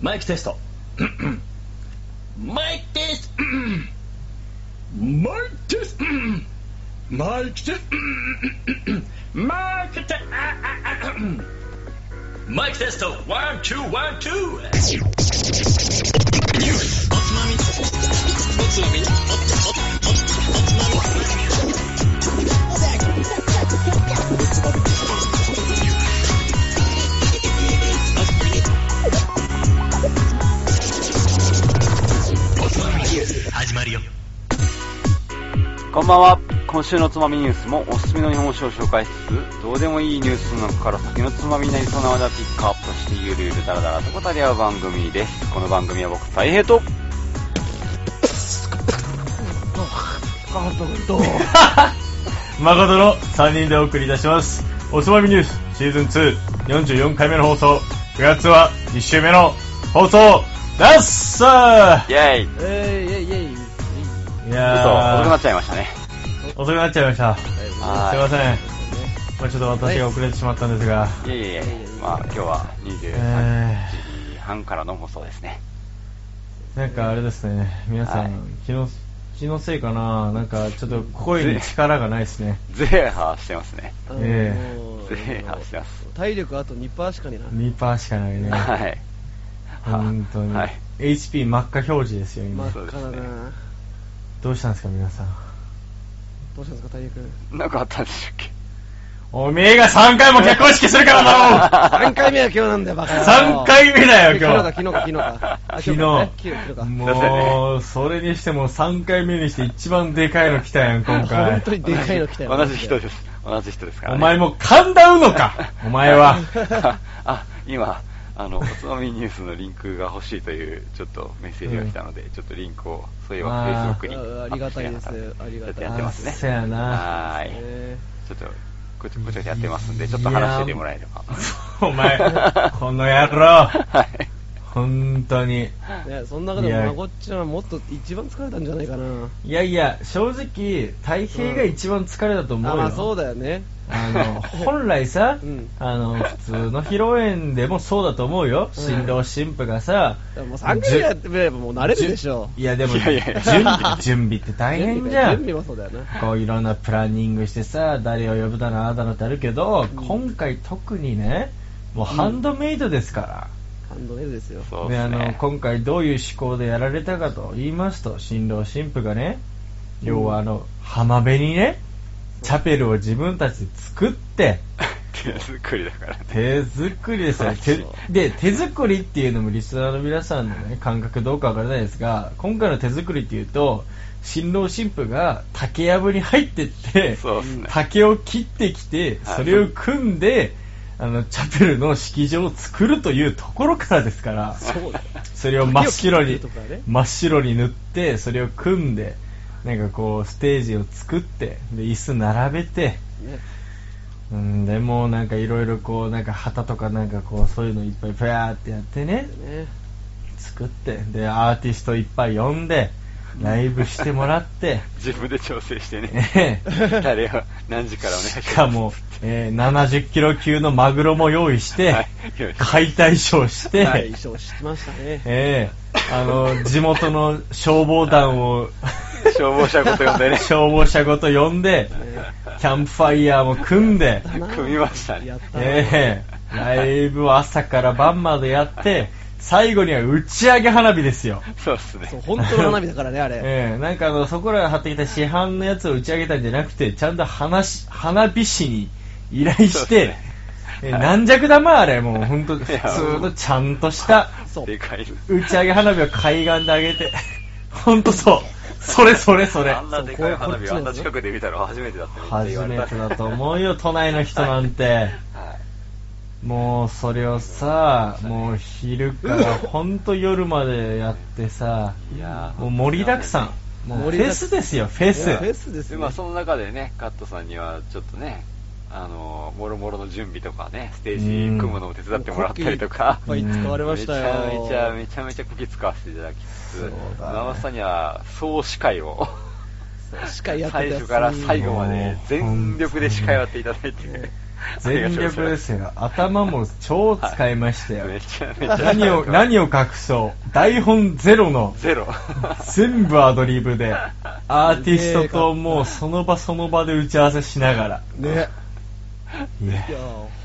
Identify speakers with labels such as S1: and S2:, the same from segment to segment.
S1: マイクテスト。マイクテスト。マイクテスト。マイクテスト。マイクテスト。マイクテスト。ワン、ツー、ワン、ツー。おつまみ。おつまみ。お始まるよ。
S2: こんばんは。今週のつまみニュースもおすすめの日本酒を紹介しつつ、どうでもいいニュースの中から先のつまみになりそうな話題をピックアップしてゆるゆるだらだらと語り合う番組です。この番組は僕、大平と、
S3: 誠の3人でお送りいたします。おつまみニュースシーズン2 44回目の放送。9月は1週目の放送です
S2: イェイちょっ
S4: えいえいえい
S3: い
S2: と遅くな
S3: や
S2: っちゃいましたね。
S3: ー、遅くなっちゃいました。すい
S2: は
S3: ま
S2: い
S3: せん。まあ、ちょっと私が遅れてしまったんですが、
S2: いえいえ、まあ今日は
S3: え
S2: 23時半からの放送ですね。
S3: なんかあれですね、皆さん、
S2: はい
S3: 気の、気のせいかななんかちょっと声に力がないですね。
S2: ゼーハーしてますね。
S4: あの
S3: え
S4: もう
S2: ゼーハーしてます。
S4: 体力あと2%しかねえな
S3: 2%しかないね。
S2: はい。
S3: 本当に。
S2: はい。
S3: HP 真っ赤表示ですよ、
S4: 真
S3: 今
S4: っ。
S2: そうです
S4: 赤だ
S2: ね
S4: な
S3: どうしたんですか、皆さん。
S4: どうしたんですか 体力
S2: なんかあったんでしたっけ
S3: おめえが3回も結婚式するからだろ
S4: 3回目は今日なんだよバカ
S3: 3回目だよ、今
S4: 昨日か
S3: 日
S4: 昨日か昨日かあ
S3: 昨日
S4: 今日かね昨日昨日か
S3: もう、それにしても3回目にして一番でかいの来たやん、今
S4: 本
S3: 回。
S4: 当にでかいの来たよ
S2: 同じ人です。同じ人ですから、ね。
S3: お前も噛んだうの かお前は。
S2: あ、今、あの、おつまみニュースのリンクが欲しいという、ちょっとメッセージが来たので、ちょっとリンクを、そういえば、
S3: あー
S2: Facebook にア
S4: ああ
S2: ッ
S4: りが
S2: プして
S4: たい
S2: なか
S4: で
S2: ったの
S4: す
S2: で。
S4: ありが
S2: ちょっと
S4: たい
S2: やってますね。
S3: あーそやな
S2: はーい。
S4: え
S2: ちょっと、こちこちこちやってますんで、ちょっと話しててもらえれば。
S3: お前、この野郎。
S2: はい。
S3: 本当に。
S4: ーねその中で
S3: い
S4: も
S3: や
S4: まこっちはもっと一番疲れたんじゃないかない
S3: やいや、正直、太平が一番疲れたと
S4: あ
S3: 思うよ。
S4: まあそうだよね
S3: あ の、本来さ、
S4: うん
S3: あの、普通の披露宴でもそうだと思うよ。新郎新婦がさ、
S4: でももう3回目やってみればもう慣れるでしょ
S3: いやでも、
S2: いやいやい
S3: 準
S2: や
S3: 備、準備って大
S4: 準
S3: 変
S4: 備
S3: じゃ
S4: 準
S3: ん
S4: 備。もそうだよな
S3: こういろんなプランニングしてさ、誰を呼ぶだな、ああだなってあるけど、今回特にね、もうハンドメイドですから。
S4: ハンドネルですよ
S2: そうで
S3: ね
S2: す
S3: あの
S2: ね。
S3: 今回どういう思考でやられたかと言いますと新郎新婦がね要はあの浜辺にねチャペルを自分たちで作って
S2: 手作りだからね。
S3: 手作りですよ手で手作りっていうのもリスナーの皆さんの、ね、感覚どうかわからないですが今回の手作りっていうと新郎新婦が竹やぶに入ってって
S2: そうですね。
S3: 竹を切ってきて
S2: はい
S3: それを組んであのチャペルの式場を作るというところからですから
S4: そうだよ
S3: それを真っ白に
S4: とかね、
S3: 真っ白に塗って、それを組んで、なんかこう、ステージを作って、で、椅子並べて、
S4: ね
S3: うん、でもうなんかいろいろこう、なんか旗とかなんかこう、そういうのいっぱいふやーってやってね、
S4: ね
S3: 作って、で、アーティストいっぱい呼んで、ライブしてもらって、
S2: 自分で調整してね。
S3: ええ
S2: 誰を何時からお願いし
S3: し
S2: ます。
S3: かも、えー70キロ級のマグロも用意して、
S2: はいよろしく
S3: 解体ショーして、
S4: はい、衣装しましたね。
S3: ええあの、地元の消防団を、
S2: 消防車ごと呼んでね。
S3: 消防車ごと呼んで、キャンプファイヤーも組んで、
S2: 組みましたね
S4: やったな。
S3: ええライブを朝から晩までやって、最後には打ち上げ花火ですよ。
S2: そうですね
S4: そう、。本当の花火だからね、あれ。
S3: ええなんかあの、そこら貼ってきた市販のやつを打ち上げたんじゃなくて、ちゃんと花し、花火師に依頼
S2: そう
S3: し
S2: です
S3: て
S2: ね、
S3: ええ軟弱だまあれ、もう本当普通のちゃんとした
S4: そう。
S2: でかい。
S3: 打ち上げ花火を海岸であげて、 本当そう。それそれそれ
S2: あ。んなでかい花火をあんな近くで見たのは初めてだったねって
S3: 初
S2: 言われ
S3: め
S2: た
S3: てだと思うよ、都内の人なんて。もうそれをさ、もう昼からほんと夜までやってさ、
S2: いやー
S3: もう盛りだくさん。もうフ
S4: 盛りだ
S3: ェ
S4: くさ
S3: ス
S4: ん
S3: ですよ、フェ
S4: いやフェ
S3: ス。
S4: スです
S2: で
S4: ね。
S2: まあその中でねカットさんにはちょっとねあのもろもろの準備とかねステージ組むのも手伝ってもらったりとか
S4: いっぱい使われま
S2: め
S4: し
S2: ち
S4: た
S2: ゃ
S4: よ。
S2: めちゃめちゃめちゃこき使わせていただきつつ
S3: そうだね
S2: 生さんには総司会を
S4: そう司会やってた
S2: 最
S4: やつ
S2: 初から最後まで全力で司会をやっていただいて。
S3: 全力ですよ。頭も超使いました よ。
S2: めちゃめちゃ。
S3: 何を、何を隠そう。台本ゼロの、
S2: ゼロ。
S3: 全部アドリブで、アーティストともうその場その場で打ち合わせしながら。
S4: ねいや
S3: いや
S4: ー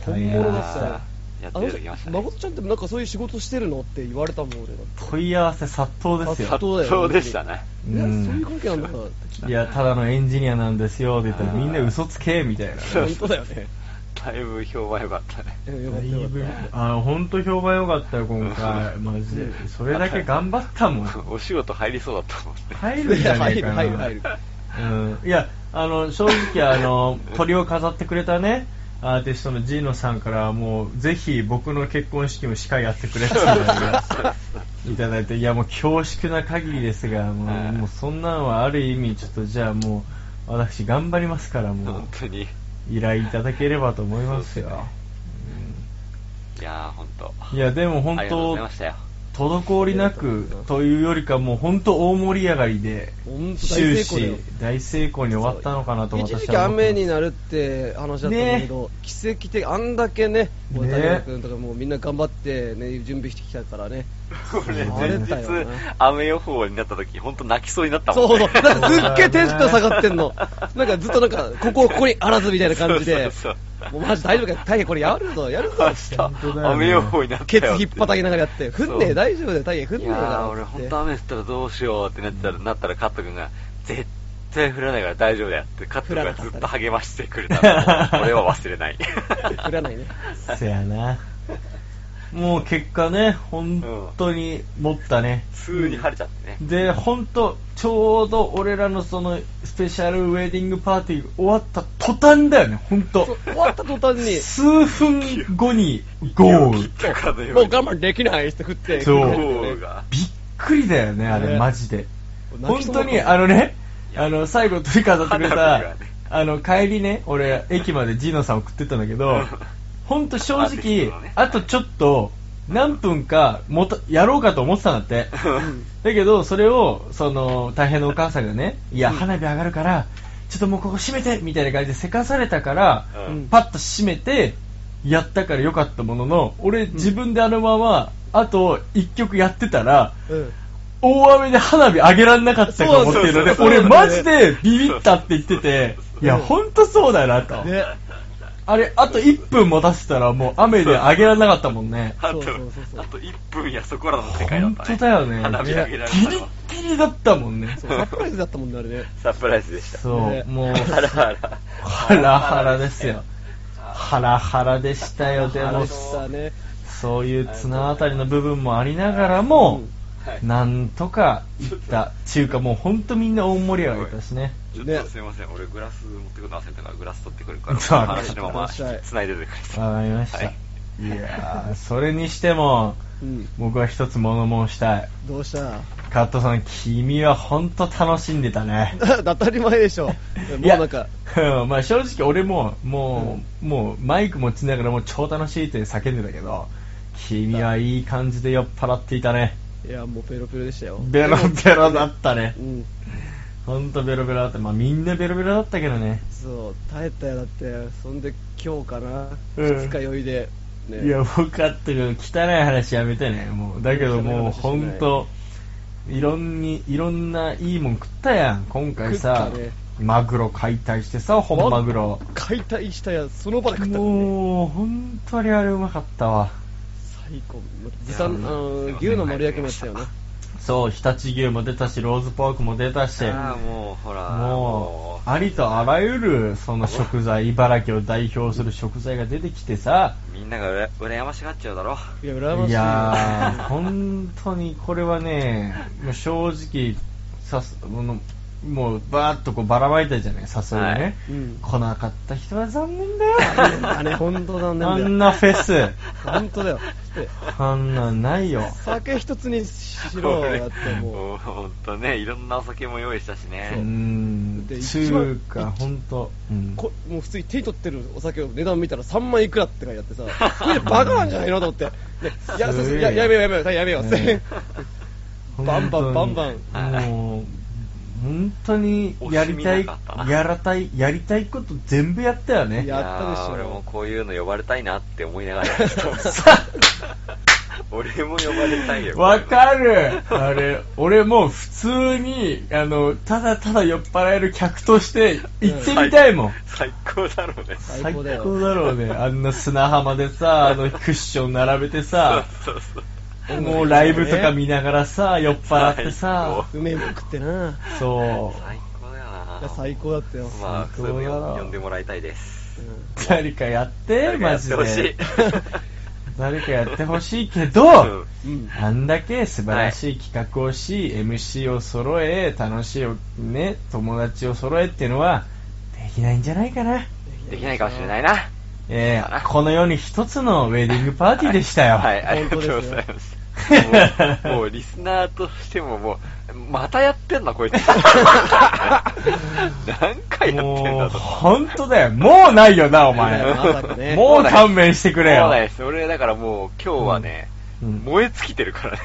S4: 本物だったよ
S2: やっ
S4: あ
S2: ていただきました
S4: の
S2: ね
S4: まこ。ちゃんってなんかそういう仕事してるのって言われたもん俺だって
S3: 問い合わせ殺到ですよ
S4: 殺。到だよ
S2: そうでしたね。
S3: う
S4: いやそういうん関係なんだなって
S3: いや、ただのエンジニアなんですよ、って言ったらみんな嘘つけ、みたいな。
S4: 本当だよね
S2: だいぶ評判良かったね。
S4: うんよか
S3: だ
S4: っ
S3: い
S4: たよ
S3: ぶ
S4: かっ
S3: あ本当評判良かったよ今回マジでそれだけ頑張ったもん
S2: お仕事入りそうだったもんね。
S3: 入
S4: た
S3: るん
S4: い
S3: じゃ
S4: や
S3: な
S4: 入
S3: い
S4: る
S3: かな
S4: 入る入る
S3: うんいやあの正直あの鳥を飾ってくれたねアーティストのジーノさんからもうぜひ僕の結婚式も司会やってくれっていうのがいただいていやもう恐縮な限りですがもうもうそんなんはある意味ちょっとじゃあもう私頑張りますからもう
S2: 本当に。い
S3: 依頼いただければと思いますよ
S2: やー、本当。
S3: いやでも本
S2: ありがとうご
S3: 当
S2: ざいましたよ。
S3: 滞りなくというよりかもう本当大盛り上がりで
S4: 本当大成
S3: 終
S4: 功だよ
S3: 始大成功に終わったのかなと私は
S4: 一
S3: 思っ
S4: 時
S3: て
S4: 期
S3: ます
S4: 雨になるって話だったんだけど、奇跡的あんだけね、大
S3: ね
S4: 谷君とかもうみんな頑張って、ね、準備してきたからね、
S2: これ、前日
S4: そうだよね、
S2: 雨予報になった時、本当泣きそうになったもん
S4: そう
S2: ね。
S4: そう、なんかすっげえテンション下がってんの、なんかずっとなんか、ここ、ここにあらずみたいな感 じで、
S2: そう
S4: もうマジ大丈夫か、大変これやるぞ、やるぞ、
S2: そうそう。明日、雨予報になったよ。
S4: ケツ引っ張たきながらやって、
S2: そう
S4: 降んねえ、大丈夫だよ、大変、降ん
S2: い
S4: ねえ
S2: やー、
S4: か
S2: 俺、
S4: らっ
S2: 本
S4: て
S2: 当雨降ったらどうしようってなったら、なったらカット君が、絶対降らないから大丈夫だよって、カット君がずっと励ましてくれ たのを俺は忘れない。
S4: 降らないね、
S3: せやなもう結果ね本当に持ったね、
S2: 普通に晴れちゃってね。
S3: で本当ちょうど俺らのそのスペシャルウェディングパーティー終わった途端だよね本当
S4: そう終わった途端に、
S3: 数分後に豪雨びっ
S2: だからのよ
S4: もう
S2: う
S4: 我
S2: に
S4: 慢できないって降って、
S3: そう
S4: 降って
S2: 豪
S4: ね
S2: 雨が。
S3: くりだよねあれ
S4: ね
S3: マジで
S4: 泣
S3: 本
S4: きそう
S3: 当
S4: だった
S3: に、あのね、あの、最後取り飾ってくれ
S2: 花火
S3: た
S2: がね、
S3: あの、帰りね、俺、駅までジーノさん送ってったんだけど、本当正
S2: アーティス
S3: 直
S2: トのね、
S3: あとちょっと、何分か、もた、やろうかと思ってたんだって。
S4: うん
S3: だけど、それを、その、大変なお母さんがね、いや、花火上がるから、ちょっともうここ閉めてみたいな感じでせかされたから、
S2: うん
S3: パッと閉めて、やったからよかったものの、俺自分であのまま、あと一曲やってたら、
S4: うん
S3: 大雨で花火上げられなかったと思ってるので、
S4: そうそうそう
S3: 俺マジでビビったって言ってて、いや、ほんとそうだなと。
S4: ね
S3: あれ、あと1分も出せたらもう雨で上げられなかったもんね。
S2: あと、
S4: そうそうそうそう
S2: あと1分やそこらの世界だ
S3: ほ
S2: っ
S3: ん
S2: た
S3: と
S2: ね。
S3: だよね。
S2: 花火上げられ
S3: ギ
S2: たのは。
S3: リギリだったもんね。
S4: そうサプライズだったもんね、あれね。
S2: サプライズでした。
S3: そう
S4: ね、
S3: もう、
S2: ハラハラ。
S3: ハラハラですよ。ハラハラでしたよ、で
S4: あれ
S3: も、
S4: さね。
S3: そういう綱あたりの部分もありながらも、
S2: はい
S3: なんとかいった。ちゅうかもうほんとみんな大盛り上がりだしね。
S2: ちょっ
S4: ね
S2: とすいません、俺グラス持ってくるの忘れたからグラス取ってくるから、
S3: そう
S2: 話のまま繋いでてくだ
S3: わかりました。
S2: はい
S3: い、やー、それにしても、
S4: うん。
S3: 僕は一つ物申したい。
S4: どうした
S3: カットさん、君は本当楽しんでたね。
S4: 当たり前でし ょ。もう
S3: いや
S4: なんか、、
S3: うんまあ正直俺も、もう、もうマイク持ちながらもう超楽しいって叫んでたけど、君はいい感じで酔っ払っていたね。
S4: いや、もうペロペロでしたよ。
S3: ベロベロだったね
S4: う。ん。
S3: ほんとベロベロだった。まあみんなベロベロだったけどね。
S4: そう、耐えたよ、だって。そんで、今日かな。
S3: うん
S4: 二日酔いで。ね。
S3: いや、分かったけど、汚い話やめてね。もう、だけどもう、ほんと、いろんに、いろんないいもん食ったやん。今回さ、
S4: 食ったね
S3: マグロ解体してさ、本マグロ。
S4: 解体したや、その場で食ったのね。
S3: もう、ほんとにあれうまかったわ。
S4: 最高。豚、あ
S2: いや
S4: の
S2: すいません
S4: 牛の丸焼きもやったよね。
S3: そう、日立牛も出たし、ローズポークも出たし
S2: さい。、ああ、もう、ほら、
S3: もう、ありとあらゆる、その食材、茨城を代表する食材が出てきてさ、
S2: うみんながうら羨ましがっちゃうだろ。
S4: いや、羨ましい。
S3: いやー、本当にこれはね、もう正直さすもの、もうバーっとこうばらまいたじゃない、誘いをね、
S4: うん。
S3: 来なかった人は残念だよ。
S4: あれ、本当残
S3: あん
S4: 念だよ。
S3: なフェス、
S4: 本当だよ。だって
S3: あんなんないよ。
S4: 酒一つにしろ、
S2: これ
S4: だってもう。
S2: もうほんとね、いろんなお酒も用意したし
S3: う
S2: ね。
S3: ん、
S4: で
S3: つうか、本当、うん
S4: こもう普通に手に取ってるお酒を値段見たら3万いくらって書いてあってさ、これバカなんじゃないのと思って、ね、いや
S3: すげえ
S4: いややめようやめようやめよう、
S3: うん
S4: バンバンバンバン
S3: もう、本当にやりた
S2: 惜しみ
S3: い
S2: なかったな
S3: やらたいやりたいこと全部やったよね
S4: いやったでしょ
S2: いやー俺もこういうの呼ばれたいなって思いながらやって た俺も呼ばれたいよ
S3: わかるあれ、俺もう普通に、あの、ただただ酔っ払える客として行ってみたいもん。
S2: 最高だろうね
S4: 最高だよ
S3: だろうね。あんな砂浜でさ、あのクッション並べてさ、
S2: そうそう
S3: もうライブとか見ながらさ、酔っ払ってさ、
S4: うめえもん食ってな。
S3: そう。
S2: 最高だよない
S4: や最高だったよ。
S2: まあ
S3: 最
S2: そ
S3: 高だ
S2: れ
S3: な
S2: も呼んでもらいたいです
S4: うん
S3: 誰かやって、
S2: 誰かや
S3: マ
S2: っ
S3: ジ
S2: てほしい
S3: で。誰かやってほしいけ
S2: うん
S3: ど、
S4: うん。
S3: あんだけ素晴らしい企画をし、MC を揃え、楽しいおね、友達を揃えっていうのは、できないんじゃないかな。
S2: できないかもしれないな
S3: えーこの世に一つのウェディングパーティーでしたよ。
S2: はい、ありがとうございます。もう、もうリスナーとしてももう、またやってんのこ いつ。何回やってん
S3: もう、
S2: だと。も
S3: 本当だよ。もうないよな、お前。
S4: まさか ね
S3: もう勘弁してく
S2: う
S3: れよ。
S2: ないです。俺、だからもう、今日はね、
S3: うん
S2: 燃え尽きてる からね。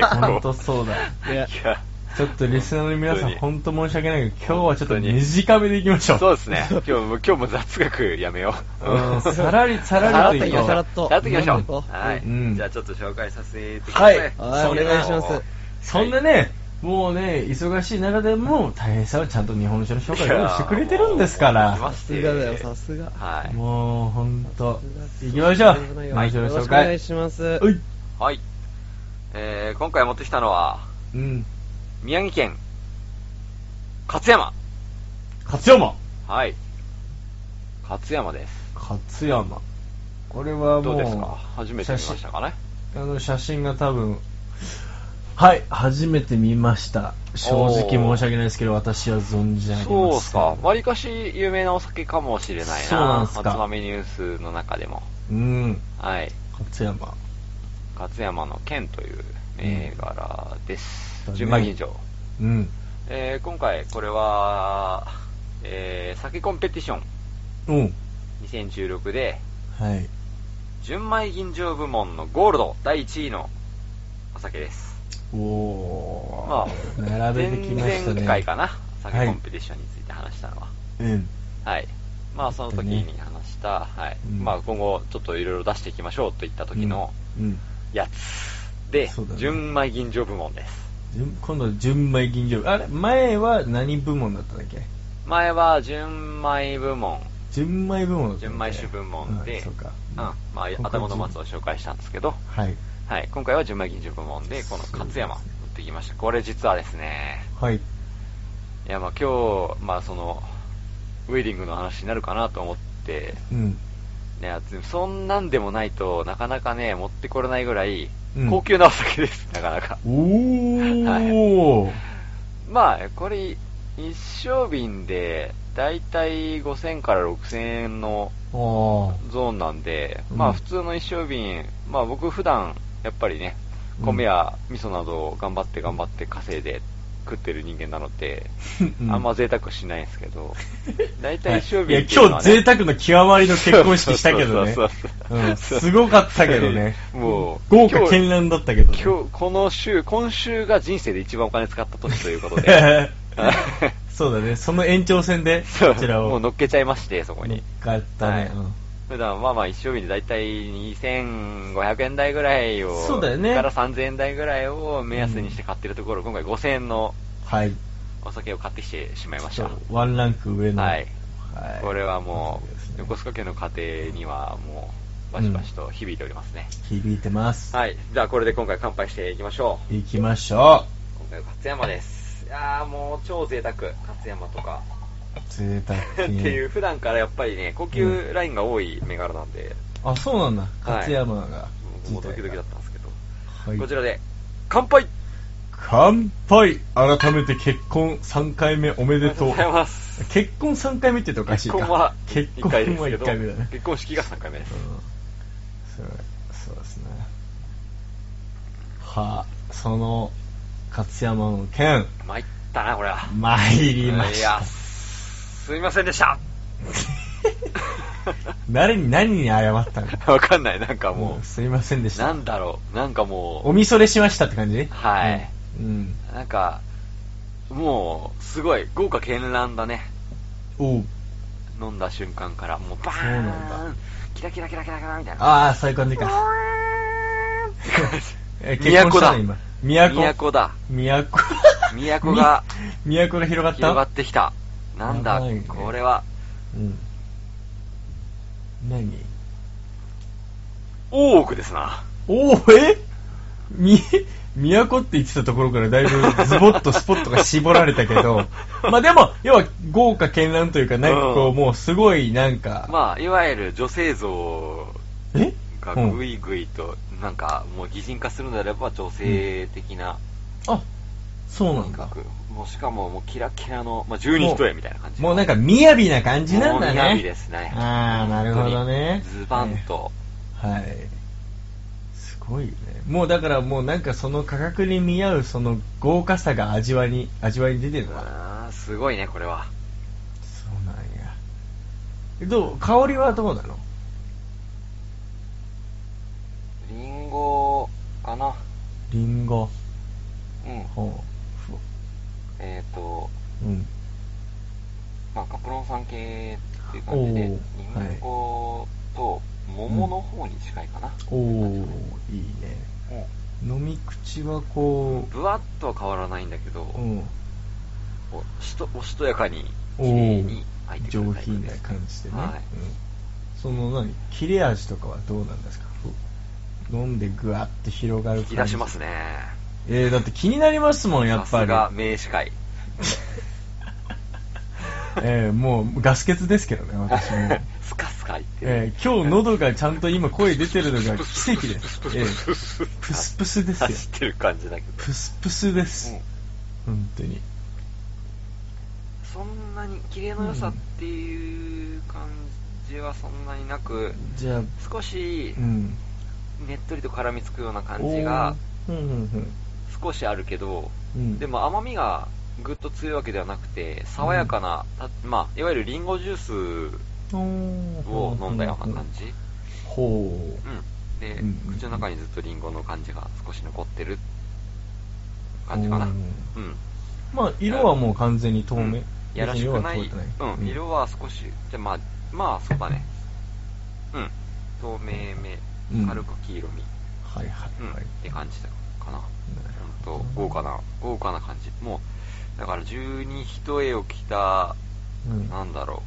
S2: 結
S3: 本
S2: 構。
S3: 当そうだ。
S4: いや、
S2: いや、
S3: ちょっとリスナーの皆さん、
S2: 本
S3: 本当申し訳ないけど、今日はちょっと
S2: 本当に
S3: 短めでいきましょう。
S2: そうですね。今日も、今日も雑学やめよう。
S3: うんさらり、さらりといこ
S4: さら
S3: う
S4: っ。と
S2: さらっといきましょ
S4: さらっと行こ
S2: う。
S4: う
S2: はい、
S3: うん
S2: じゃあちょっと紹介させてください。
S3: はい
S4: はい、お
S3: そう
S4: 願いします。
S3: そんなね、もうね、忙しい中でも、大変さはちゃんと日本酒の紹介をしてくれてるんですか
S2: いやーもう
S3: ら。
S4: さすがだよ、さすが。
S2: はい。
S3: もう、本当行
S4: 行
S3: きましょう。毎週
S4: よ
S3: の
S4: ろ
S3: 紹
S4: しくお願
S3: 介
S4: い。します。
S3: はい。
S2: はい。えー、今回持ってきたのは、
S3: うん。
S2: 宮城県、勝山。
S3: 勝山。
S2: はい。勝山です。
S3: 勝山。これはもう、
S2: どうですか初めて見ましたかね
S3: 写真あの、写真が多分、はい、初めて見ました。正直申し訳ないですけど、私は存じ上げません。
S2: そうっすか。わりかし有名なお酒かもしれないな。
S3: そうなんすか
S2: おつまみニュースの中でも。
S3: うん。
S2: はい。
S3: 勝山。
S2: 勝山の剣という銘柄です。
S3: うん
S2: 純米吟醸。
S3: うん。
S2: えー、今回、これは、えー、酒コンペティション
S3: うん。
S2: 2016で、
S3: はい。
S2: 純米吟醸部門のゴールド第1位のお酒です。
S3: お
S2: ま
S3: ー。
S2: あ、
S3: 並べてきまし
S2: 前
S3: たね。
S2: 々回かな、酒コンペティションについて話したのは。
S3: うん。
S2: はい。まあ、その時に話した、はい。
S3: うん
S2: まあ、今後、ちょっといろいろ出していきましょうといった時の
S3: うん。
S2: やつで、
S3: そうだね
S2: 純米吟醸部門です。
S3: 順今度は純米吟醸。あれ前は何部門だったんだっけ
S2: 前は純米部門、
S3: 純米部門だったん
S2: 純
S3: だっ
S2: 米
S3: け
S2: 酒部門で、
S3: うんそうか。
S2: うんまあ、頭の松を紹介したんですけど、
S3: はい。
S2: はい。今回は純米吟醸部門で、この勝山持ってきました。これ実はですね、
S3: はい。
S2: いや、まあ今日、まあその、ウェディングの話になるかなと思って、
S3: うん。
S2: ね、あつそんなんでもないとなかなかね、持ってこれないぐらい
S3: うん、
S2: 高級なお酒です、なかなか。
S3: おー、
S2: まあ、これ、一升瓶で、だいたい5000から6000円の
S3: あ
S2: ゾーンなんで、
S3: うん
S2: まあ普通の一升瓶、まあ僕普段、やっぱりね、米や味噌などを頑張って頑張って稼いで食ってる人間なので、
S3: ーうん
S2: あんま贅沢しないんですけ ど、だいたい一
S3: は
S2: 升
S3: いいや
S2: 瓶っていうの
S3: 今
S2: はね、
S3: 日贅沢の極まりの結婚式したけどね
S2: そうそうそうそう
S3: うんすごかったけど ね
S2: もう
S3: 豪華絢爛だったけどね
S2: 今日、この週、今週が人生で一番お金使った年ということで、
S3: そうだねその延長線で
S2: そう
S3: こちらを
S2: もう乗っけちゃいまして、そこ
S3: 乗っ
S2: に。
S3: かった
S2: は
S3: ね
S2: い、
S3: うん
S2: 普段まあまあ一生日でだいたい2500円台ぐらいを、
S3: そうだよね
S2: から3000円台ぐらいを目安にして買ってるところ、今回5000円の
S3: はい
S2: お酒を買ってきてしまいまし
S3: ちょ
S2: た
S3: っ。とワンランク上の
S2: はい
S3: はい
S2: これはも
S3: そう
S2: う、
S3: ですね
S2: 横須賀家の家庭にはもう、バシバシと響いておりますね。
S3: 響いてます
S2: はい。じゃあこれで今回乾杯していきましょう。
S3: 行きましょ
S2: 今回は勝山です。いやーもう超贅沢。勝山とか。
S3: う贅沢
S2: って
S3: 品
S2: いう、普段からやっぱりね、高級ラインが多い銘柄なんで、
S3: あそうなんだ勝山が
S2: 僕もドキドキだったんですけど。
S3: はい
S2: こちらで、乾杯
S3: 乾杯改めて結婚3回目おめ
S2: あり
S3: でとう
S2: がとうございます
S3: 結婚3回目って言うとおかしい
S2: 結
S3: か
S2: 婚は
S3: 結
S2: 1
S3: 婚
S2: 回ですけ
S3: は
S2: ど、
S3: 一回目だね
S2: 結婚式が3回目です。
S3: うんそうそうですねはあその勝山の 件
S2: 参ったな、これは。
S3: 参りま
S2: い
S3: し
S2: や、
S3: た
S2: すいませんでした
S3: 誰に何に謝ったの
S2: わかんない、なんかも
S3: うんすいませんでし
S2: う、な
S3: た
S2: んだろう、なんかも
S3: おみそれしましたって感じ
S2: う、はい。
S3: うん
S2: なんか、もう、すごい、豪華絢爛だね。
S3: おう
S2: 飲んだ瞬間から、もうバーン
S3: そうなんだ
S2: キラキラキラキラキラみたいな。
S3: ああ、最高の時間。え結婚したね、今。
S2: 都
S3: 都。
S2: だ。
S3: 都。
S2: 都が
S3: み。都が広がった
S2: 広がってきた。なんだ
S3: やばいね、
S2: これは。
S3: うん。何
S2: 大奥ですな。
S3: おお、えみ、都って言ってたところからだいぶズボッとスポットが絞られた けど、まあでも、要は豪華絢爛というか、なんかこ
S2: う
S3: う、
S2: ん
S3: もうすごいなんか、
S2: まあ、いわゆる女性像
S3: え
S2: が
S3: うん
S2: ぐいぐいと、なんか、もう擬人化するのであれば女性的な
S3: あ、そうなん
S2: 感
S3: だ。
S2: 覚。もうしかも、もうキラキラの、まあ、十人一重みたいな感じ。
S3: もうなんか、雅な感じなんだね。
S2: もう雅ですね
S3: ああ、なるほどね。
S2: ズバンと。
S3: はい。すごいね。もうだからもうなんかその価格に見合うその豪華さが味わいに、味わいに出てるな。
S2: あーすごいね、これは。
S3: そうなんや。えどう香りはどうなの
S2: リンゴかな
S3: リンゴ。
S2: うん。
S3: ほう。
S2: えっ、と、
S3: うん。
S2: まあ、カプロン酸系っていう感じで、
S3: お
S2: リ
S3: ー
S2: ンゴと桃の方に近いかな。
S3: おおいいね。飲み口はこ
S2: ぶわっとは変わらないんだけど、
S3: う、うん。
S2: おしとおしとやかに、綺
S3: お
S2: 麗
S3: ー
S2: に入ってく
S3: 上
S2: るタイプ
S3: 品
S2: で
S3: な
S2: す
S3: 感じでね。
S2: は
S3: う
S2: い。
S3: んその何、切れ味とかはどうなんですかふ飲んでぐわっと広がる
S2: 引
S3: 感じ。
S2: き出しますね。
S3: えー、だって気になりますもん、やっぱ
S2: さすが
S3: り。
S2: 名司会。
S3: えー、もうガス欠ですけどね、私も。
S2: スカスカ言ってる。
S3: えー、今日喉がちゃんと今声出てるのが奇跡です。えー、プスプスですよ。
S2: 走ってる感じだけど。
S3: プスプスです。
S2: うん
S3: 本当に。
S2: そんなに綺麗の良さっていう感じはそんなになく、
S3: じゃあ、
S2: 少し
S3: うん。
S2: ねっとりと絡みつくような感じが
S3: おー、うんうん
S2: 少しあるけど、
S3: うん。うん、
S2: でも甘みがぐっと強いわけではなくて、爽やかな、たまあ、いわゆるリンゴジュース
S3: おー、
S2: を飲んだような感じ。
S3: ほ
S2: うん。
S3: う。
S2: で、
S3: うんうん
S2: 口の中にずっとリンゴの感じが少し残ってる感じかな。
S3: う
S2: うんん。
S3: まあ、色はもう完全に透
S2: うん
S3: 明。
S2: やらしくない。
S3: 別に色は
S2: う
S3: 通っ
S2: ん。色は
S3: て
S2: 少し、じゃあまあ、まあそうだね。うん。透明
S3: うん
S2: め、軽く黄色み。
S3: はいはい
S2: うん。
S3: はい。
S2: って感じだかな。
S3: なる
S2: ほんと、豪華な、豪華な感じ。もう、だから十二一重を着た、
S3: うん
S2: なんだろ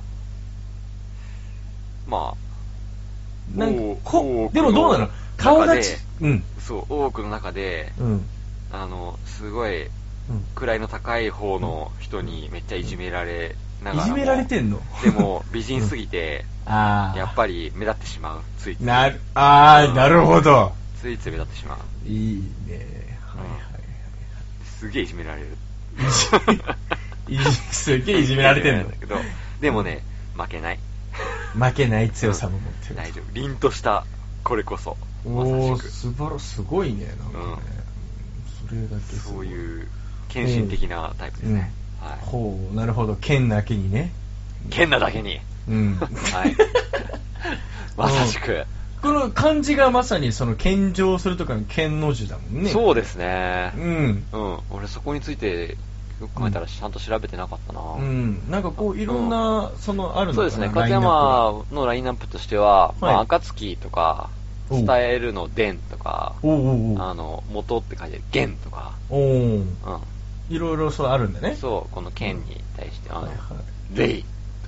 S2: う。まあ、
S3: なん
S2: 大
S3: か、
S2: 大
S3: こ
S2: 奥
S3: でもどうなの顔
S2: 中で
S3: 立ち。うん。
S2: そう、多くの中で、
S3: うん。うん。
S2: あの、すごい、位の高い方の人にめっちゃいじめられながら
S3: いじ
S2: も
S3: められてんの
S2: でも、美人すぎ て、
S3: ああ。
S2: やっぱり目立ってしまう。ついつい。
S3: なる、ああ、なるほど。
S2: ついつい目立ってしまう。
S3: いいね。はいはい
S2: すげえいじめられる。
S3: はい。いじ、すっげえいじめられてん
S2: いじ。められるん
S3: の
S2: だけど、でもね、負けない。
S3: 負けない強さも持ってる。
S2: 大丈夫。凛とした、これこそ。ま
S3: お
S2: さ
S3: ー、
S2: しく。
S3: 素晴らしい。すごいね。なんかね。うんそれだけす
S2: そ
S3: ご
S2: う
S3: い
S2: いう、献身的なタイプですね。
S3: うん
S2: はい。
S3: ほう、なるほど。剣だけにね。
S2: 剣なだけに。
S3: うん。
S2: はい。まさしく。
S3: この漢字がまさにその献上するとかの剣の字だもんね。
S2: そうですね。
S3: うん。
S2: うん。俺そこについて、よく考えたらちゃんと調べてなかったな。
S3: うん。なんかこう、いろんな、その、あるの
S2: そう
S3: かな
S2: ですね。
S3: ラ
S2: 勝
S3: インナップ
S2: 山
S3: が
S2: のラインナップとしては、まあ、
S3: はい
S2: 暁とか、
S3: おう
S2: 伝えるの伝とか、
S3: おうおうお
S2: あ
S3: う
S2: の、元って書いてある元とか、
S3: おう
S2: う
S3: いろいろそうあるんだね。
S2: ん。そう、この剣に対して、あ
S3: は
S2: の
S3: いはい、
S2: 霊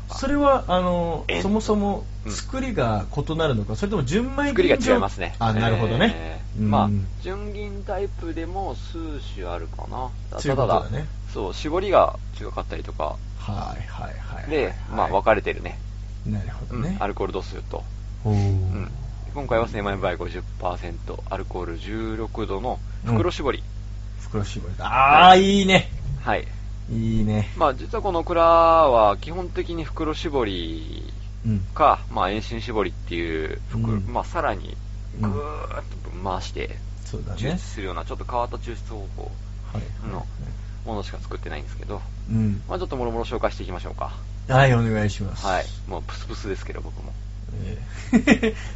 S2: と
S3: そ
S2: か。
S3: れは、あの
S2: え、っ
S3: そもそも
S2: うん
S3: 作りが異なるのか、それとも純米
S2: 作りが
S3: 吟醸
S2: 違いますね。
S3: あ、なるほどね
S2: え。ーまあ
S3: うん、
S2: 純銀タイプでも数種あるかな。
S3: とい
S2: た
S3: うこと
S2: だ
S3: だね
S2: そう、絞りが違かったりとか、
S3: はいはいはい。
S2: で、まあ、分かれてるね。
S3: なるほど
S2: う
S3: ね
S2: ん。アルコール度数と。
S3: おう
S2: うん今回は精米倍50%、アルコール16度の袋絞り。
S3: 袋絞りだ。ああ、いいね。
S2: はい。
S3: いいね。
S2: まあ実はこの蔵は基本的に袋絞り
S3: うん。
S2: か、まあ遠心絞りっていう袋、
S3: うん
S2: まあさらにぐーっとぶん回して
S3: そうだね。
S2: 抽
S3: はい
S2: 出するようなちょっと変わった抽出方法
S3: はいは
S2: の
S3: い。
S2: ものしか作ってないんですけど、
S3: うん。
S2: まあちょっともろもろ紹介していきましょうか。
S3: はい、お願いします。
S2: はい。もうプスプスですけど僕も。
S3: え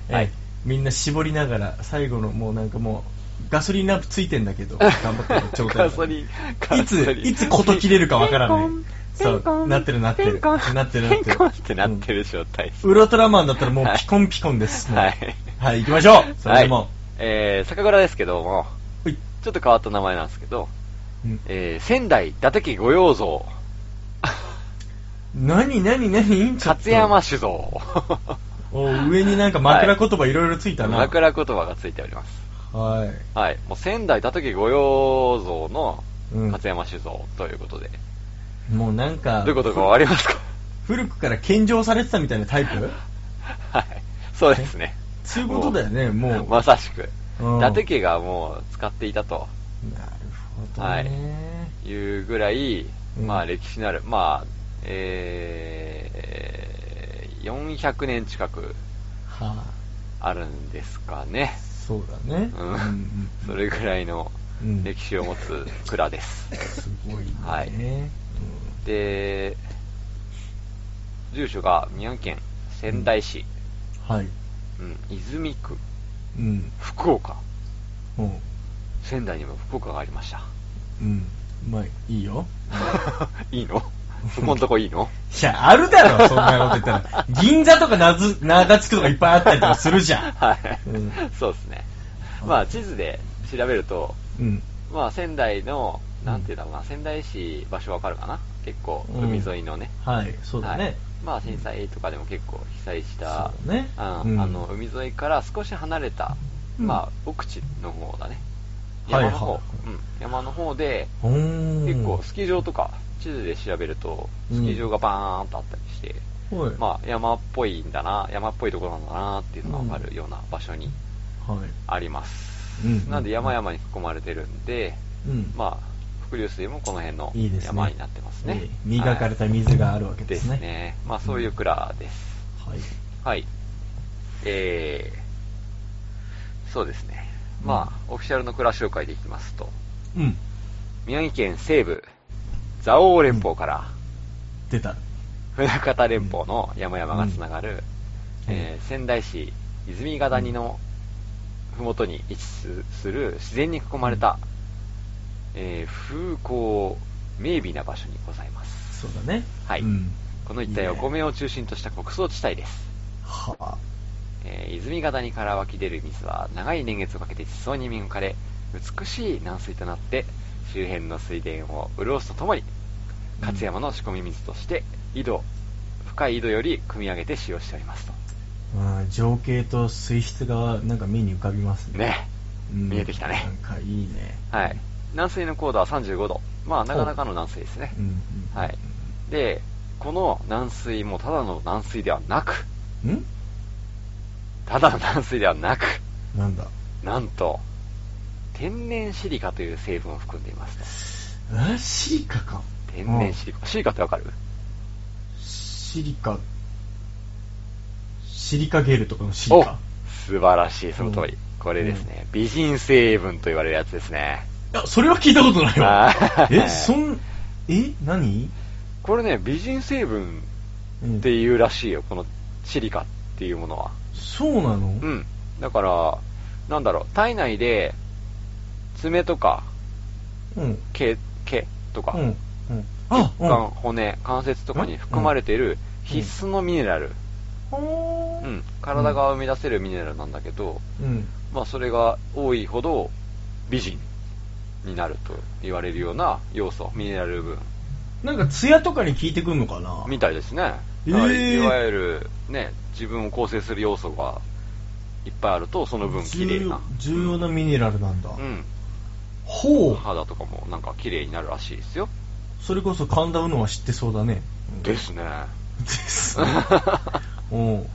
S3: ー
S2: は
S3: はい い。みんな絞りながら、最後のもうなんかもう、ガソリンランプついてんだ けど、頑張ってる状
S2: ガ
S3: 態
S2: ソリン
S3: いつ、いつこと切れるかわからない。そう、なってるなってる。
S2: ペンコ
S3: な
S2: ン
S3: ってるなって
S2: ペン
S3: る
S2: コンってなってる状態です
S3: うんウルトラマンだったらもうピコンピコンです。もう
S2: はい。
S3: はい、行きましょうそれで
S2: はい
S3: も。
S2: えー、酒蔵ですけども、
S3: ほい
S2: ちょっと変わった名前なんですけど、
S3: うん
S2: えー、仙台伊達家御用 蔵、
S3: 何、何、何
S2: 勝山
S3: 市。
S2: 酒造。
S3: お上になんか枕言葉いろいろついたな。
S2: 枕言葉がついております。
S3: はい。
S2: はい。もう仙台伊達家御用蔵の
S3: うん
S2: 勝山酒造ということで、
S3: もうなんか
S2: どういう、ことかわかり ますか
S3: 古くから献上されてたみたいなタイ プ
S2: はい。そうですね。
S3: そういうことだよね、もう。
S2: まさしく。
S3: うん
S2: 伊達家がもう使っていたと
S3: なるほど
S2: はい
S3: ね。
S2: いうぐらい、
S3: うん
S2: まあ歴史のある、まあ、えー、400年近く
S3: はい、
S2: あるんですかね。
S3: そうだね。
S2: うん
S3: うんうん
S2: それぐらいの
S3: うん
S2: 歴史を持つ蔵です。
S3: すごいね。
S2: はい
S3: うん
S2: で、住所が宮城県仙台市、
S3: はい。
S2: うん、泉区、
S3: うん。
S2: 福岡。
S3: うん。
S2: 仙台にも福岡がありま した。
S3: うん。まあ、いいよ。
S2: いいの そこんとこいいの
S3: いや、あるだろ、そんなこと言っ たら。銀座とかなず、長津区とかいっぱいあったりとかするじゃん。
S2: はい、
S3: うん
S2: そうですね。まあ、地図で調べると、
S3: うん。
S2: まあ、仙台の、なんていうんだろうな、仙台市、場所わかるかな結構、
S3: うん
S2: 海沿いのね。
S3: はい、そうだ
S2: はい
S3: ね。
S2: まあ、震災とかでも結構被災した、
S3: そうだね
S2: あ
S3: うん
S2: あの海沿いから少し離れた、
S3: うん
S2: まあ、奥地の方だね。
S3: はい
S2: 山の方、
S3: はい
S2: うん、山の方で、
S3: おー
S2: 結構スキー場とか、地図で調べると、
S3: うん
S2: スキー場がバーンとあったりして、
S3: はい。
S2: まあ、山っぽいんだな、山っぽいところなんだなっていうのがわかるような場所に
S3: はい。
S2: あります。
S3: うん
S2: なんで山々に囲まれてるんで、
S3: うん。
S2: まあ、伏流水もこの辺の
S3: いいですね。
S2: 山になってますね。
S3: ええ磨かれた
S2: はい
S3: 水があるわけ
S2: で
S3: ですすね。
S2: ね。まあ、そういう蔵です。
S3: はい。
S2: はい。えー、そうですね。まあ、オフィシャルの蔵紹介でいきますと、
S3: うん。
S2: 宮城県西部、蔵王連峰から、
S3: 出た。
S2: 船形連峰の山々がつながる、
S3: うん
S2: えー仙台市泉ヶ谷のふもとに位置すする自然に囲まれた、えー風光明媚な場所にございます。
S3: そうだね。
S2: はい
S3: うん。
S2: この一帯はお米を中心とした穀倉地帯です。
S3: はあ。
S2: えー泉ヶ谷から湧き出る水は長い年月をかけて地層に磨かれ、美しい軟水となって、周辺の水田を潤すとともに、勝山の仕込み水として、井戸、深い井戸より汲み上げて使用しておりますと。
S3: うん情景と水質がなんか目に浮かびますね。
S2: ね。
S3: うん
S2: 見えてきたね
S3: なんかいいね。
S2: はい。軟水の高度は35度。まあ、なかなかの軟水ですね
S3: う。ん。
S2: はい。で、この軟水もただの軟水ではなく、
S3: うん。ん
S2: ただの軟水ではなく、
S3: なんだ
S2: なんと、天然シリカという成分を含んでいます
S3: あシリカか。
S2: と。天然シリカ。シリカってわかる
S3: うんシリカ。シリカゲルとかのシリ
S2: お
S3: カ。
S2: 素晴らしい、その通り
S3: うん。
S2: これですね。美人成分と言われるやつですね。
S3: いや、それは聞いたことない
S2: あ
S3: わ。
S2: ー
S3: え、そん、え、何
S2: これね、美人成分
S3: うん
S2: っていうらしいよ、このシリカっていうものは。
S3: そうなの
S2: うん。だから、なんだろう、体内で、爪とか、
S3: うん。
S2: 毛、毛とか、
S3: うん。うん。あ、
S2: 血
S3: うん。
S2: 管、骨、関節とかに含まれている必須のミネラル。
S3: ほー
S2: うん。体が生み出せるミネラルなんだけど、
S3: うん。
S2: まあ、それが多いほど美人になると言われるような要素、ミネラル分
S3: なんか、ツヤとかに効いてくんのかな
S2: みたいですね。
S3: えー
S2: だからいわゆる、ね、自分を構成する要素がいっぱいあると、その分綺麗な。
S3: 重重要なミネラルなんだ。
S2: うん。
S3: ほう。
S2: 肌とかもなんか綺麗になるらしいですよ。
S3: それこそ神田うのは知ってそう だね。
S2: ですね。
S3: です。
S2: はい
S3: うん。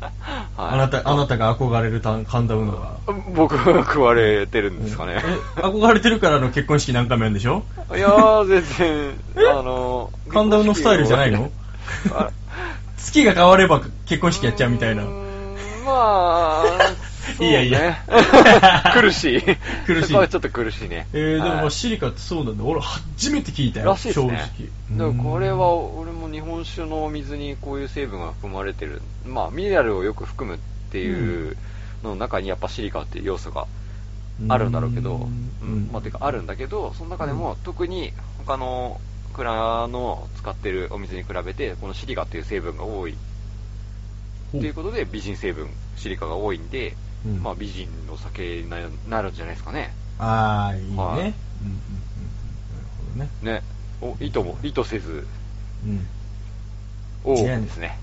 S3: あなた、あなたが憧れるた神田うのが。
S2: 僕は食われてるんですかね。
S3: え憧れてるからの結婚式何回もやるんでしょ
S2: いやー、全然、あの、
S3: 神田うのスタイルじゃないの
S2: あら
S3: 月が変われば結婚式やっちゃうみたいな。、
S2: うーんまあ
S3: いいやいいや
S2: そうね 苦しい。
S3: 苦しい
S2: そこはちょっと苦しいね。
S3: えー、でもま
S2: は
S3: あ
S2: い
S3: シリカってそうなんだ。俺初めて聞いたよ。
S2: らしいですね。
S3: 正
S2: だか
S3: 直。うん
S2: らこれは、俺も日本酒のお水にこういう成分が含まれてる。まあ、ミネラルをよく含むっていうの中にやっぱシリカっていう要素があるんだろうけど、
S3: う
S2: うんんまあ、てかあるんだけど、その中でも特に他の蔵の使ってるお水に比べて、このシリカっていう成分が多い。ということで、美人成分、シリカが多いんで、
S3: うん
S2: まあ、美人の酒にななるんじゃないですかね。
S3: ああ、いいね。
S2: はい
S3: うんうんうんうんなるほどね。
S2: ね。お、意図も、意図せず、
S3: うん
S2: お
S3: 違
S2: う
S3: うね
S2: ですね。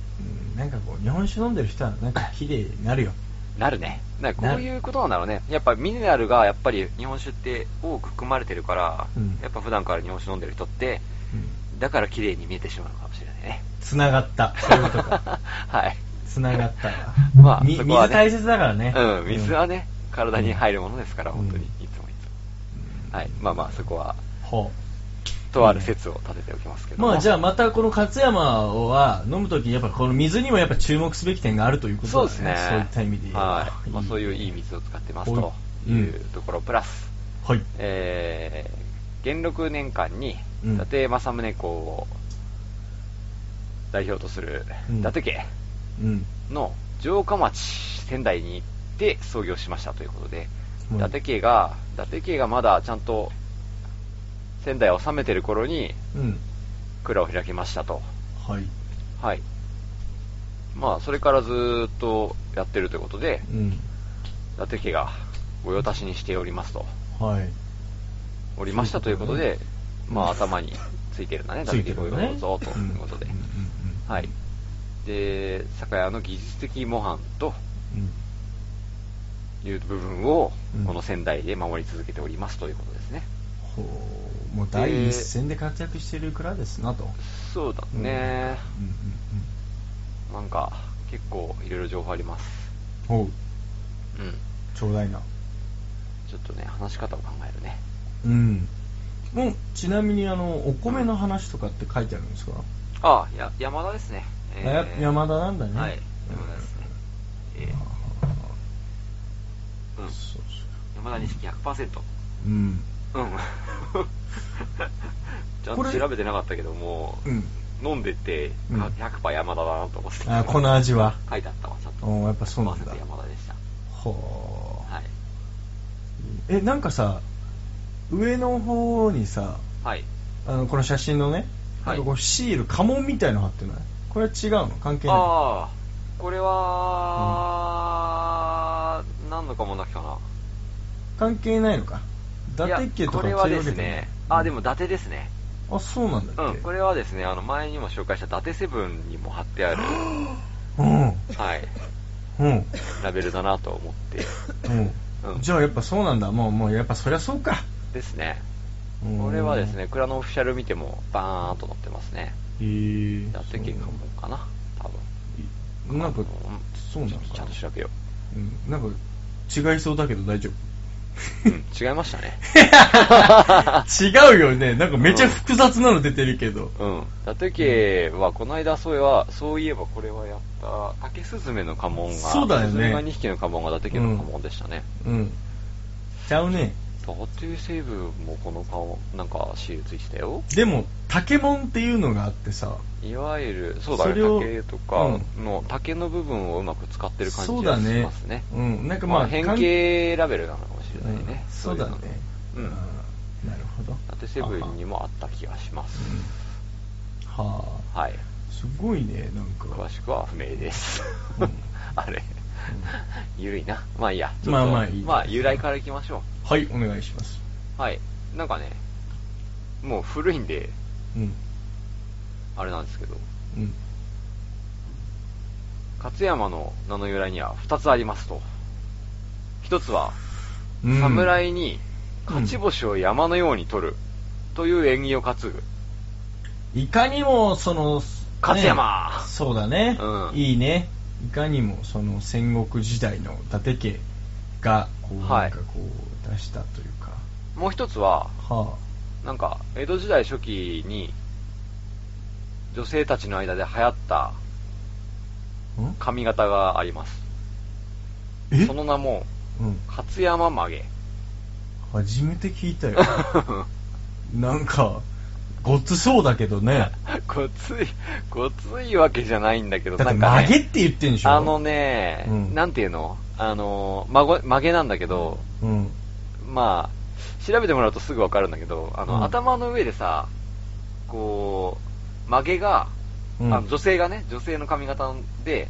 S3: うんなんかこう、日本酒飲んでる人はなんか綺麗になるよ。
S2: なるね。なんかこういうことなんだろうね。やっぱミネラルがやっぱり日本酒って多く含まれてるから、
S3: うん
S2: やっぱ普段から日本酒飲んでる人って、
S3: うん
S2: だから綺麗に見えてしまうのかもしれないね。
S3: つなが った。そういうことか。
S2: はい。
S3: つながった。
S2: まあ
S3: み
S2: そ
S3: 水
S2: こはね
S3: 大切だからね。
S2: うん、水はね、体に入るものですから、
S3: うん
S2: 本当に、いつもいつも。はい。まあまあ、そこは、
S3: うん。ほ
S2: とある説を立てておきますけ
S3: う。
S2: ども。
S3: まあじゃあまたこの勝山は飲むときやっぱこの水にもやっぱ注目すべき点があるということ
S2: そう
S3: だ
S2: で
S3: ね。
S2: すね。
S3: そういった意味で言えば
S2: はい。まあそういういい水を使ってますというところ、プラス、
S3: はい。
S2: えー、元禄年間に、
S3: うん
S2: 伊達政宗公を代表とする
S3: うん
S2: 伊達家
S3: うん。
S2: の城下町仙台に行って創業しましたということで、
S3: うん
S2: 伊達家が、伊達家がまだちゃんと仙台を治めてる頃に
S3: うん。
S2: 蔵を開きましたと。
S3: はい。
S2: はい。まあ、それからずーっとやってるということで、
S3: うん。
S2: 伊達家が御用達にしておりますと。
S3: はい。
S2: おりましたということで、まあ頭についてるんだね、
S3: ついてるよね。
S2: ぞということで
S3: うん。うんうんうん
S2: はい。で、酒屋の技術的模範と
S3: うん
S2: いう部分を
S3: うん、
S2: この仙台で守り続けておりますということですね。
S3: ほう。もう第一線で活躍している蔵ですなと。
S2: そうだね。
S3: うんうんうん。
S2: なんか、結構いろいろ情報あります。
S3: ほう。
S2: うん。
S3: ちょうだいな。
S2: ちょっとね、話し方を考えるね。
S3: うん。もう、ちなみに、あの、お米の話とかって書いてあるんですか、
S2: ああ、や、山田ですね。えー
S3: あや山田なんだね。
S2: はい、山田ですね。えー
S3: う
S2: うんん
S3: そうそ
S2: 山田錦100%。
S3: う。うん。
S2: うん ちゃん
S3: ことれ
S2: 調べてなかったけども、
S3: うん
S2: 飲んでて、
S3: うん
S2: 100%山田だなと思って、
S3: あこの味は
S2: 書いてあったわちゃんと
S3: おーやっぱそうなんだ
S2: 100%山田でした
S3: ほう、
S2: はい
S3: え、なんかさ、上の方にさ、
S2: はい
S3: あの、この写真のね、
S2: はい
S3: なんかこうシール、家紋みたいの貼ってないこれは違うの関係ない。
S2: ああこれは、何のかもなきかな
S3: 関係ないのか。伊達家とか
S2: いやこれはですねあでも伊
S3: だ。
S2: 達ですね
S3: あ、そうなんだっけ。
S2: うんこれはですねあの前にも紹介した伊達セブンにも貼ってあ る
S3: うん。
S2: はい
S3: うん。
S2: ラベルだなと思って
S3: う、
S2: うんん
S3: じゃあやっぱそうなんだもうもうやっぱそりゃそうか
S2: ですね
S3: うん
S2: これはですね蔵のオフィシャル見てもバーンと載ってますね
S3: へえ
S2: やってけかもかな多分
S3: なんか
S2: うん
S3: そうなの
S2: ち
S3: か
S2: ゃんと調べよ
S3: うんなんか違いそうだけど大丈夫
S2: う、うん、違いましたね
S3: 違うよねなんかめちゃ複雑なの出てるけど
S2: うん伊達家はこの間そういえばそういえばこれはやった竹スズメの家紋が
S3: そうだよね
S2: 竹スズメが2匹の家紋が伊達家の家紋でしたね、
S3: うんちゃうね
S2: 伊達西部もこの顔なんかシールついてたよ
S3: でも竹門っていうのがあってさ
S2: いわゆるそうだね
S3: それを
S2: 竹とかの、竹の部分をうまく使ってる感
S3: そう
S2: じ
S3: だ
S2: がし
S3: ね
S2: ますね
S3: うんなんか
S2: ま
S3: ま
S2: あ
S3: あ
S2: 変形ラベルなのかもしれ
S3: 関
S2: ない
S3: うん
S2: ね、
S3: そうだね
S2: そういうのうん
S3: なるほど
S2: 伊達セブンに
S3: も
S2: もあった気がします
S3: はあ
S2: はい
S3: すごいねなんか
S2: 詳しくは不明です。
S3: うん
S2: あれ、ゆるいな。まあいいや。ちょっと
S3: まあまあいい
S2: まあ由来からいきましょ
S3: はいお願いします
S2: う。はい。なんかね、もう古いんで、
S3: うん
S2: あれなんですけど、
S3: うん
S2: 勝山の名の由来には2つありますと。1つは、
S3: うん
S2: 侍に勝ち星を山のように取るという縁起を担ぐ。
S3: いかにも、その、
S2: 勝山
S3: ねそうだね、
S2: うん
S3: いいね。いかにも、その、戦国時代の伊達家が、こう、
S2: はい
S3: なんかこう、出したというか。
S2: もう1つは、
S3: は
S2: なんか、江戸時代初期に、女性たちの間で流行った
S3: あ。ん
S2: 髪型があります。
S3: え
S2: その名も、
S3: うん。
S2: 勝山曲げ。
S3: 初めて聞いたよ。なんか、ごっつそうだけどね。
S2: ごつい、ごついわけじゃないんだけど、
S3: だって
S2: なんか、ね、
S3: 曲げって言ってんでしょ
S2: あのね、
S3: うん
S2: なんていうのあの、まご、曲げなんだけど、
S3: うん。
S2: まあ、調べてもらうとすぐわかるんだけど、あの、
S3: うん
S2: 頭の上でさ、こう、曲げが、
S3: うん
S2: あの女性がね、女性の髪型で、
S3: うん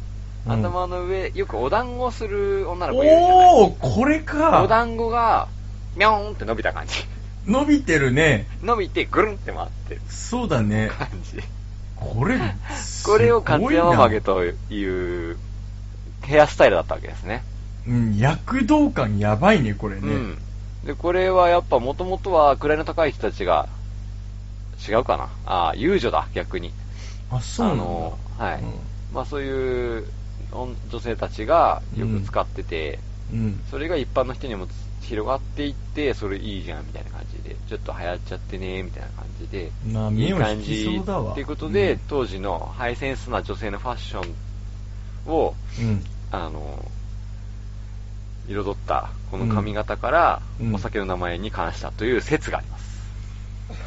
S2: 頭の上、よくお団子する女の子いるじゃない
S3: おおこれ
S2: お
S3: か
S2: 団子が、みょーんって伸びた感じ。
S3: 伸びてるね
S2: 伸びて、ぐるんって回ってる
S3: そうだね
S2: 感じ。
S3: これ
S2: これを勝山曲げ
S3: た
S2: というヘアスタイルだったわけですね。
S3: うん躍動感やばいねこれね、
S2: うん。で、これはやっぱもともとは位の高い人たちが、違うかな。ああ、遊女だ、逆に。
S3: あそうな
S2: あ
S3: んだ
S2: の、はい。
S3: う
S2: まあそういうおん女性たちがよく使ってて、
S3: んうん
S2: それが一般の人にもつ広がっていって、それいいじゃんみたいな感じで、ちょっと流行っちゃってねみたいな感じで、
S3: まあ
S2: いい
S3: 目を
S2: 感
S3: 引
S2: じ
S3: きそうだわ
S2: っていうことで、
S3: うん
S2: 当時のハイセンスな女性のファッションを、
S3: うん
S2: あの、彩ったこの髪型から
S3: うん
S2: お酒の名前に関したという説があります。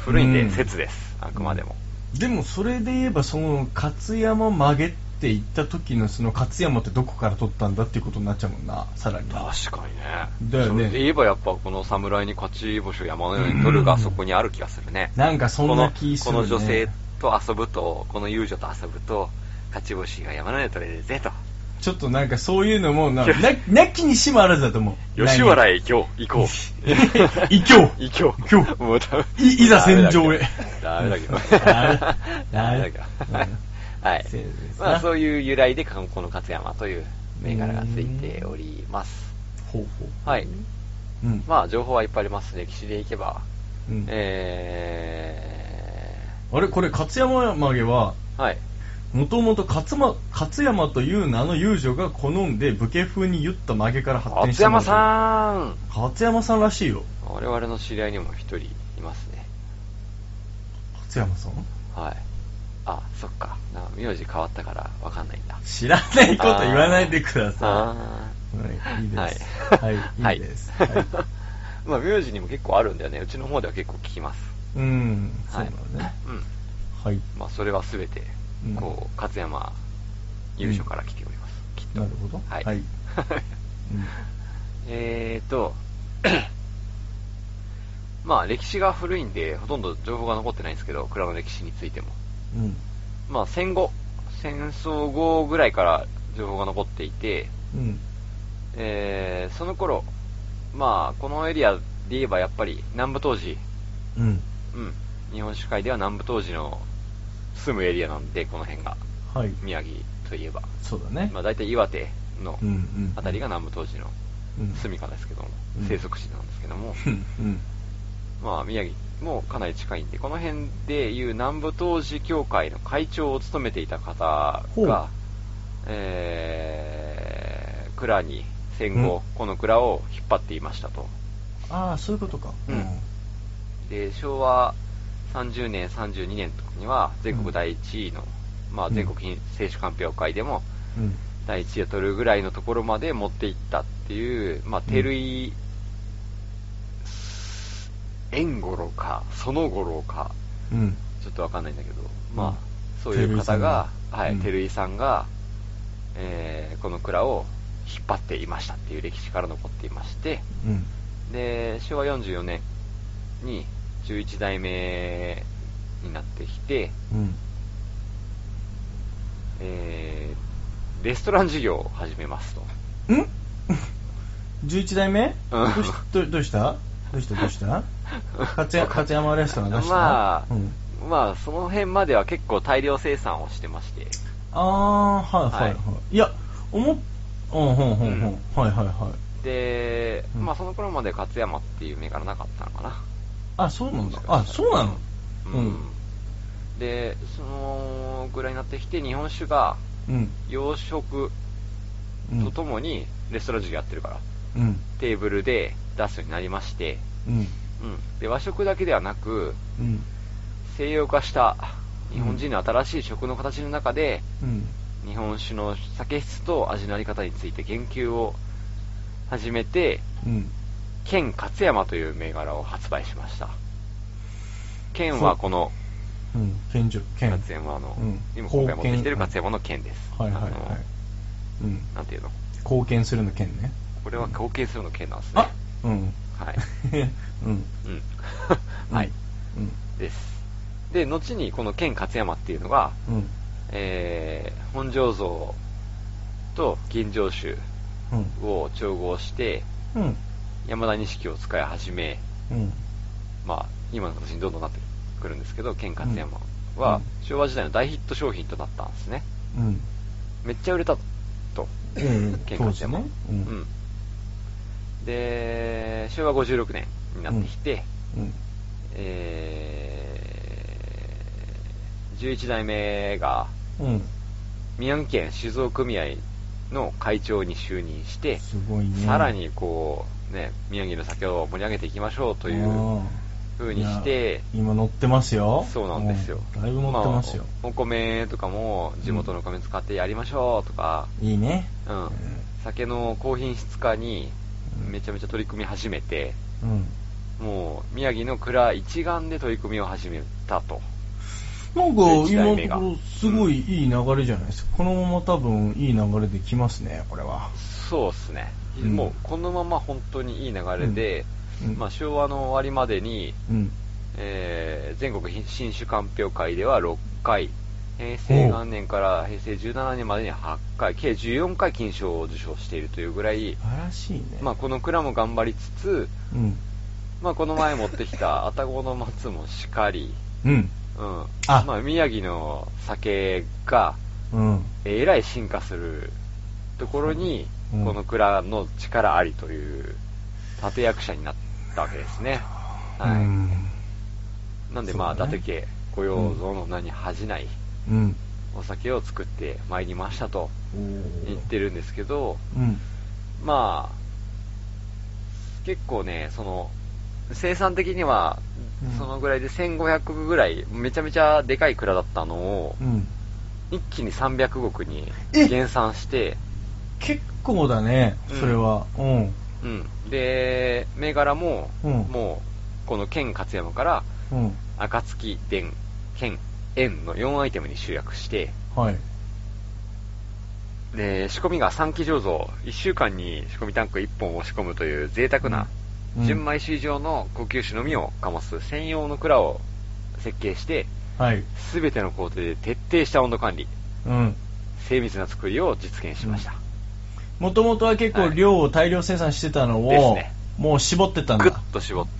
S2: 古いん
S3: う
S2: で
S3: ん
S2: 説です、あくまでも。
S3: でもそれで言えばその勝山曲げって言った時のその勝山ってどこから取ったんだっていうことになっちゃうもんなさらに
S2: 確かにね。
S3: だよね
S2: それで言えばやっぱこの侍に勝ち星を山のように取るがそこにある気がするね。
S3: なんかそんな気す
S2: こ
S3: る、
S2: の
S3: ね、
S2: この女性と遊ぶと、この遊女と遊ぶと、勝ち星が山のように取れるぜと。
S3: ちょっとなんかそういうのも な、
S2: いや
S3: な、なきにしもあらずだと思う。
S2: 吉原へ行こう、行 こう。
S3: 異教
S2: 異教。
S3: 異教
S2: もうダメ
S3: いいざ戦場へ
S2: ダメだけど。
S3: ダ
S2: ダ
S3: メ
S2: メ
S3: だ
S2: だ
S3: け
S2: け
S3: ど
S2: ど
S3: うん。
S2: はい
S3: せいぜいです。な
S2: まあそういう由来で、観光の勝山という銘柄がついております。
S3: ほうほう。
S2: はい。
S3: うん。
S2: まあ情報はいっぱいあります。歴史でいけば。
S3: うん
S2: え
S3: あれこれ、勝山曲げは、
S2: ー、はい。
S3: もともと勝,、ま、勝山という名の遊女が好んで武家風に言った曲げから発展
S2: 勝
S3: したも
S2: 山
S3: のだ
S2: さん
S3: 勝山さんらしいよ。
S2: 我々の知り合いにも一人いますね。
S3: 勝山さん
S2: はい。あ、そっか。な名字変わったからわかんないんだ。
S3: 知らないこと言わないでくださ
S2: あ
S3: い。はい、いいです。は
S2: はいい。、
S3: いいです。
S2: はい
S3: はい
S2: まあ、名字にも結構あるんだよね。うちの方では結構聞きます。
S3: うん、そう
S2: はい
S3: だね。
S2: うん。
S3: はい。
S2: まあ、それはすべて
S3: うん、
S2: こう、勝山優勝から来ております。きっと。
S3: なるほど。
S2: はい。
S3: はい。うん
S2: えーと、 まあ、歴史が古いんで、ほとんど情報が残ってないんですけど、蔵の歴史についても。
S3: うん。
S2: まあ、戦後、戦争後ぐらいから情報が残っていて、
S3: うん。
S2: えーその頃、まあ、このエリアで言えばやっぱり南部当時、
S3: うん。
S2: うん、日本酒界では南部当時の住むエリアなんで、この辺が、
S3: はい。
S2: 宮城といえば、
S3: そうだね。
S2: まあ、大体岩手の
S3: うんうん
S2: あたりが南部当時の住処ですけども、
S3: うん
S2: 生息地なんですけど も、
S3: うん。うん。
S2: まあ、宮城もかなり近いんで、この辺でいう南部当時協会の会長を務めていた方
S3: ほう
S2: が、えー、蔵に戦後、
S3: う
S2: この蔵を引っ張っていましたと。
S3: ああ、そういうことか。
S2: うんで、昭和30年、32年の時には、全国第1位の、まあ、全国品清酒鑑評会でも、
S3: うん。
S2: 第1位を取るぐらいのところまで持っていったっていう、まあ、照井、縁五郎か、園五郎か、
S3: うん。
S2: ちょっとわかんないんだけど、
S3: う
S2: ま
S3: ん
S2: あ、そういう方が、は
S3: う
S2: い、
S3: ん
S2: 照井さんが、えーこの蔵を引っ張っていましたっていう歴史から残っていまして、
S3: うん。
S2: で、昭和44年に11代目になってきて、
S3: うん。
S2: えーレストラン事業を始めますと。
S3: うん11代目
S2: うん
S3: どうしどどうしたどうしたどうした 勝山勝山レストラン出した
S2: まあ、
S3: うん
S2: まあ、その辺までは結構大量生産をしてまして、
S3: ああー、はいはいは。
S2: はい
S3: いや、思っ、うん、ほんほんほん
S2: うん。
S3: はいはいはい。
S2: で、
S3: うん
S2: まあその頃まで勝山っていう銘柄なかったのかな。
S3: あ、そうなんだ。あ、そうなのうん。
S2: で、そのぐらいになってきて、日本酒が
S3: うん。
S2: 洋食
S3: うん
S2: とともにレストラン事業やってるから、
S3: うん。
S2: テーブルで出すようになりまして、
S3: うん。
S2: うん、で和食だけではなく、
S3: うん。
S2: 西洋化した日本人の新しい食の形の中で、
S3: うん。
S2: 日本酒の酒質と味のあり方について研究を始めて、
S3: うん。
S2: 剣勝山という銘柄を発売しました。剣
S3: そ
S2: は
S3: う
S2: この
S3: うん。健常、健。
S2: 勝山の、
S3: うん
S2: 今今回持ってきてる勝山の剣です。
S3: はいはいはい
S2: あの。
S3: うん。
S2: なんていうの
S3: 貢献するの件ね。
S2: これは貢献するの剣なんですね
S3: あ。うん。
S2: はい。
S3: うん。
S2: うん。はい。
S3: うん。
S2: です。で、後にこの剣勝山っていうのが、
S3: うん。
S2: えー、本醸造と銀醸酒
S3: うん。
S2: を調合して、
S3: うん。
S2: 山田錦を使い始め、
S3: うん。
S2: まあ、今の形にどんどんなってくるんですけど、剣勝山は
S3: う
S2: 昭和時代の大ヒット商品となったんですね。
S3: うん。
S2: めっちゃ売れたと。
S3: うん。
S2: 喧
S3: 当
S2: 嘩
S3: 時
S2: しても
S3: ね。
S2: う。ん。で、昭和56年になってきて、
S3: うん。
S2: えー、11代目が
S3: うん。
S2: 宮城県酒造組合の会長に就任して、
S3: すごいね。
S2: さらにこう、ね、宮城の酒を盛り上げていきましょうという風にして、
S3: うん、今乗ってますよ。
S2: そうなんですよ。
S3: うんだいぶ乗ってますよ
S2: ま。あおお米とかも地元のお米使ってやりましょうとか、
S3: いいね。
S2: うん。酒の高品質化にめちゃめちゃ取り組み始めて、
S3: うん。
S2: もう宮城の蔵一丸で取り組みを始めたと。
S3: なんか
S2: 一
S3: 今
S2: 代
S3: の
S2: 目
S3: と
S2: が
S3: ころすごいいい流れじゃないですか。このまま多分いい流れで来ますね、これは。
S2: そうですね、
S3: うん
S2: もうこのまま本当にいい流れで、
S3: うん
S2: まあ、昭和の終わりまでに、
S3: うん。
S2: えー全国新酒鑑評会では6回、平成元年から平成17年までに8回、計14回金賞を受賞しているというぐらい
S3: 素、晴らしいね。
S2: まあ、この蔵も頑張りつつ、
S3: うん。
S2: まあ、この前持ってき た愛宕の松もしかり、
S3: うん。
S2: うん
S3: あ
S2: まあ、宮城の酒が
S3: うん。
S2: えらい進化するところに、
S3: うん
S2: この蔵の力ありという立役者になったわけですね。はい。
S3: うん。
S2: なんで、まあ、
S3: そうだ
S2: 伊
S3: ね
S2: 達家、御用蔵の名に恥じない
S3: うん。
S2: お酒を作ってまいりましたと言ってるんですけど、
S3: うん。
S2: まあ、結構ね、その、生産的には
S3: うん、
S2: そのぐらいで1500ぐらい、めちゃめちゃでかい蔵だったのを
S3: う、ん。
S2: 一気に300石に
S3: え
S2: 減産して、
S3: 結構だね、それは。うん。
S2: うん、で、銘柄も、
S3: うん
S2: もう、この県勝山から、
S3: うん。
S2: 暁、伝、県、円の4アイテムに集約して、
S3: はい。
S2: で、仕込みが3期醸造、1週間に仕込みタンク1本を仕込むという贅沢な、
S3: うん
S2: 純米酒以上の高級酒のみを醸す専用の蔵を設計して、
S3: はい。
S2: すべての工程で徹底した温度管理、
S3: うん。
S2: 精密な作りを実現しました。
S3: もともとは結構量を大量生産してたのを、
S2: ですね
S3: もう絞ってたん
S2: ぐっ
S3: だ。
S2: と絞って、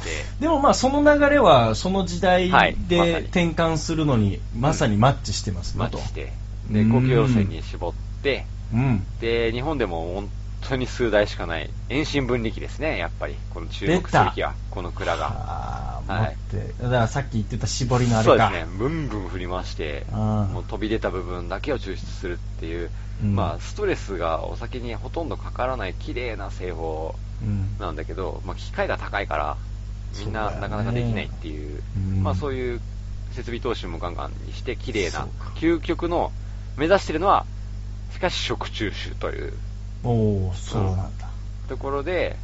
S3: でもまあその流れはその時代
S2: はい
S3: で
S2: まさに
S3: 転換するのにまさにマッチしてます
S2: マ
S3: ね
S2: ッ
S3: と
S2: チ。して、
S3: う
S2: で、
S3: ん
S2: 高級要請に絞って、
S3: うん。
S2: で、日本でも本当に数台しかない遠心分離機ですね、やっぱり。この注目すべき
S3: 出た
S2: は、この蔵が。
S3: ああ、
S2: はい
S3: 待って。だからさっき言ってた絞りのあれ
S2: そうで
S3: か。
S2: すね、ブンブン振り回して、
S3: あー
S2: もう飛び出た部分だけを抽出するっていう、
S3: うん
S2: まあ、ストレスがお酒にほとんどかからない綺麗な製法
S3: うん。
S2: なんだけど、まあ、機械が高いから、みん
S3: そう
S2: な
S3: だよね
S2: なかなかできないっていう、
S3: うん
S2: まあそういう設備投資もガンガンにして、綺麗
S3: そ
S2: な
S3: うか、
S2: 究極の、目指してるのは、しかし食中酒という
S3: おお、そうなんだ。
S2: ところで、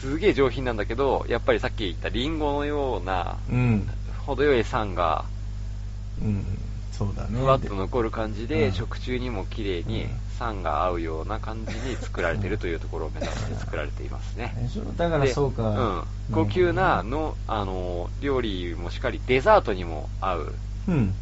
S2: すげえ上品なんだけど、やっぱりさっき言ったリンゴのような、
S3: うん。うん。
S2: 程よい酸が、
S3: うん。そうだね。
S2: ふわっと残る感じ
S3: うん
S2: で、食中にも綺麗
S3: う
S2: に
S3: ん
S2: 酸が合うような感じに作られてるというところを目指して作られていますね。
S3: でしょだから
S2: で
S3: そうか。
S2: うん。高級なの、あの、料理もしっかりデザートにも合う、
S3: うん。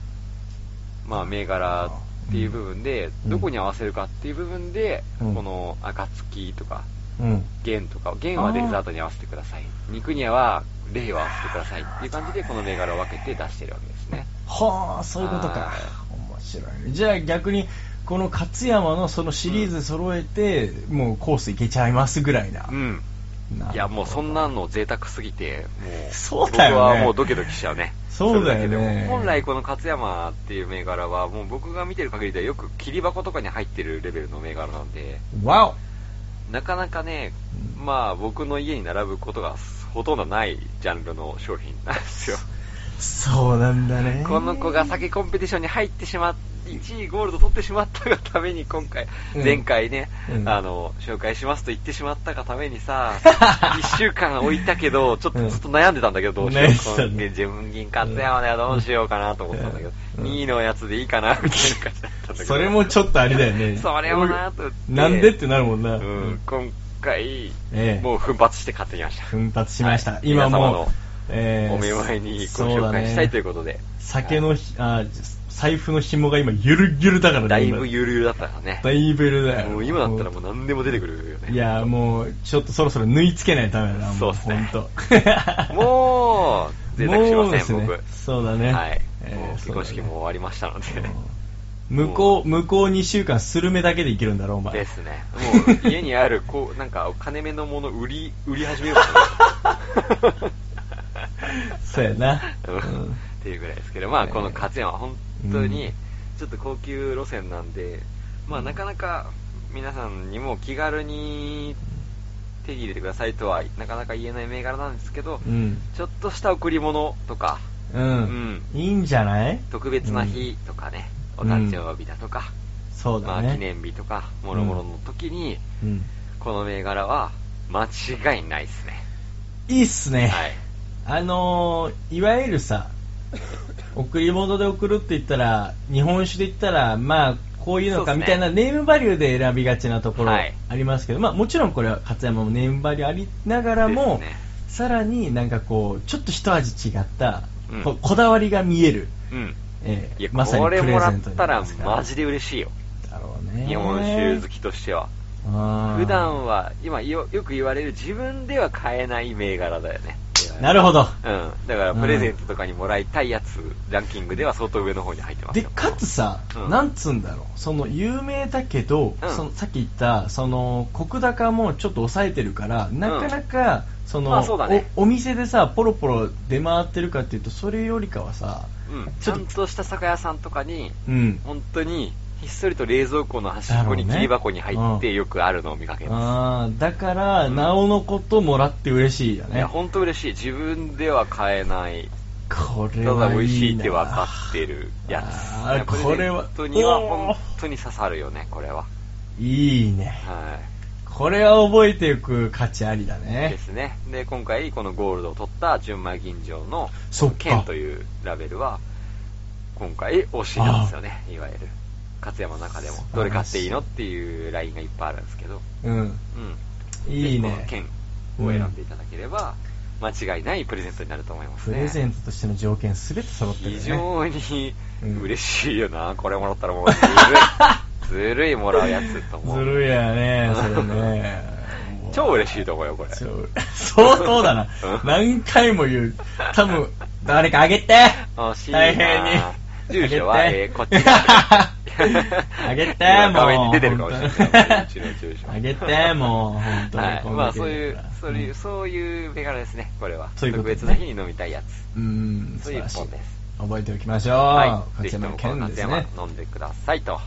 S2: まあ、銘柄っていう部分で、
S3: うん
S2: どこに合わせるかっていう部分で、
S3: うん
S2: この、暁とか、
S3: うん。
S2: 弦とか、弦はデザートに合わせてください。肉には、霊を合わせてくださいっていう感じで、この銘柄を分けて出してるわけですね。
S3: はあ、そういうことか
S2: は。
S3: 面白いね。じゃあ逆に、この勝山のそのシリーズ揃えて、もうコースいけちゃいますぐらいな。
S2: うん。
S3: なるほど
S2: いや、もうそんなの贅沢すぎて、もう、
S3: そうだよね
S2: 僕はもうドキドキしちゃうね。
S3: そうだよね
S2: れけでも本来この勝山っていう銘柄は、もう僕が見てる限りではよく切り箱とかに入ってるレベルの銘柄なんで、
S3: わお
S2: なかなかね、まあ僕の家に並ぶことがほとんどないジャンルの商品なんですよ。
S3: そうなんだね。
S2: この子が酒コンペティションに入ってしまっ1位ゴールド取ってしまったがために今回、
S3: うん
S2: 前回ね、
S3: うん
S2: あの、紹介しますと言ってしまったがために さ、1週間置いたけど、ちょっとずっと悩んでたんだけど、どうしよ
S3: 悩んでた
S2: う。
S3: ね
S2: 今月自分銀買ったよね、どうしようかなと思ったんだけど、
S3: うん
S2: 2位のやつでいいかな、みたいな感じだったんだけど。
S3: それもちょっとあれだよね。
S2: それもなと思って
S3: なんでってなるもんな。
S2: うん、今回、
S3: ええ
S2: もう奮発して買ってきました。
S3: 奮発しました。
S2: はい
S3: 今
S2: 皆様
S3: もう
S2: の、
S3: え
S2: お見舞いにご紹介したいということで。
S3: 酒のひ、あ、財布の紐が今、ゆるゆるだからね。
S2: だい
S3: 今
S2: ぶゆるゆるだったからね。
S3: だいぶゆるだよ。
S2: もう今だったらもう何でも出てくるよね。
S3: いや、もう、ちょっとそろそろ縫い付けないとダメだな、もう。
S2: そうっすね
S3: ほんと
S2: もう、贅沢し
S3: もう
S2: ま
S3: で
S2: せ
S3: す
S2: ん、
S3: ね
S2: 僕。
S3: そうだね。
S2: はい。
S3: えー
S2: もう結婚式も終わりましたの
S3: そうだ
S2: で
S3: ね。向こう、向こう2週間、スルメだけでいけるんだろ、お前。
S2: です ね。もう家にある、こう、なんか、金目のもの売り、売り始めようかな。
S3: そうやな。う
S2: うんっ
S3: ん。
S2: ていうぐらいですけど、まあ、この勝山は本当
S3: うん
S2: に、ちょっと高級路線なんで、まあ、なかなか皆さんにも気軽に手に入れてくださいとは、なかなか言えない銘柄なんですけど、
S3: うん。
S2: ちょっとした贈り物とか、
S3: うん。いいんじゃない
S2: 特別な日とかね、
S3: うん
S2: お誕生日だとか、
S3: そう
S2: ま
S3: だ
S2: あ、
S3: ね。
S2: 記念日とか、諸々の時に、
S3: うん。
S2: この銘柄は間違いないですね。
S3: いいっすね。
S2: はい。
S3: あのー、いわゆるさ、贈り物で贈るって言ったら、日本酒で言ったら、まあ、こういうの
S2: そう
S3: か
S2: っす
S3: み
S2: ね
S3: たいなネームバリューで選びがちなところ
S2: はい
S3: ありますけど、まあもちろんこれは勝山もネームバリューありながらも、
S2: ですね
S3: さらになんかこう、ちょっと一味違った、
S2: うん
S3: ここだわりが見える、
S2: うん。
S3: えー
S2: いや、
S3: まさに
S2: こ
S3: プレ
S2: れ
S3: ゼン
S2: もらっ
S3: トに
S2: た
S3: なり
S2: ら
S3: ますから
S2: マジで嬉しいよ。
S3: だろうね。
S2: 日本酒好きとしては。
S3: あー
S2: 普段は、今よよく言われる自分では買えない銘柄だよね。
S3: なるほど。
S2: うん。だから、プレゼントとかにもらいたいやつ、ランキングでは相当上の方に入ってます
S3: で、
S2: よ。
S3: かつさ、
S2: うん
S3: なんつうんだろう、その有名だけど、
S2: うん
S3: そのさっき言った、その、国高もちょっと抑えてるから、なかなか、その、
S2: まあそうだね
S3: お、お店でさ、ポロポロ出回ってるかっていうと、それよりかはさ、
S2: うん。
S3: ち
S2: ち
S3: ょっ
S2: ゃ
S3: と
S2: んとした酒屋さんとかに、
S3: うん。
S2: 本当に、ひっそりと冷蔵庫の端っこに
S3: だろう
S2: 切
S3: ね
S2: り箱に入ってよくあるのを見かけます。
S3: あーだから、
S2: うん
S3: なおのこともらって嬉しいよ
S2: い
S3: ね
S2: や、。本当嬉しい。自分では買えない。
S3: こ
S2: た
S3: れ
S2: だ美
S3: はいいな。
S2: 味しいって分かってるやつ。
S3: あーこれは
S2: 本当には
S3: おー
S2: 本当に刺さるよね、これは。
S3: いいね。
S2: は
S3: これは覚えていく価値ありだ
S2: い。で
S3: ね。
S2: すね。で、今回このゴールドを取った純米吟醸の
S3: そっか
S2: 剣というラベルは、今回推しなんですよね、いわゆる。勝山の中でも
S3: 素晴らしい。
S2: どれ買っていいのっていうラインがいっぱいあるんですけど。
S3: うん。
S2: うん。
S3: いい
S2: でこの
S3: ね。
S2: 剣を選んでいただければ、間違いないプレゼントになると思います
S3: プ
S2: ね。
S3: レゼントとしての条件すべて揃ってるね。
S2: 非常に
S3: うん
S2: 嬉しいよな、これもらったらもう ずるいずるいもらうやつと思う。
S3: ずるいやね、それね
S2: 超嬉しいと思うよこれ
S3: 超相当だな
S2: うん。
S3: 何回も言う。多分、誰かあげて
S2: 欲しいな
S3: 大変に。
S2: 住所は
S3: あげて
S2: えーこっちに
S3: あげて、もう。
S2: 今画面に出てるかもしれないけどうちの住所
S3: あげて、もう、本当 に。
S2: はい、
S3: こん
S2: ま
S3: だ
S2: あ
S3: け
S2: そういうそういう、
S3: ん
S2: そういう銘柄ですねこれは
S3: そういうこと
S2: 特
S3: です
S2: 別な
S3: ね
S2: 日に飲みたいやつ
S3: うん、
S2: そ
S3: 素
S2: ういう
S3: 晴ら
S2: 一
S3: しい
S2: 本。です
S3: 覚えておきましょう。
S2: はい。ぜひ
S3: 勝
S2: と
S3: 山
S2: もこ
S3: 県
S2: の勝
S3: です
S2: 山
S3: ね。
S2: 飲んでくださいと。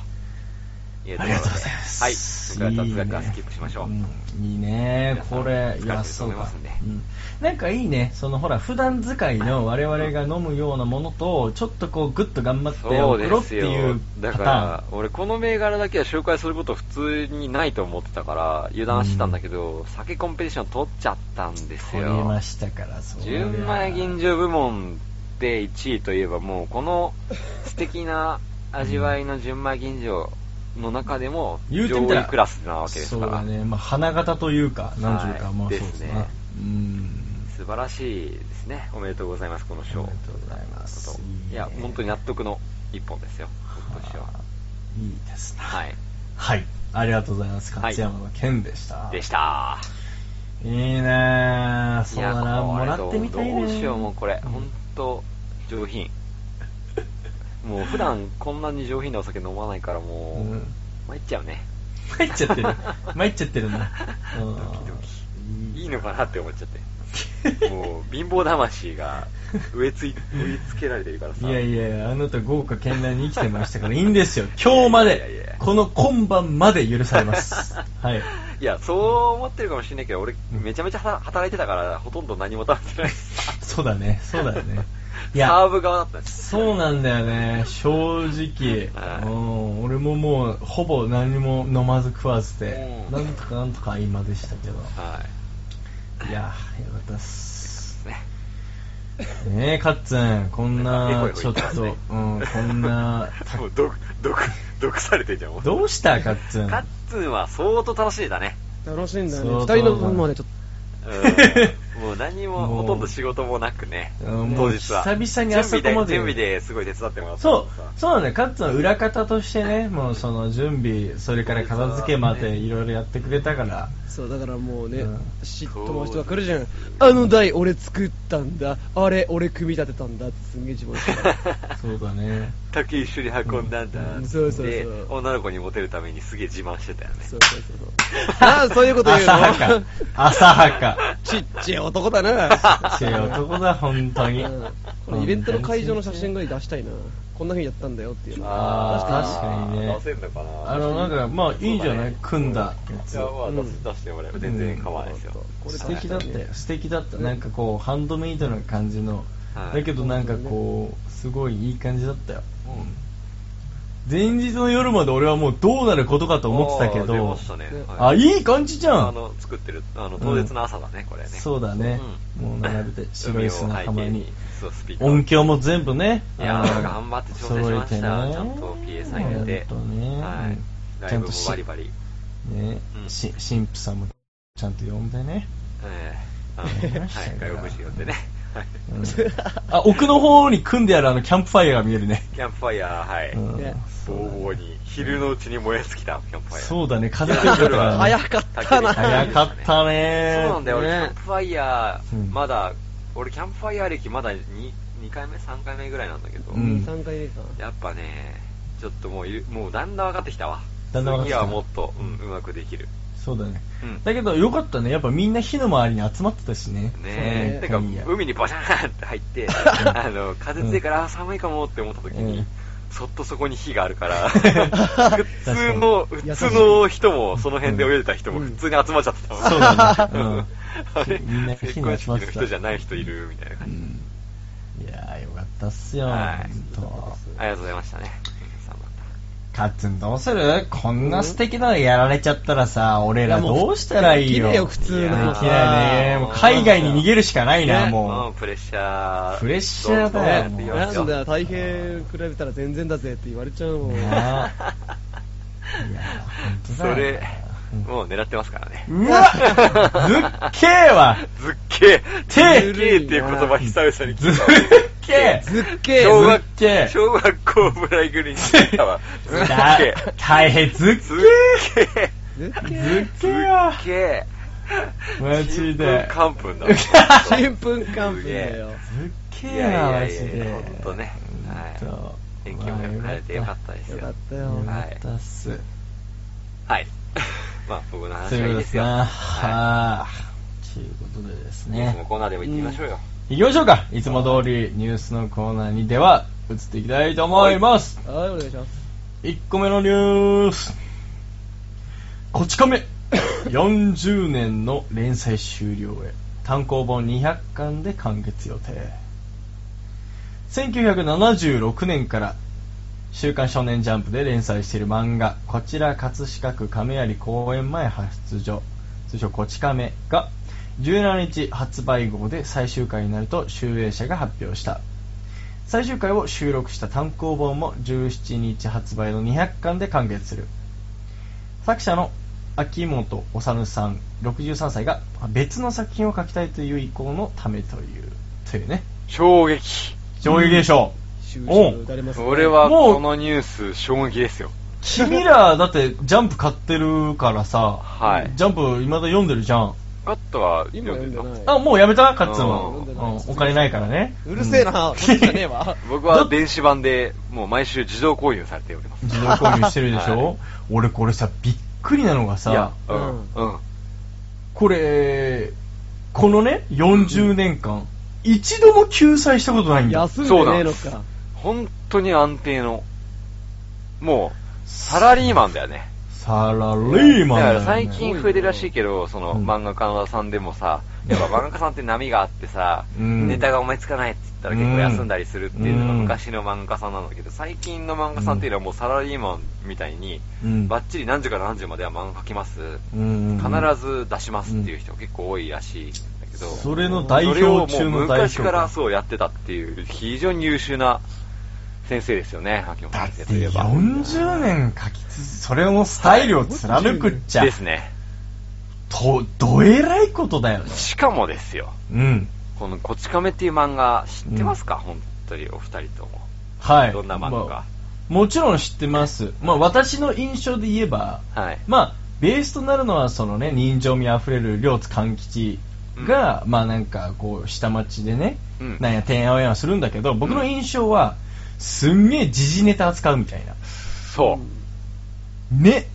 S2: いうところ
S3: ありがとうございます。
S2: はい。僕は雑学はスキップしましょう。
S3: うんいいね
S2: 皆、さん
S3: これ、
S2: 疲れてると思い
S3: いや、そう
S2: ま
S3: か
S2: すんで。
S3: うんなんかいいね、そのほら、普段使いの我々が飲むようなものと、ちょっとこう、ぐっと頑張って
S2: そう
S3: 送ろ
S2: で
S3: うって
S2: す
S3: い
S2: よ
S3: う。
S2: だ
S3: パ
S2: か
S3: タ
S2: ら、俺この銘柄だけは紹介すること普通にないと思ってたから、油断してたんだけど、酒コンペティション取っちゃったんです
S3: ーン。取り
S2: よ
S3: ま。したから、そう。
S2: 純米吟醸部門で1位といえば、もうこの素敵な味わいの純米吟醸の中でも、
S3: 言
S2: 上
S3: うてみたら
S2: 位クラスなわけですか
S3: そう
S2: ら
S3: だ。ね、まあ、花形というか、なんというか、
S2: はい
S3: まあ、そうです
S2: です
S3: ね
S2: ね。
S3: うん。
S2: 素晴らしいですね。おめでとうございます、この賞。
S3: おめでとうございます
S2: いや、本当に納得の一本ですよ、今年は。
S3: いいですね。
S2: はい。
S3: はい。ありがとうございます。
S2: はい
S3: 勝山の県でした。
S2: でした。
S3: いいねそうだな、
S2: こ
S3: も
S2: れ
S3: らってみたいね。
S2: どうしよう、もうこれ、本当上品。 もう普段こんなに上品なお酒飲まないから、もう、
S3: うん
S2: 参っちゃうね。
S3: 参っち ゃってる。参っちゃってるな。うん
S2: ドキドキ。いいのかなって思っちゃって。もう、貧乏魂が植えつい植え付けられてるからさ。
S3: いやいや、あなた豪華絢爛に生きてましたから、いいんですよ。今日ま
S2: いやいやい
S3: で
S2: や、
S3: この今晩まで許さ れます。はい。
S2: いや、そう思ってるかもしれないけど、俺、めちゃめちゃは働いてたから、ほとんど何も食べてない。
S3: そうだね、そうだね。い
S2: サ
S3: や
S2: ー、ブ側だったんです。
S3: そうなんだよね、正直。
S2: はい
S3: うん、俺ももう、ほぼ何も飲まず食わずで、
S2: うん
S3: なんとかなんとか今でしたけど。
S2: はい。
S3: いや、よかったっ す。
S2: ね
S3: ねえ、カッツン、こんな
S2: なん、か
S3: ちょっと、
S2: エコエコ言って
S3: うん、こんな、
S2: もう毒、毒、毒されてんじゃん、もう
S3: どうしたカッツン。
S2: カッツンは相当楽しいだね。
S4: 楽しいんだよね。
S3: そ
S4: 二
S3: うそう
S4: 人の分までちょっ
S2: うんもう何も、
S3: も
S2: ほ
S3: う
S2: とんど仕事もなくね、
S3: うん
S2: 当日は。
S3: もう久々にあそこまで
S2: 準備で、準備ですごい手伝ってもらった
S3: そう
S2: からさ、
S3: そうなんだよ。カッツンは裏方としてね、もうその準備、それから片付けまでいろいろやってくれたから。
S4: と、そう、だからもうね、
S3: うん
S4: 嫉妬の人が来るじゃん。あの台俺作ったんだ。あれ俺組み立てたんだってすんげえ自慢してた
S3: そうだね。
S2: 竹一緒に運んだんだって、
S4: うんそうそうそう
S2: で女の子にモテるためにすげえ自慢してたよね
S4: そうそうそうそう。 ああ、そういうこと言う
S3: 浅はか
S4: の。。
S3: 浅 は
S4: ちっちゃい男だな。
S3: か。強い男だ、本当に。
S4: うんこのイベントの会場の写真ぐらい出したいな。こんな風にやったんだよっていうの。
S3: あー確かにね
S2: 出せんのかな
S3: あの、なんか、まあ、いいじゃない、組んだや
S2: い
S3: つ
S2: や。まあ出
S4: うん
S2: す出してもらえば全然構わないですよ、
S4: これ
S3: 素敵だったよ。素敵だった。
S4: ね
S3: なんかこう、ハンドメイドな感じの。
S2: はい
S3: だけどなんかこう、すごいいい感じだったよ。前日の夜まで俺はもうどうなることかと思ってたけ
S2: あー出ま
S3: ど
S2: し、たね、
S3: あ、いい感じじゃ
S2: あ
S3: ん
S2: の作ってるあの当日の朝だね、これね
S3: そうだね、
S2: うん
S3: もう並 べて白い砂
S2: 海を背
S3: 浜
S2: 景
S3: に
S2: そうスピーカー
S3: 音響も全部ね
S2: いや
S3: あの
S2: ー頑張って調整しました
S3: 揃えてね
S2: ちゃんと PA さん入れて
S3: ほんとね
S2: はい、
S3: うん
S2: ラ
S3: ち
S2: イ
S3: ゃ
S2: ブ
S3: ん
S2: も
S3: とし
S2: バリバリ
S3: ね、
S2: うん
S3: し神父さんもちゃんと呼んでね、
S2: ええあ
S3: やり
S2: の
S3: ました
S2: は
S3: よ
S2: い、外国人呼んでね、はい
S3: うんあ奥の方に組んであるあのキャンプファイヤーが見え るね、
S2: キャンプファイヤー、はい、
S3: うん
S4: ね
S2: ぼうぼうに、昼のうちに燃やすきた、キャンプファイヤー。
S3: そうだね風強かったからね
S4: 早かったな。
S3: 早かったね
S2: そうなんだよ、俺、キ
S4: ね
S2: ャンプファイヤ
S3: うん
S2: ー、まだ、俺、キャンプファイヤー歴、まだ 2, 2回目、3回目ぐらいなんだけど、
S3: うん
S4: 3回目か。
S2: やっぱね、ちょっともういる、もうだんだん分かってきたわ。
S3: だんだん分かってき
S2: 次
S3: た
S2: はもっと、うん、うまくできる。
S3: そうだね
S2: うん。
S3: だけどよかったねやっぱみんな火の周りに集まってたしね
S2: ねえ、
S3: そ
S2: て
S3: の
S2: か
S3: ファイヤ、ー
S2: 海にバシャーンって入っ て、あの、風強いから、あ寒いかもって思った時
S3: う
S2: に
S3: ん、
S2: そっとそこに火がある から、普通の、
S4: 確か
S2: 普
S4: に
S2: 通の人も、その辺で泳いでた人も
S4: うん
S2: 普通に集まっちゃってたもん
S3: そうだねうん
S2: あれ
S3: みんな火
S2: 結
S3: に
S2: 婚
S3: 集
S2: 式
S3: ま
S2: の
S3: ってた
S2: 人じゃない人いるみたいな感じ。
S3: いやーよかったっすよ、
S2: はい
S3: 本
S2: ありがとうございましたね。さあま
S3: 当カッツンどうするこんな素敵なのやられちゃったらさ、俺らどうしたらいいよ
S4: いやもう普通
S3: い
S4: に
S3: や
S4: できないよ
S3: で
S4: 普
S3: き
S4: 通の
S3: ないねもう海外に逃げるしかないな、
S2: た
S3: もう、
S2: プレッシャー。
S3: プレッシャーだよ
S2: どんどんやっていきます
S4: な
S2: よ
S4: んだ、大変比べたら全然だぜって言われちゃうもん。
S3: なあいや本当
S2: そ
S3: だよ
S2: れ、もう狙ってますからね。
S3: うわ ずっけえわ
S2: ズッケー、
S3: てえ
S2: ズッケーっていう言葉久々に
S3: ず
S2: 聞い
S3: っ
S2: た。
S3: けえ
S4: ずっけ
S2: 小
S4: ー
S2: 学
S3: ズッケー
S2: 小学校ぐらいぐらいに聞いたわ。ズッ
S3: だ
S2: ケ
S3: 大変ずっけ
S2: ー。ズッケー。
S4: ずっ
S3: え
S4: け
S3: ず
S4: ー
S3: っけえわ
S2: ズッケー。
S3: マジで
S2: 完封だ。
S4: ちんぷんかんぷんだよ。
S3: ずっけ
S2: い
S3: えな
S2: や
S3: マ
S2: いや
S3: ジ
S2: いや、
S3: で
S2: ほんとね。
S3: 本
S2: はい。
S3: 当
S2: 天気も良くなれてよかったです
S4: よ
S2: よ
S4: かっ。た
S3: よ
S4: よ。
S3: かったっす、
S2: はい。 まあ、僕の
S3: と
S2: 話
S3: い
S2: は
S3: う
S2: いいで
S3: ことですす
S2: よ。
S3: なはい、
S2: は
S3: ということでです
S2: い。ニュースの
S3: ね
S2: コーナーでも行ってみましょうよ。
S3: 行きましょうかいつも通りニュースのコーナーにでは移っていきたいと思います
S4: はい、お願いします。
S3: 1個目のニュースこち亀40年の連載終了へ単行本200巻で完結予定1976年から「週刊少年ジャンプ」で連載している漫画こちら葛飾区亀有公園前発所通称こち亀が17日発売号で最終回になると集英社が発表した最終回を収録した単行本も17日発売の200巻で完結する作者の秋元治さん63歳が別の作品を書きたいという意向のためというというね
S2: 衝撃。
S3: 衝撃でしょ
S4: 終
S3: お
S4: 始
S3: う
S4: 打たれますね。
S2: 俺は
S3: もう
S2: このニュース衝撃ですよ。
S3: 君らだってジャンプ買ってるからさ、
S2: はい
S3: ジャンプ未だ読んでるじゃん
S2: ガットは
S4: 今読んでない。
S3: あもうやめたカッツンは、
S2: うん
S3: うんお金ないからね
S4: うるせえな、
S3: うん
S4: こっちじゃね えわ。
S2: 僕は電子版でもう毎週自動購入されております。
S3: 自動購入してるで し
S2: は
S3: ょ、俺これさびっくりなのが
S2: いや
S3: さ、
S2: うん、うん。
S3: これ、このね、40年間、一度も救済したことないんだよ。
S4: 休んでねえのか。
S2: 本当に安定の、もう、サラリーマンだよね。
S3: サラリーマン
S2: だか
S3: だよ、
S2: ら
S3: ね。
S2: 最近増えてるらしいけど、その
S3: うん
S2: 漫画家さんでもさ、やっぱ漫画家さんって波があってさ、
S3: うん
S2: ネタが思いつかないって言ったら結構休んだりするっていうのが
S3: うん
S2: 昔の漫画家さんなんだけど、最近の漫画家さんっていうのはもうサラリーマンみたいに、
S3: うん
S2: バッチリ何時から何時までは漫画描きます。
S3: うん、
S2: 必ず出しますっていう人結構多いらしいんだけど、
S3: それの代表
S2: そ
S3: 中の代表
S2: れをもう昔からそうやってたっていう、非常に優秀な先生ですよね、秋元
S3: だっ
S2: 先
S3: て
S2: 生といえば。
S3: 40年書き続け、それのスタイルを貫くっちゃ。
S2: ですね。
S3: と、どえらいことだよね。
S2: しかもですよ、
S3: うん。
S2: このこち亀っていう漫画知ってますか、本当にお二人とも。
S3: はい。
S2: どんな漫画か
S3: まあもちろん知ってます。まあ私の印象で言えば、
S2: はい。
S3: まあ、ベースとなるのはそのね、人情味あふれる両津勘吉が、まあなんかこう、下町でね、
S2: うん
S3: なんや、てんやわんやするんだけど、僕の印象は、すんげえ時事ネタ扱うみたいな。
S2: そ
S3: ね。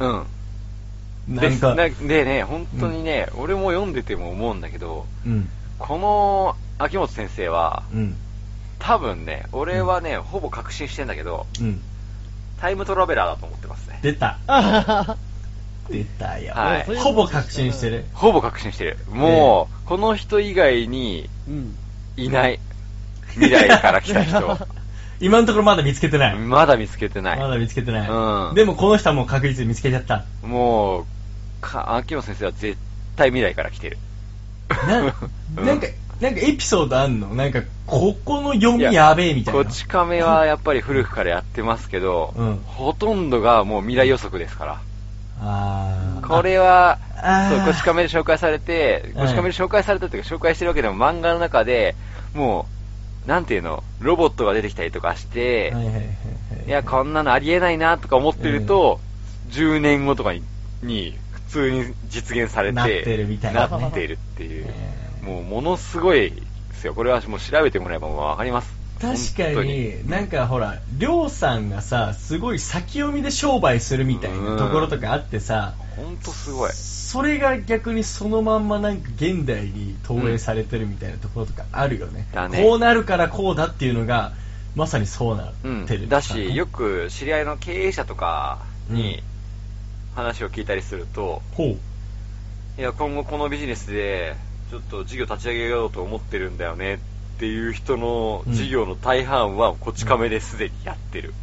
S2: う。うん。
S3: な
S2: で
S3: んか、
S2: なでね、本当にね、俺も読んでても思うんだけど、
S3: うん、
S2: この秋元先生は、
S3: うん、
S2: 多分ね、俺はね、ほぼ確信してんだけど、
S3: うん。
S2: タイムトラベラーだと思ってますね。
S3: 出た。
S4: あ
S3: 出たよ。
S2: はい
S4: そういう
S3: ほぼ確信してる。
S2: ほぼ確信してる。もう、この人以外に
S4: うん。
S2: いない。未来から来た人。
S3: 今のところまだ見つけて ない。
S2: まだ見つけてない。
S3: まだ見つけてない。
S2: うん
S3: でもこの人はもう確実に見つけちゃった。
S2: もう、か秋元先生は絶対未来から来てる。
S3: な
S2: うん
S3: なんか、なんかエピソードあんのなんか、ここの読み
S2: いや
S3: やべえみたいな。
S2: こち亀はやっぱり古くからやってますけど、
S3: うん
S2: ほとんどがもう未来予測ですから。
S3: あー
S2: これは
S3: あ、
S2: そう
S3: あ、ー
S2: こち亀で紹介されて、
S3: うん
S2: こち亀で紹介されたというか、紹介してるわけでも漫画の中で、もう、なんていうの、ロボットが出てきたりとかして、
S3: はいはい
S2: い
S3: はいはい
S2: や、こんなのありえないなとか思ってると、10年後とかに、に普通に実現されて、
S3: なってるみたいなね
S2: なってるっていう
S3: え、ー
S2: もうものすごいですよ。これはもう調べてもらえばもうわかります。
S3: 確
S2: 本当
S3: かに、なんかほら、りょうさんがさ、すごい先読みで商売するみたいなところとかあってさ、
S2: ほんとすごい。
S3: それが逆にそのまんまなんか現代に投影されてるみたいなところとかあるよね。
S2: うんだね
S3: こうなるからこうだっていうのが、まさにそうなって
S2: う
S3: る、
S2: ん、だし、よ。く知り合いの経営者とか
S3: う
S2: に
S3: ん
S2: 話を聞いたりすると、
S3: ほう。
S2: いや、今後このビジネスで、ちょっと事業立ち上げようと思ってるんだよねっていう人の
S3: うん
S2: 事業の大半は、こち亀ですでにやってる。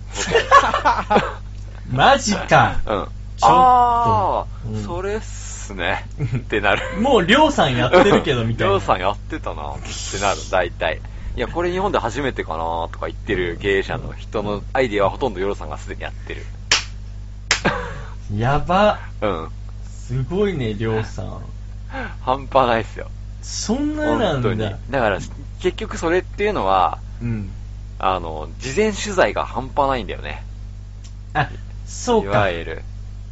S3: マジか。
S2: うん。
S3: ちょっと
S2: あー、
S3: うん
S2: それっすね。ってなる。
S3: もうりょうさんやってるけどみたい
S2: り
S3: な
S2: ょうさんやってたなってなる、大体。いや、これ日本で初めてかなとか言ってる経営者の人のアイディアはほとんどりょうさんがすでにやってる。
S3: やば。
S2: うん。
S3: すごいね、りょうさん。
S2: 半端ないっすよ。
S3: そんなな
S2: 本
S3: ん
S2: 当に。
S3: だ
S2: だ。から、結局それっていうのは、
S3: うん。
S2: あの、事前取材が半端ないんだよね。
S3: あ、そう
S2: いわ
S3: か。
S2: ゆる。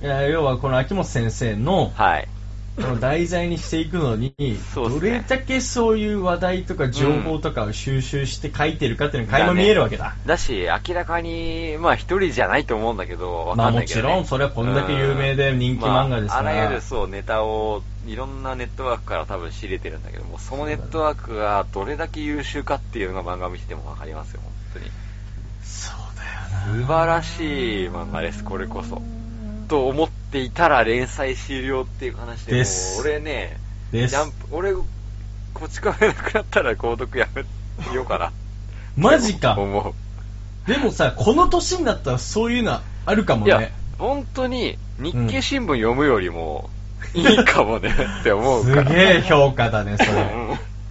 S3: いや要はこの秋元先生の、
S2: はい。
S3: この題材にしていくのに、
S2: そうっすね
S3: どれだけそういう話題とか情報とかを収集して書いてるかっていうのが垣間見えるわけだ。
S2: だし、明らかに、まあ一人じゃないと思うんだけど、わ
S3: ま
S2: か
S3: あ
S2: んな
S3: も
S2: いけど、
S3: ち
S2: ね。
S3: ろん、それはこんだけ有名で人気漫画ですから。
S2: まあ、あらゆるそう、ネタを、いろんなネットワークから多分仕入れてるんだけども、そのネットワークがどれだけ優秀かっていうのが漫画見ててもわかりますよ、本当に。
S3: そうだよ
S2: 素
S3: な。
S2: 晴らしい漫画です、これこそ。と思っていたら連載終了っていう話で、
S3: で
S2: もう
S3: す
S2: 俺ね、
S3: で
S2: ジ
S3: す
S2: ャンプ、俺、こっち亀なくなったら購読やめようかな。
S3: マジか。
S2: 思
S3: でもさ、この年になったらそういうのはあるかも
S2: う。いや
S3: ね。、
S2: 本当に日経新聞読むよりもいいかもねって思う
S3: す
S2: から。
S3: げえ評価だね、それ。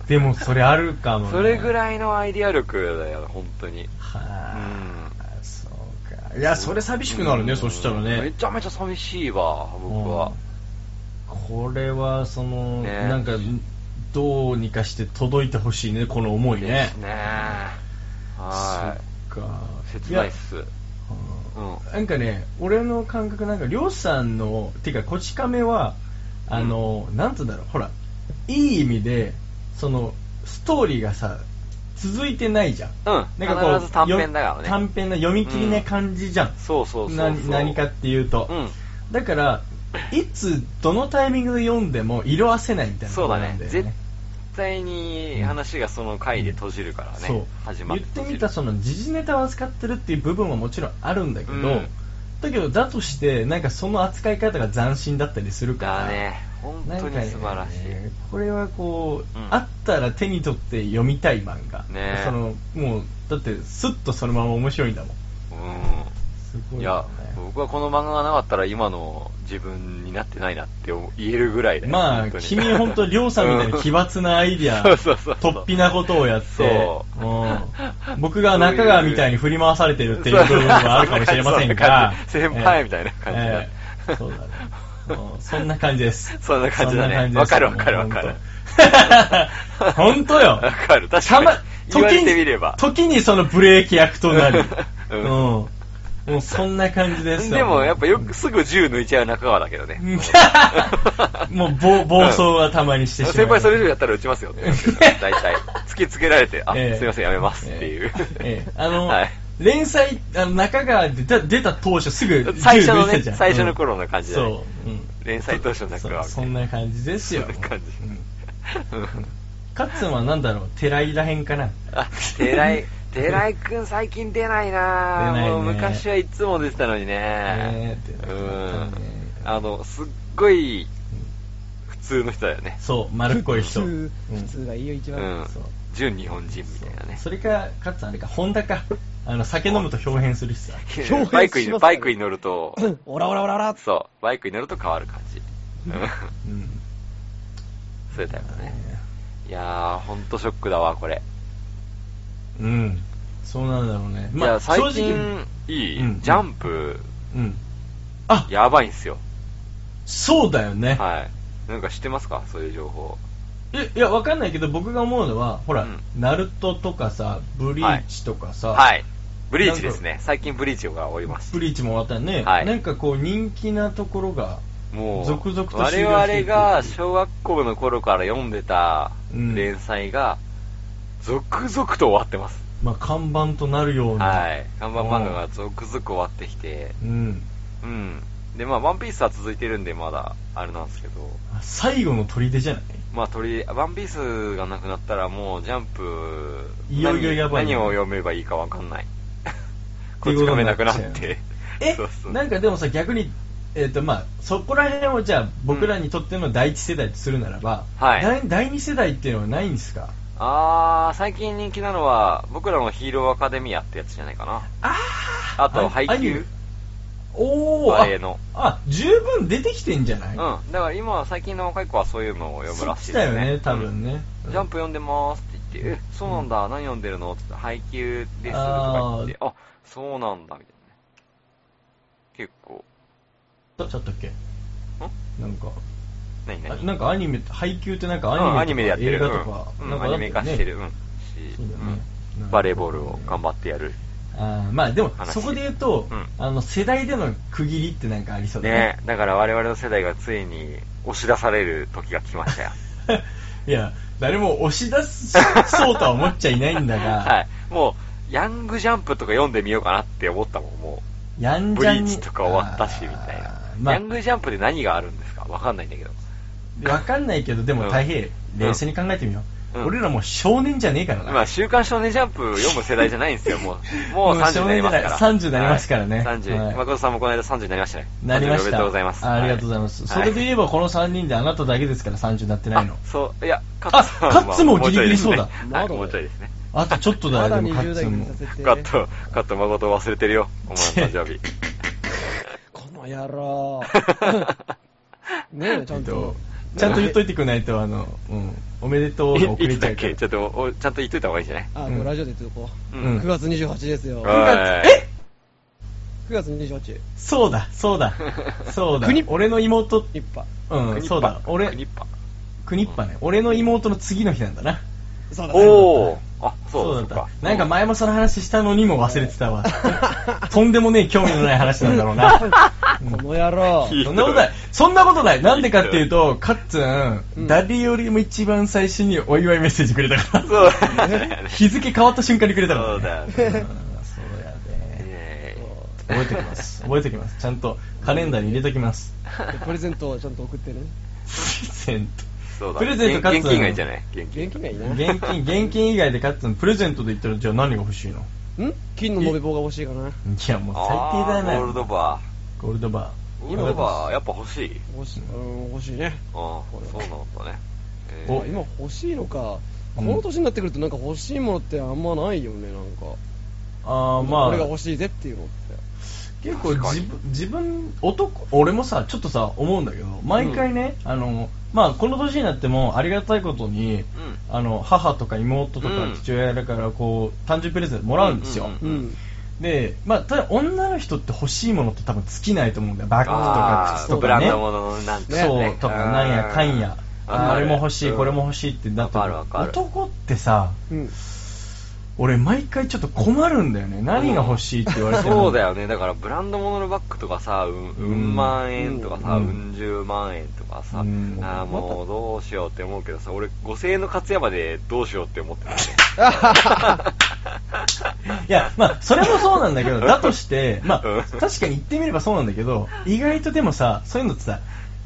S3: でもそれあるか
S2: う
S3: も、ね。
S2: んそれぐ
S3: い。
S2: らいのアイディア力だよ、本当に。
S3: はあ、そうか。いや、それ寂しくなるね、そしたら
S2: め
S3: ね。
S2: ちゃめちゃ寂しいわ、僕は。
S3: これは、その、
S2: ね
S3: なんか、どうにかして届いてほしいね、この思いね
S2: です。ね。は
S3: そっか。
S2: い。切ないっ
S3: や
S2: す。
S3: うんなんかね、俺の感覚なんか、りょうさんの、てか、こち亀は、あの、なんつうんだろう、ほら、いい意味で、その、ストーリーがさ、続いてないじゃん。
S2: うん
S3: なんかこう
S2: 必ず短編だからね
S3: よ短編の読み切りな感じじゃん。
S2: そうそうそうそう
S3: な何かっていうと。
S2: うん
S3: だから、いつ、どのタイミングで読んでも色あせないみたいな
S2: そうだね
S3: ことなん。
S2: 絶対に話がその回で閉じるから
S3: そう
S2: ね。始ま
S3: 言ってみたその時事ネタを扱ってるっていう部分はもちろんあるんだけど、
S2: うん
S3: だけどだとしてなんかその扱い方が斬新だったりするから
S2: だね。本
S3: なん
S2: 当
S3: か
S2: に素晴らしい。
S3: ねこれはこう、
S2: うん
S3: あったら手に取って読みたい漫画、
S2: ね
S3: そのもうだってスッとそのまま面白いんだもんす
S2: う
S3: ご
S2: ん。
S3: い
S2: い
S3: よ
S2: や
S3: ね、
S2: 僕はこの漫画がなかったら今の自分になってないなって思言えるぐらいだよ
S3: まあ、君本当、りょうさんみたいな奇抜なアイディア、
S2: そうそうそうそう
S3: 突飛なことをやって、
S2: そう
S3: うん僕が中川みたいに振り 回されてるっていう部分はあるかもしれませんが、
S2: そうそうそう先輩みたいな感じだ
S3: ええそうだね。うんそんな感じです。
S2: そんな感じだね
S3: そんな感じです
S2: わかるわかるわかる
S3: も う本当本当よ。
S2: わかる確か
S3: た
S2: に
S3: ま、
S2: 言わ
S3: 時
S2: れてみ
S3: に
S2: れば、
S3: 時にそのブレーキ役となり
S2: 。う
S3: うんん。 もうそんな感じですよ
S2: でもやっぱよくすぐ銃抜いちゃう仲間だけどね。
S3: もう暴暴走はたまにしてしまう。
S2: 先輩それ以上やったら撃ちますよ ね。大体。突きつけられて、あ、
S3: ええ
S2: すいません、やめますっていう。
S3: ええあ の、
S2: はい
S3: 連載、あの中川で出た出た当初すぐ
S2: 最初のね
S3: 出てたじゃん
S2: 最初の頃の感じだね
S3: そう、うん
S2: 連載当初の中川
S3: そうそ んな感じですよ。
S2: そんな感じ
S3: うん。
S2: うん
S3: かつんはなんだろう、寺井らへんかな。
S2: あ、寺井、寺井くん最近出ないなぁ。
S3: 出ないね
S2: もう昔はいつも出てたのにね
S3: ねえ出。
S2: う
S3: なか
S2: ん
S3: ったね。
S2: あの、すっごい、普通の人だよね。
S3: そう、丸っこい人。
S4: 普通
S3: うん
S4: 普通がいいよ一
S2: う
S4: 番、
S2: ん
S3: そう。
S2: 純日本人みたいなね。
S3: それか、かつんあれか、ホンダか。あの、酒飲むと表変する人 だ。
S4: 表現します
S2: バイクに、バイクに乗ると、
S4: オラオラオラオラ
S2: そう、バイクに乗ると変わる感じ。うん
S3: うん。
S2: そういうタイプだね。いやー、ほんとショックだわ、これ。
S3: うん。そうなんだろうね。
S2: いや、最
S3: 正
S2: 近、いい、
S3: うん
S2: ジャンプ、
S3: 直うん。あ、
S2: やばいんすよ。
S3: そうだよね。
S2: はい。なんか知ってますかそういう情報。
S3: えいや、わかんないけど、僕が思うのは、ほら、
S2: うん
S3: ナルトとかさ、ブリーチとかさ、
S2: はい。ブリーチです
S3: な
S2: ね。最近ブリーチが追いまし
S3: ブリーチも終わったよね、
S2: はい
S3: なんかこう、人気なところが、
S2: た。もう、
S3: 続々と終
S2: 我
S3: 了して
S2: 々
S3: いく
S2: が小学校の頃から読んでた
S3: うん
S2: 連載が、続々と終わってます。
S3: まあ、看板となるような、
S2: はい。看板漫画が続々終わってきて、
S3: うん、
S2: うん。で、まあ、ワンピースは続いてるんで、まだ、あれなんですけど、
S3: あ最後の砦じゃない
S2: まあ、鳥、ワンピースがなくなったら、もう、ジャンプ、
S3: いよいよやばい
S2: 何
S3: ね
S2: 何を読めばいいかわかんない。
S3: て
S2: こ
S3: い
S2: っ
S3: う
S2: ち
S3: こと
S2: 亀
S3: にな
S2: な
S3: っ
S2: く
S3: ち
S2: な
S3: ゃ
S2: っ
S3: う
S2: て。
S3: え
S2: そうそう
S3: なんかでもさ、逆に、えっ、と、まあ、そこら辺をじゃあ、僕らにとっての第一世代とするならば、
S2: うんはい
S3: 第第二世代っていうのはないんですか
S2: あー、最近人気なのは、僕らのヒーローアカデミアってやつじゃないかな。
S3: あー
S2: あと、配
S3: アニメ
S2: 給
S3: おー
S2: バレエの
S3: ああ十分出てきてんじゃな
S2: う
S3: い
S2: ん。だから今は最近の若い子はそういうのを読むらしいですね。
S3: そっちだよね多分ね
S2: うんジャンプ読んでますって言って、え、そうなんだ、何読んでるのって言って、配給ですとか言って、あそうなんだ、みたいなね。結構、
S3: ちょちょっとっけなんか
S2: 何
S3: あ
S2: 何
S3: なんかアニメ配給ってなんか
S2: うん
S3: ア
S2: ア
S3: ニ
S2: ニ
S3: メ
S2: メ
S3: と
S2: で
S3: か
S2: やってる。
S3: 映画とか、
S2: うん
S3: な
S2: うんん
S3: か
S2: アニメ化してる。う
S3: あっ
S2: ん。し
S3: そうだよね
S2: うんバレーボールを頑張ってやる。
S3: たよねあーまあでも
S2: 話
S3: そこで言うと、
S2: うん
S3: あの世代での区切りってなんかありそうだ
S2: ね
S3: ね
S2: だから我々の世代がついに押し出される時が来ま したよ。
S3: いや誰も押し出すそうとは思っちゃいないんだ が、
S2: はい。もう、ヤングジャンプとか読んでみようかなって思ったもん、も
S3: や
S2: う。
S3: ん
S2: ブ
S3: じゃ
S2: リ
S3: んに
S2: ーチとか終わったし、みたいな
S3: あー。ま
S2: ヤングジャンプで何があるんですかわかんないんだけど。
S3: あわかんないけどでも大平、
S2: うん
S3: 冷静に考えてみよう、
S2: うん
S3: 俺らもう少年じゃねえからな、
S2: まあ、週刊少年ジャンプ読む世代じゃないんですよ、も う。もう
S3: もう
S2: 30になりますから。
S3: 少年時代30になりますからね
S2: はい30。
S3: はい
S2: 誠さんもこの間30になりましたね。
S3: なりました
S2: おめでとうございます。
S3: あありがとうございます、それで言えばこの3人であなただけですから30になってないの
S2: あそう、いや、カ
S3: あ
S2: は
S3: カッツもギリギリそうだ
S2: もうちょいですね
S4: ま
S2: は
S4: だ
S2: い、もうちょいですね。
S3: あとちょっとだ
S4: ま
S3: よ、
S4: だ
S3: でもカッ
S4: 20代
S3: ツン
S4: に
S3: も
S4: さ。せて
S2: カット、カット誠忘れてるよ。お前の誕生 日。
S4: この 野郎ねえちゃんと
S3: ちゃんと言っといてくれないと、あの、うん、おめでとうが遅
S2: いい
S3: れ
S2: つ
S3: ちゃ
S2: だっ
S3: うか
S2: け
S3: ら
S2: ち。ょっとお、ちゃんと言っといた方がいいんじゃない
S4: あ、
S3: う
S4: も
S3: ん
S4: うラジオで言っとこう、
S3: うん
S4: 9月28日ですよ9
S2: はい
S3: え
S4: 月28
S3: そうだ、そ うだ、そうだ
S4: 国、
S3: 俺の妹、
S4: 一派
S3: うん、そうだ、俺、
S2: クニッパ。
S3: クニッパね、俺の妹の次の日なんだな。
S4: そうだね
S2: おー。あ、そうだ、そう
S3: だっ
S2: か。
S3: た。なんか前もその話したのにも忘れてたわ。 とんでもねえ興味のない話なんだろう な。
S4: この野郎
S2: いい
S3: そんなことない。そんなことない。なんでかっていうと、カッツ
S4: う
S3: ン、
S4: ん
S3: 誰よりも一番最初にお祝いメッセージくれたから。
S2: そうだよね
S3: 日付変わった瞬間にくれたから、
S2: そうだよね
S3: うんそうやね。
S2: え
S3: 覚えておきます。覚えておきます。ちゃんとカレンダーに入れときます。
S4: でプレゼントをちゃんと送ってね
S3: プレゼン
S2: ーそうだ。
S3: プレゼントカッ
S2: 現
S3: ツ
S2: 現
S3: ン
S2: 金がいいんじゃない現金。
S4: 現金がいい
S3: ト。
S4: な
S3: 現金、現金以外で買ったのプレゼントで言ったらじゃあ何が欲しいの
S4: ん金の延べ棒が欲しいかない
S3: やもう最低だ
S2: あ
S3: な。
S2: ーゴールドバ
S3: ー。ゴールドバ
S2: ー。
S3: ー。
S2: ゴールドバー、やっぱ欲しい。
S4: 欲し,、うん、欲しいね
S2: ああ、そうなんだね。えー
S3: お
S4: あ今欲しいのか
S3: う
S4: こ
S3: ん
S4: の年になってくるとなんか欲しいものってあんまないよねなんか
S3: あーまあ
S4: これが欲しいぜっていうのって
S3: 結構自分自分男俺もさちょっとさ思うんだけど毎回ね、あのまあこの年になってもありがたいことに、あの母とか妹と
S2: う
S3: か
S2: ん
S3: 父親だからこう誕生日プレゼントもらうんですよ、
S2: うんうんうん
S4: うん
S3: で、まあ、ただ女の人って欲しいものって多分尽きないと思うんだよ。バッグとか靴と
S2: ブ
S3: か
S2: ラン
S3: ね。
S2: ドものなんてね。
S3: そう、とか、なんやかんや。
S2: わ
S3: あ
S2: かる
S3: れも欲しい、これも欲しいってなって
S2: わかるわかる
S3: 男ってさ、
S4: うん。
S3: 俺毎回ちょっと困るんだよね。何が欲しいって言われても。
S2: そうだよね。だからブランド物のバッグとかさ、うん、うん万円とかさ、
S3: う
S2: うんん十万円とかさ、
S3: うん
S2: あーもうどうしようって思うけどさ、俺5000円の勝山でどうしようって思ってたね。
S3: いや、まあ、それもそうなんだ けど、だとして、まあ
S2: うん、
S3: 確かに言ってみればそうなんだけど、意外とでもさ、そういうのってさ、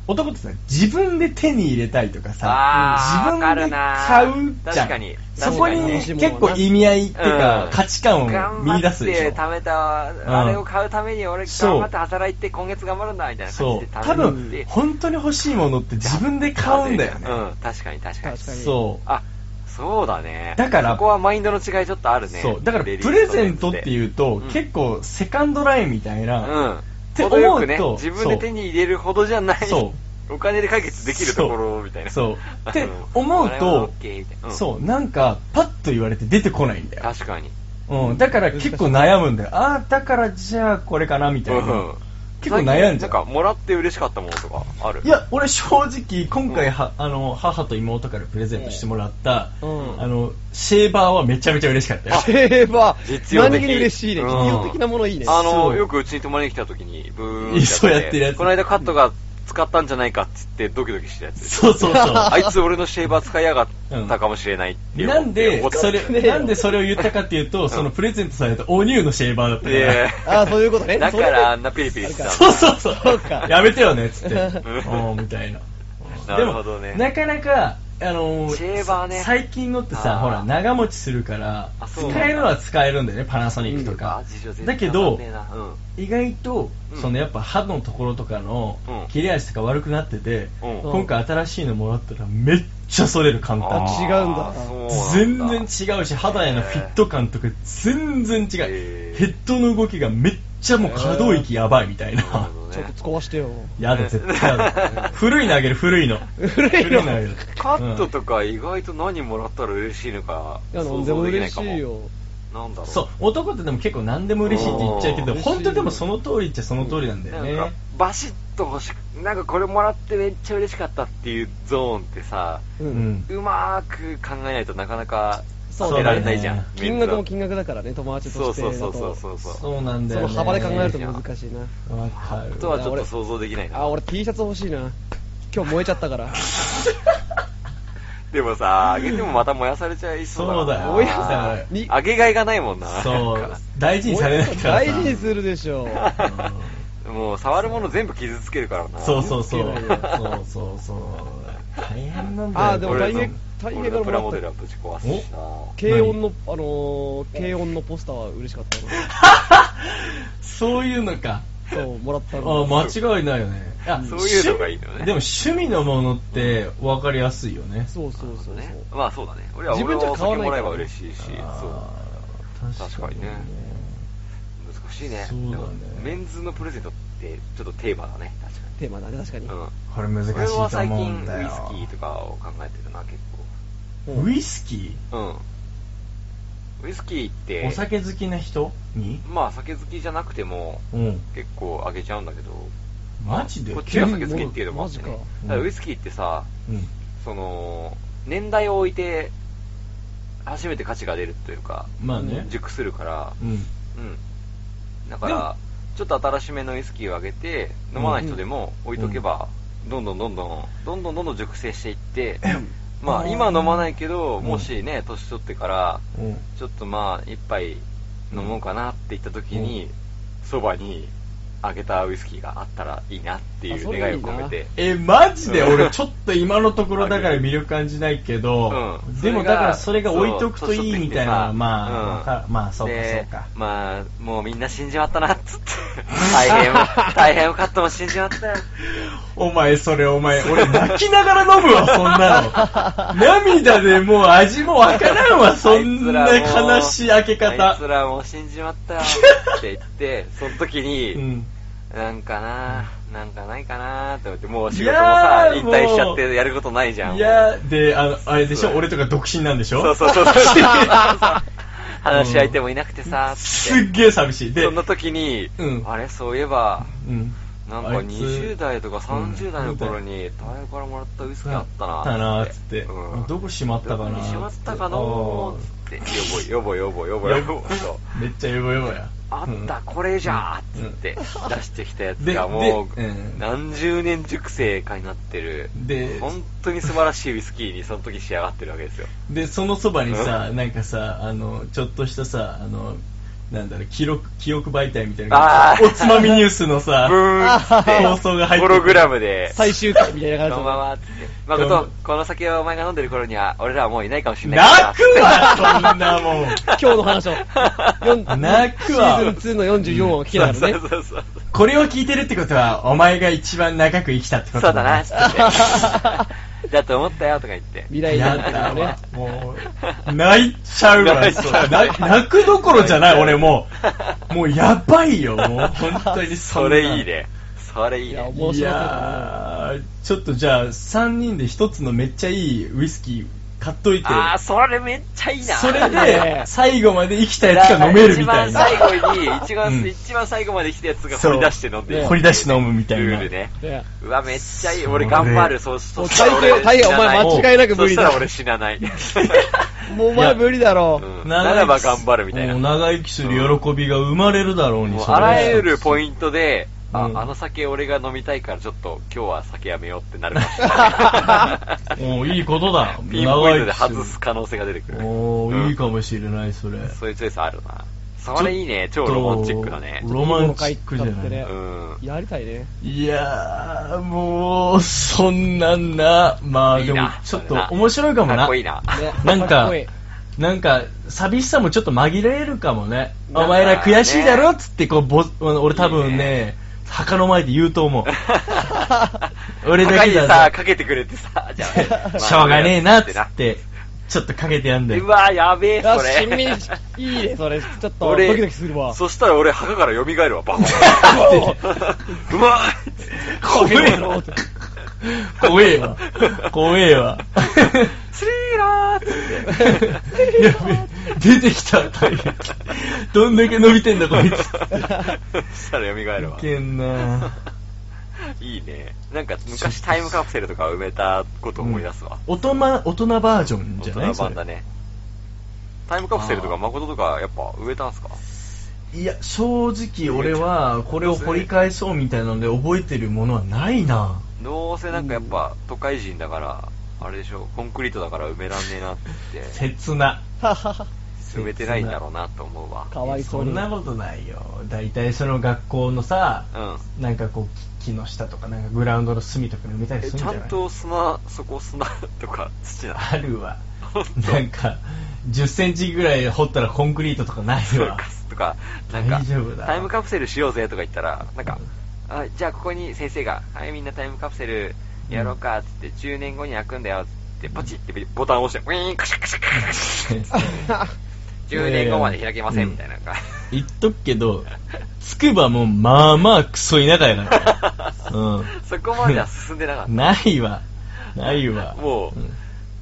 S3: 男ってさ、自分で手に入れたいとかさ
S2: あ、ー
S3: 自分で買うじゃ
S2: わかるな確
S3: ん。
S2: かに
S3: そこに
S4: 確かにね
S3: 結構意味合 いっていうか、
S2: うん
S3: 価値観を
S2: 頑
S3: 見
S2: 張
S3: 出
S2: っ
S3: すでしてょ。
S2: 貯めた、あれを買うために俺頑張って働いて今月頑張るんだみたいな感じ
S3: そ
S2: で
S3: う。多
S2: 貯め
S3: 分
S2: て、、
S3: 本当に欲しいものって自分で買うんだよね。
S2: うん、確かに確かに。
S4: 確かに。
S3: そう。
S2: あ、そうだね。
S3: だから
S2: そこはマインドの違いちょっとあるね。
S3: そう。だから、プレゼントっていうと、
S2: レディースと
S3: 結構、セカンドラインみたいな、
S2: うん。
S3: て
S2: 程よくね
S3: 思うと
S2: 自分で手に入れるほどじゃない、
S3: そ
S2: お金で解決できるところみたいな。
S3: そう
S2: あの
S3: って思うと
S2: これは OK みたいなうん
S3: そう、なんか、パッと言われて出てこないんだよ。
S2: 確かに。
S3: うん、だから結構悩むんだよ。ああ、だからじゃあこれかな、みたいな。
S2: うん
S3: 結構悩んじ
S2: な
S3: ゃ
S2: んか、
S3: う。
S2: もらって嬉しかったものとかある
S3: いや、俺正直、今
S2: う
S3: 回
S2: ん
S3: は、あの、母と妹からプレゼントしてもらった、
S4: うん
S3: あの、シェーバーはめちゃめちゃ嬉しかったよ。
S4: シェーバー。
S2: 実用的
S4: 何気に嬉しいね。
S2: うん
S4: 実用的なものいいね。
S2: あ
S3: そう
S2: の、よくうちに泊まりに来た時に、ブーン
S3: いやそうやってるやつ
S2: この間カットが使ったんじゃないかって言ってドキドキしたやつ。
S3: そうそうそ う。
S2: あいつ俺のシェーバー使いやがったかもしれないって思
S3: な
S2: って
S3: んで
S2: 怒っ、た
S3: それ、
S4: ねえよ
S3: なんでそれを言ったかっていうと、そのプレゼントされたお乳のシェーバーだったか
S2: いやいや
S3: ら。
S4: ああ、そういうことね。
S2: だ
S4: そ
S2: か
S4: れで
S2: らあんなピリピリしてたんだ
S3: そうそうそう。
S4: そうか
S3: やめてよね、つって。
S2: ん
S3: おーみたいな。
S2: なるほどね
S3: でも、なかなか、あの
S2: シェーバーね
S3: 最近のってさ、
S2: あー
S3: ほら、長持ちするから、
S2: あ
S3: 使
S2: そう
S3: えるのは使えるんだよね、パナソニックとか
S2: あ。事情全
S3: だ
S2: 然
S3: け
S2: わか
S3: ど
S2: んねえ、なうん
S3: 意外と、
S2: うん
S3: そのやっぱ歯のところとかの
S2: うん
S3: 切れ味とか悪くなってて、
S2: うん
S3: 今回新しいのもらったらめっちゃそれる簡単
S4: あ
S3: に。
S4: 違うんだ
S2: あーそう
S3: 全
S2: なんだ
S3: 然違うし、肌へのフィット感とか全然違う。
S2: へー
S3: ヘッドの動きがめっちゃもう可動域やばいみたいな。
S2: なるほどね
S4: ちょっと壊してよ。
S3: やだ、絶対やだ。古いのあげる、古いの。
S4: 古いの
S3: あげる
S2: カットとか意外と何もらったら嬉しいのか
S4: いや、な
S2: 想
S4: んでも
S2: 像できない
S4: 嬉
S2: か
S4: し
S2: も
S4: いよ。
S2: なんだろう
S3: そう、男ってでも結構何でも嬉しいって言っちゃうけど、
S4: うん
S3: 本当でもその通りっちゃその通りなんだよ
S2: なん
S3: ね
S2: か。バシッと欲しくなんかこれもらってめっちゃ嬉しかったっていうゾーンってさ
S4: う。
S3: うんん。
S2: うまーく考えないとなかなか
S4: そ
S2: 当
S4: うだ
S2: て
S4: ね
S2: られないじゃん
S4: 金額も
S2: メン
S4: 金額だからね、友
S2: ズ
S4: 達
S2: そ
S4: と
S2: う
S4: して
S2: そ
S4: だ
S2: う
S4: と。
S2: そうそうそうそう
S3: そうなんだ
S4: そ
S3: よ、
S4: の
S3: ね。
S4: 幅で考えると難しいな。
S3: わかる。
S2: あとはちょっと想像できないな
S4: あ、俺 T シャツ欲しいな。今日燃えちゃったから。
S2: でもさ、あげてもまた燃やされちゃいそうだ
S3: そうだよ
S4: 燃や
S3: だから
S4: さに
S2: あげがいがないもんな。
S3: そ
S2: なん
S3: う、大事にされないからさ。
S4: 大事にするでしょ。
S2: か。もう触るもの全部傷つけるからな。
S3: そうそうそう。
S4: 気を
S3: そ
S4: つけ
S3: う
S4: ない
S3: そうそう。大変なんだよ。
S4: あーでも
S2: 俺
S4: 大
S2: の
S4: 変大変
S2: 俺
S4: だ
S2: の
S4: ろ
S2: プラモデルはぶち壊すしな。
S4: 軽音の、あのー、軽音のポスターは嬉しかった
S3: そういうのか。
S4: な。そう、もらった
S3: あ
S4: の。
S3: ー間違いないよね。あ
S2: そういうのがいいのね
S3: でも趣味のものって分かりやすいよね。
S4: そうそうそうそ
S2: そう
S4: う。
S2: ね。まあそうだね。俺は
S4: 自
S2: 俺
S4: 分じゃ
S2: はお
S4: 買
S2: 酒
S4: わない
S2: もらえば
S4: から
S2: 嬉しいし、そう。
S3: あー確かにね。
S2: 難しいね。
S3: そうだね
S2: でもメンズのプレゼントってちょっとテーマだね。確か
S4: テーマだね、確かに。
S2: に。うん。
S3: これ難しい
S2: 俺は
S3: と
S2: 最
S3: 思う
S2: 近ウイ
S3: ん
S2: ス
S3: だよ。
S2: キーとかを考えてるな、結
S4: うん
S3: ウイスキ
S2: 構。うん。ウイスキーって、
S3: ーお酒好きな人に
S2: まあ酒好きじゃなくても、
S3: うん。
S2: 結構あげちゃうんだけど、
S3: マジで
S2: こっちが酒好きっていうのもあってね
S4: マジか
S2: だからウイスキーってさ、
S3: うん。
S2: その、年代を置いて、初めて価値が出るというか、
S3: まあね。
S2: 熟するから、
S3: うん。
S2: うん。だから、ちょっと新しめのウイスキーをあげて、飲まない人でも置いとけば、どんどんどんどん、どんどんどんどん熟成していって、ま
S3: あ
S2: あ
S3: ー
S2: 今飲まないけど、
S3: うん
S2: もしね、年取ってから、
S3: うん。
S2: ちょっとまあ一杯飲もうかなって言った時
S3: う
S2: に、そばにあげたウイスキーがあったらいいなってい
S4: あ
S2: う
S4: それ
S2: 願い
S4: い
S2: を
S4: いな
S2: 込めて、
S3: え、マジで俺ちょっと今のところだから魅力感じないけど、
S2: うん
S3: でも
S2: それが
S3: だからそれが置いとくといいみたいな、
S2: そう
S3: まあ、
S2: うん
S3: わかまあそうか
S2: で
S3: そうか。
S2: まあ、もうみんな死んじまったな、つって。大 変、大変よかったもん死んじまったよ。
S3: お前それお前、俺泣きながら飲むわ、そんなの。涙でもう味もわからん わ、そんな悲しい開け
S2: あい
S3: 方
S2: つ。らもう死んじまったよ、って言って、その時に、
S3: うん。
S2: なんかな、なんかないかな、って思って、もう仕事も
S3: いや
S2: さ、
S3: ー
S2: 引退しちゃってやることないじゃん。
S3: いやーで、あの、あれでしょ
S2: そう
S3: 俺とか独身なんでしょ
S2: そうそうそうそう。話し相手もいなくてさ、つ
S3: す
S2: って
S3: っげえ寂しい。で、
S2: そんな時に、
S3: うん
S2: あれ、そういえば、
S3: うん。
S2: なんか
S3: あいつ
S2: 20代とか30代の頃
S3: うん
S2: に、大学からもらったウイスキーあったな
S3: あったなーっつって
S2: うん
S3: どこしまったかなー
S2: どこにしまったかな
S3: お
S2: ー
S3: ー
S2: っつって、よぼいよぼい よぼいよぼいよぼいと。
S3: めっちゃヨボヨボや。
S2: あ
S3: う
S2: っ
S3: ん
S2: た、これじゃーっつって出してきたやつが
S3: で
S2: もう
S3: でうん
S2: 何十年熟成化になってる
S3: で、
S2: 本当に素晴らしいウイスキーにその時仕上がってるわけですよ。
S3: で、そのそばにさ、なんかさ、あの、ちょっとしたさ、あの、なんだろう、記録、記憶媒体みたいな
S2: あ。ー
S3: おつまみニュースのさ
S2: ブ、ーンっつって、
S3: 放送が入って
S2: ホ
S3: る
S2: ログラムで、
S4: 最終回みたいな
S2: こ
S4: 感じ
S2: のままっつって、
S3: どう
S2: 誠
S3: も、
S2: この先はお前が飲んでる頃には俺らはもういないかもしれないから
S3: 泣くわ、そんなもん。
S4: 今日の話を。4
S3: 泣くわ
S4: シーズン2の44話を聞けたか
S2: そ
S4: ら
S2: う
S4: ね。
S2: そうそうそう。
S3: これを聞いてるってことは、お前が一番長く生きたって
S2: そ
S3: こ
S2: う
S3: と
S2: だ な、つって。だと思ったよ、とか言って。
S4: 未来
S3: や
S4: なんだ
S3: だ
S4: よね
S3: わ。、もう、泣いちゃうわ、そうな泣くどころじゃない、俺もう。もうやばいよ、もう、本当にん
S2: そ
S3: な
S2: れいい。ね。それいい
S4: いや、面
S2: ね。
S4: 白
S3: い
S4: そうだ
S3: やー、ちょっとじゃあ、3人で1つのめっちゃいいウイスキー買っといて、
S2: あー、それめっちゃいいな。
S3: それ
S4: ね
S3: で、最後まで生きたやつが飲めるみたいな。
S2: 一番最後に、一番,、
S3: うん
S2: 一番最後まで来たやつが掘り出して飲んでい
S4: そう
S2: く
S3: 掘り出し飲むみたい
S2: ル
S3: な
S2: ー。ルね。
S4: ね。ね
S2: うわ、めっちゃいい。
S3: それ
S2: 俺頑張る。そうそ
S4: もう
S2: したら
S4: 大抵
S2: 俺
S4: 大抵
S2: 死なない
S4: お前間違いなく無
S2: そ
S4: 理だ
S2: したら 俺死なない。
S4: もうお前無理だろ
S2: うんならば頑張るみたいな。
S3: もう長生きする喜びが生まれるだろうに、
S2: もう
S3: それ
S2: あらゆるポイントで、あ、
S3: うん
S2: あの酒俺が飲みたいからちょっと今日は酒やめようってなるかもし
S3: おーいいことだ。
S2: れない。ピンポイントで
S3: 長生きする
S2: 外す可能性が出てくる。
S3: おー、いい
S2: も。
S3: かもしれない、それ。
S2: そういうチョイスあるな。それいいね。超ロマンチックだね。
S3: ロマンチックじゃない。
S2: うん。
S4: う。やりたいね。
S3: いやー、もう、そんなんな。まあ、
S2: いい
S3: で
S2: な
S3: も、ちょっと面白いかも
S2: かっ
S3: な
S2: こ。いいな。
S4: ね
S3: なんか
S4: かっこいい
S3: なんか、寂しさもちょっと紛れるかもね。
S2: なんかね
S3: お前ら悔しいだろっつって、こう、ぼ、俺多分
S2: いい
S3: ね、墓の前で言うと 思う。 俺だ
S2: 高
S3: け
S2: い
S3: だ
S2: さ、
S3: ぞ
S2: かけてくれてさ、じゃ あ。
S3: しょうがねえなっつ
S2: まあ
S3: っ。て、ちょっとかけてやんだ
S2: う
S3: よ。
S2: わ、やべえ、
S4: あ
S2: そ
S4: しみ
S2: れ。
S4: いいね、それ。ちょっと、ドキドキするわ。
S2: そしたら俺、墓から蘇るわ、バカ。うまい
S3: 怖えわ。怖えわ。怖 えわ。
S2: スリーラ ーって。
S3: やべ出てきた。どんだけ伸びてんだ、こいつ。
S2: そしたら蘇るわ
S3: い。けんない
S2: いね。なんか昔タイムカプセルとか埋めたこと 思い出すわ。
S3: 大人、大人バージョンじ
S2: 大
S3: ゃない
S2: 人
S3: そ
S2: 版だ
S3: れ
S2: ね。タイムカプセルとか誠とかやっぱ植えたんすか
S3: いや、正直俺は、これを掘り返そうみたいなので覚えてるものはないな。
S2: どうせなんかやっぱ都会人だから、あれでしょ、コンクリートだから埋めらんねえなって言って、
S3: 切な。
S4: ははは
S2: 埋めてないんだろうなと思うわ。
S4: かわいそ
S3: そう
S4: に。
S3: んなことないよ。大体その学校のさ、
S2: うん。
S3: なんかこう、木木の下とか、なんかグラウンドの隅とかに埋めたり
S2: え、
S3: する
S2: ち
S3: んじゃ
S2: ゃ
S3: ない
S2: んと砂、そこ砂とか土なの
S3: あるわ。
S2: ほんと
S3: なんか、10センチぐらい掘ったらコンクリートとかない
S2: そう
S3: わ
S2: か。とか、なんか
S3: 大丈夫だ、
S2: タイムカプセルしようぜとか言ったら、なんか
S3: う、
S2: あじゃあここに先生が、はい、みんなタイムカプセルやろうか、つって、10年後に開くんだよ、つって、ポチってボタンを押して、ウィーン、カシャカシャカシャ10年後まで開けません、みたいな。なんか
S3: 言っとくけど、つくばもまあまあクソ田舎やから。うん。
S2: そこまでは進んでなかっ
S3: ないわ。ないわ。
S2: もうんた。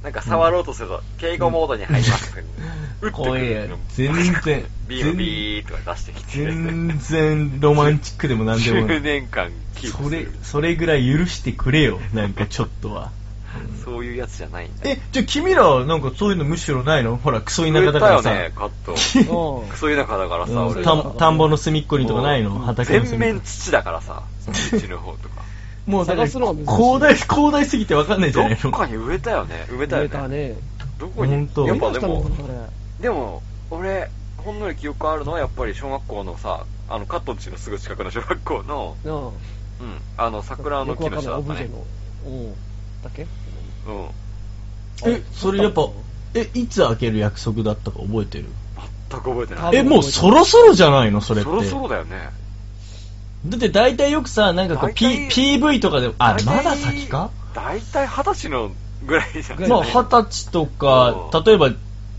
S2: なんか触ろうとすると、敬語モードに入りますとか言って。
S3: 怖え
S2: 打
S3: や
S2: って。
S3: 全然。
S2: ビームビーとか出してきて。
S3: 全然ロマンチックでもなんでもな
S2: 10
S3: い。
S2: 年間キープ
S3: そ
S2: す
S3: れ
S2: る。、
S3: それぐらい許してくれよ。なんかちょっとは。
S2: そういうやつじゃないんだ。
S3: え、じゃあ君ら、なんかそういうのむしろないのほら、クソ田舎だからさ
S2: 増。えたよね、カット。
S4: うん
S2: クソ田舎だから さ、
S3: うん
S2: 俺
S3: 田ん田んぼの隅っこにとかないの
S2: もう
S3: 畑の隅っこ
S2: 全面土だからさ、うちの方と か。
S3: もうだから
S4: 探すのは難しい
S3: 広大、広大すぎてわかんないじゃない
S2: ど
S3: の
S2: っかに植えたよね、植えた
S4: 売
S2: よ
S4: れた
S2: ね。
S4: ね。
S2: どこに
S3: ほんと
S2: やっ
S4: 売
S2: ぱ
S4: れ
S2: で
S4: たの
S2: も
S4: か、なこれ
S2: でも、俺、ほんのり記憶あるのは、やっぱり小学校のさ、あの、カットンちのすぐ近くの小学校の、
S4: うん。
S2: うん、あの、桜の木の下だ
S4: よ
S2: っ
S4: く
S2: た
S4: わかんないオブジ
S2: ね
S4: ェ。の。うん。だっけ
S2: うん。
S3: え、それやっぱ、え、いつ開ける約束だったか覚えてる
S2: 全く覚えて
S4: 多
S2: な
S4: 分
S2: い。
S3: え、もうそろそろじゃないのそれって。
S2: そろそろだよね。
S3: だって大体よくさ、なんかこう、P、
S2: 大体
S3: PV とかで、あ、
S2: 大体
S3: まだ先か
S2: 大体二十歳のぐらいじゃん。
S3: まあ、二十歳とか
S2: う、
S3: 例えば、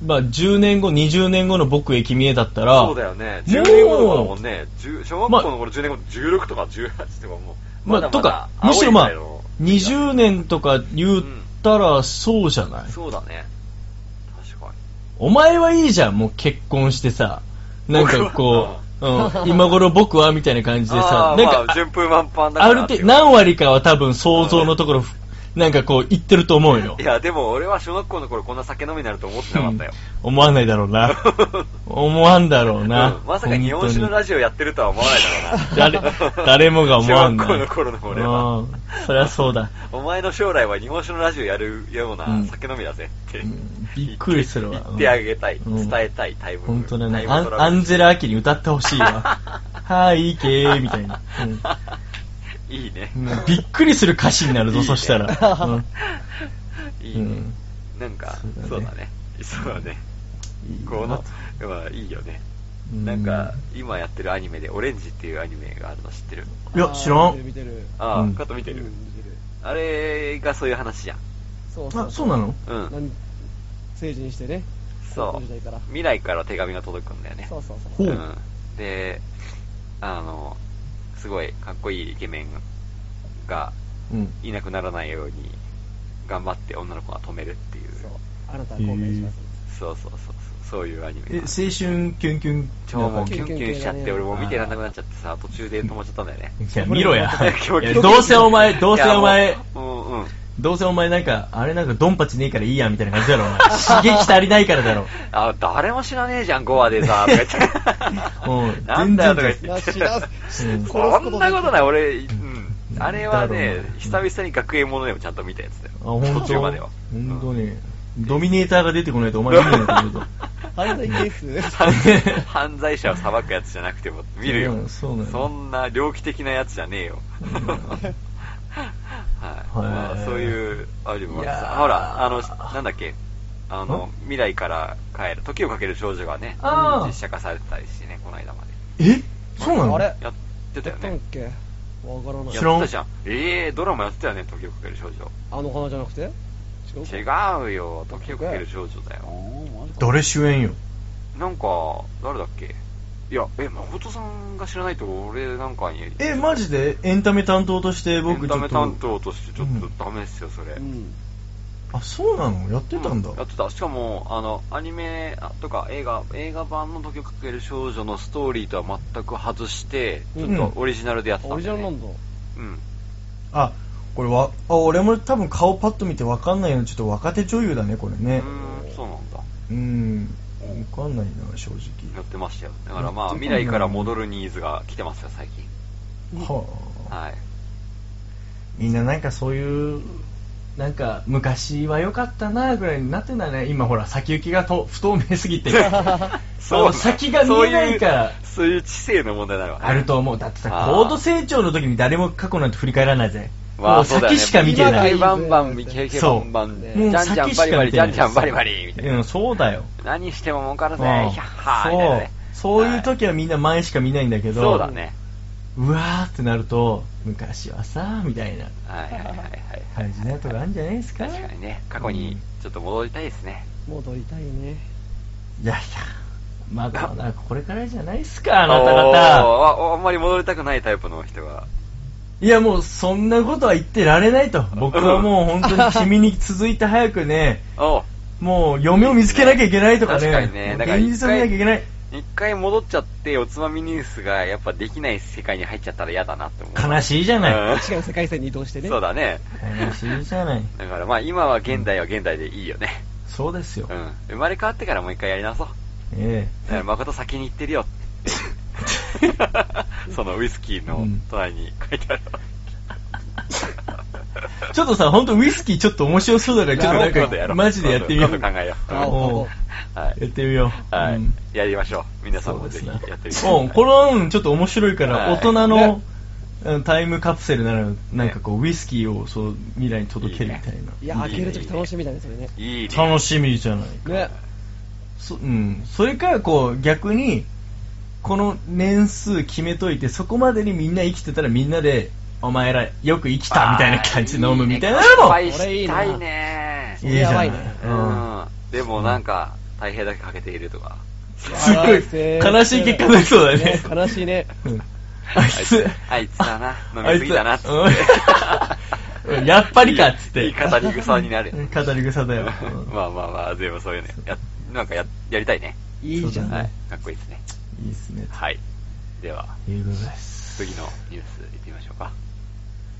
S3: まあ、10年後、20年後の僕へ君へだったら、
S2: そうだよね。10年後とかだもんね。10小学校の頃10年後、16とか18とかもう。
S3: まあ、
S2: だだ
S3: とか、むしろま
S2: 青い
S3: あ
S2: 時代の、
S3: 20年とか言ったら、そうじゃない、
S2: そうだね。確か
S3: お前はいいじゃん、もう結婚してさ、なんかこう、うん、今頃僕はみたいな感じでさ
S2: あ、ー
S3: なんか、
S2: まあ、順風満帆だか
S3: あ
S2: ら
S3: る
S2: ってい
S3: 程
S2: う
S3: 度、何割かは多分想像のところ、なんかこう、言ってると 思うよ
S2: い。や、でも俺は小学校の頃こんな酒飲みになると思ってなかったよ。
S3: 思わないだろうな。 思わんだろうな
S2: うん。まさか日本酒のラジオやってるとは思わないだろうな。
S3: 誰、誰もが思わんない。
S2: 小学校の頃の俺は
S3: うん。そりゃそうだ。
S2: お前の将来は日本酒のラジオやるような酒飲みだぜって、
S3: うんびっくりするわ。
S2: 言ってあげたい、
S3: うん
S2: 伝えたいタイム
S3: 本当だ
S2: タ
S3: ね
S2: イ。ム
S3: ア
S2: トラベ
S3: ン
S2: ル
S3: アンジェラ・アキに歌ってほしいわ。はい、いけー、みたいな、
S2: いいね
S3: う、んうんびっくりする歌詞になるぞ、
S2: いいね
S3: そしたら。うん
S2: いいね、
S3: うん
S2: なんか
S3: そ
S2: そうう
S3: だ
S2: だねそうだねこのまあいいよね
S3: うん
S2: なんか今やってるアニメで「オレンジ」っていうアニメがあるの知ってる
S3: いや、知ら
S4: あー
S3: ん。
S4: 見てる見てる
S2: ああ、
S3: うん
S2: カット見て
S4: う
S2: る、
S4: ん見てる
S2: あれがそういう話じゃん
S4: そうそう
S3: あ、そうなの
S2: うん
S4: 何成人してね高
S2: そ
S4: 校時代から
S2: う未来から手紙が届くんだよね
S4: そうそうそう
S3: ほう
S2: うん、であのすごいかっこいいイケメンが
S3: うん。
S2: いなくならないように頑張って女の子が止めるっていう
S4: そうあなたは後悔します
S2: そうそうそうそうそういうアニ
S3: え、
S2: メ
S3: 青春キュンキュン。
S2: 超もうキュンキ
S4: キュンキュン
S2: ュンしちゃっ
S4: 系
S2: て
S4: だね
S2: 俺もう見てらんなくなっちゃってさ途中で止まっちゃったんだよね
S3: いや、見 ろや。
S2: キョ
S3: い
S2: キョ
S3: やどうせお前、どうせお
S2: い
S3: 前
S2: や、もううんうん
S3: どうせお前なんか、あれなんかドンパチねえからいいや、みたいな感じだろ、お前。刺激足りないからだろ。
S2: あ誰も知らねえじゃん5話でさとか言っ
S3: うん
S2: てなんだよとか言っ
S3: 全
S2: て
S4: いや知ら ん
S3: うん
S2: そんなことない、俺、うん。
S3: うん
S2: あれは
S3: だろ
S2: ね
S3: うな、
S2: 久々に学園ものでもちゃんと見たやつだよ。
S3: あ、ほんと
S2: 途中までは。
S3: ほんとに。ドミネーターが出てこないとお前見ねえのか、ほんと。
S4: 犯罪ケース
S2: 犯 犯罪者を裁くやつじゃなくても見るよ。
S3: うんそうだよ
S2: そんな猟奇的なやつじゃ ねえよ。
S3: ん
S2: はい。まあそういうアニメもある
S3: いやー
S2: ほら、あの、なんだっけ、あの、未来から帰る、時をかける少女がね、
S3: あー
S2: 実写化されてたりしてね、この間まで。
S3: えそうなの
S4: あれ
S2: やってた
S4: や
S2: よ
S4: ったん
S2: ね
S4: っ。けわからない
S3: 知ら
S2: や
S3: ん
S2: ってたじゃん。ええドラマやってたよね、時をかける少女。
S4: あの花じゃなくて違う
S2: 違うよ、時をかける少女だよ。
S3: 誰主演よ。
S2: なんか、誰だっけいや、え、誠さんが知らないと俺なんかに。
S3: え、マジでエンタメ担当として
S2: エ
S3: 僕
S2: ン
S3: ち
S2: タ
S3: ょっと。
S2: メ担当としてちょっ
S3: うん
S2: とダメですよ、それ。
S4: うん
S3: あ、そうなのやってたんだ
S2: う。やってた。しかも、あの、アニメとか映画、映画版の時をかける少女のストーリーとは全く外して、ち
S4: う
S2: ょ
S4: ん
S2: っとオリジナルでやってた
S4: オ
S2: ん
S4: リジ
S2: だ
S4: ナ
S2: よ
S4: ル
S2: ね、
S4: なんだ
S2: うん。
S3: あ、これは、あ、俺も多分顔パッと見てわかんないのちょっと若手女優だね、これ
S2: う
S3: ね。
S2: ーん、そうなんだ。
S3: うん。わかんないな、正直。
S2: やってましたよ。だからまあ、
S3: やってたんだ
S2: 未来から戻るニーズが来てますよ、最近。
S3: はあ。
S2: はい。
S3: みんななんかそういう、なんか昔は良かったなぐらいになってんだね。今ほら、先行きがと不透明 すぎて。
S2: そう
S3: あの先が見えないから。
S2: そういう、そういう知性の問題だろうね
S3: あると思う。だってさ、
S2: あー
S3: 高度成長の時に誰も過去なんて振り返らないぜ。
S2: ま
S3: も
S2: あ
S3: う
S2: そうだよ
S3: 先
S2: ね
S3: しか見てない。
S2: 今バンバン、見けけバンバン、
S4: そ
S2: じ
S4: う
S2: ゃんじゃんバリバリ、じゃんじゃんバリバリ、みたいな。
S3: うん、そうだよ。
S2: 何しても儲かるぜ、
S3: う
S2: ヒャ
S3: ん
S2: ッハーみたいなね。
S3: そう。そういう時はみんな前しか見ないんだけど、
S2: そうだね。
S3: うわーってなると、昔はさ、みたいな
S2: はいはいはいはい。
S3: 感じなとこあるんじゃないですか。
S2: 確かにね、過去にちょっと戻りたいですね。
S4: 戻りたいね
S3: いやいや、まだまだこれからじゃないっすか、あなた方。
S2: おーああんまり戻りたくないタイプの人が。
S3: いやもうそんなことは言ってられないと。僕はもう本当 に君に続いて早くね、
S2: おう
S3: もう嫁を見つけなきゃいけないとかね。
S2: 確かにね。だから
S3: 現実を見なきゃいけない。
S2: 一回戻っちゃって、おつまみニュースがやっぱできない世界に入っちゃったら嫌だなって思う。
S3: 悲しいじゃない。
S2: うん
S4: 違う世界線に移動してね
S2: そうだね。
S3: 悲しいじゃない。
S2: だからまあ今は現代は現代でいいよね。
S3: そうですよ
S2: う。ん。生まれ変わってからもう一回やり直そう。
S3: え
S2: だから誠先に行ってるよって。そのウイスキーの隣に書いてある。
S3: え。ちょっとさ、ほんとウイスキーちょっと面白そうだから、ちょっとなん
S2: 今度やろ
S3: か、
S2: う
S3: マジでやってみよう。
S2: 今度考えよう
S4: あ
S3: おう
S2: はい。
S3: やってみよう。
S2: はい、
S3: うん
S2: やりましょう。皆さん
S3: そう
S2: も
S3: で
S2: ぜ
S3: す
S2: ひ
S3: ね
S2: やってみてください。
S3: うん、これはうんちょっと面白いから、
S2: はい
S3: 大人の
S4: ね
S3: うんタイムカプセルなら、なんかこう、ウイスキーをそう未来に届けるみたいな。
S4: いや開けるとき楽しみだねそれね
S2: いいね。
S3: 楽しみじゃないか。
S4: ね
S3: そうん、それからこう、逆に、この年数決めといて、そこまでにみんな生きてたらみんなで、お前らよく生きたみたいな感じで飲むみたいなのも、
S2: い
S3: い
S2: っぱいしたいね。
S3: いじゃない。
S4: やばいね
S3: うん
S2: うん。でもなんか、大平だけかけているとか。
S3: すっごい悲しい結果になりそうだね
S4: 悲しいね
S3: うんあいつ、
S2: あいつだな。
S3: あ
S2: 飲み
S3: いつ
S2: すぎだな、つっ
S3: うん
S2: て。
S3: やっぱりかっつっ
S2: い
S3: て
S2: いいい語り草になるよ。
S3: 語り草だよ。うん
S2: まあまあまあ、全部そういうのやなんかややりたいね。
S4: いいじゃ
S3: そうだ
S4: ん。
S3: ね
S2: かっこいいですね。
S3: いいですね。
S2: はい。では、
S3: ということです。
S2: 次のニュース行ってみましょうか。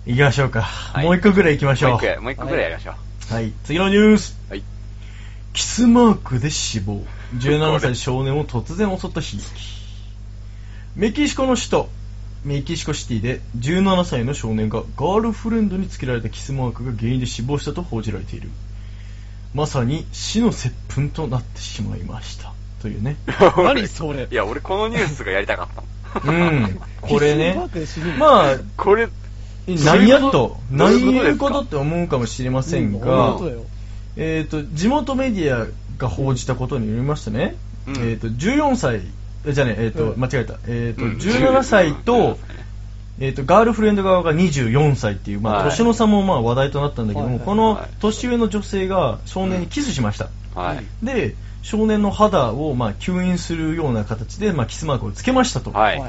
S3: 行きましょうか。
S2: い
S3: もう一個ぐらい行きましょう。
S2: もう一個や、もう一個ぐらいやりましょう。
S3: はい。次のニュース。
S2: はい。
S3: キスマークで死亡。17歳少年を突然襲った悲劇。メキシコの首都、メキシコシティで17歳の少年がガールフレンドにつけられたキスマークが原因で死亡したと報じられている。まさに死の接吻となってしまいました。というね。
S4: 何それ
S2: いや、俺このニュースがやりたかったもん。
S3: うん。これ
S4: キスマ
S3: ね
S4: ークで死ぬ。
S3: まあ、
S2: これ、
S3: 何やと、
S2: どう
S3: 何
S2: いうこと
S3: い
S2: です
S3: う
S2: か
S3: ことって思うかもしれません
S4: うん
S3: が、
S4: 本当だよ
S3: えー、と地元メディアが報じたことによりましてね、
S2: うん
S3: えー、と14歳えじゃねえ、えーと
S4: うん
S3: 間違えた、えーと
S2: うん
S3: 17歳
S2: うん
S3: と,、えー、とガールフレンド側が24歳っていう、ま
S2: は
S3: あ
S2: い
S3: 年の差もまあ話題となったんだけども、
S4: はいはい
S3: この
S2: はい
S3: 年上の女性が少年にキスしました、
S2: はい。
S3: で少年の肌をまあ吸引するような形で、まあ、キスマークをつけましたと、
S2: はい。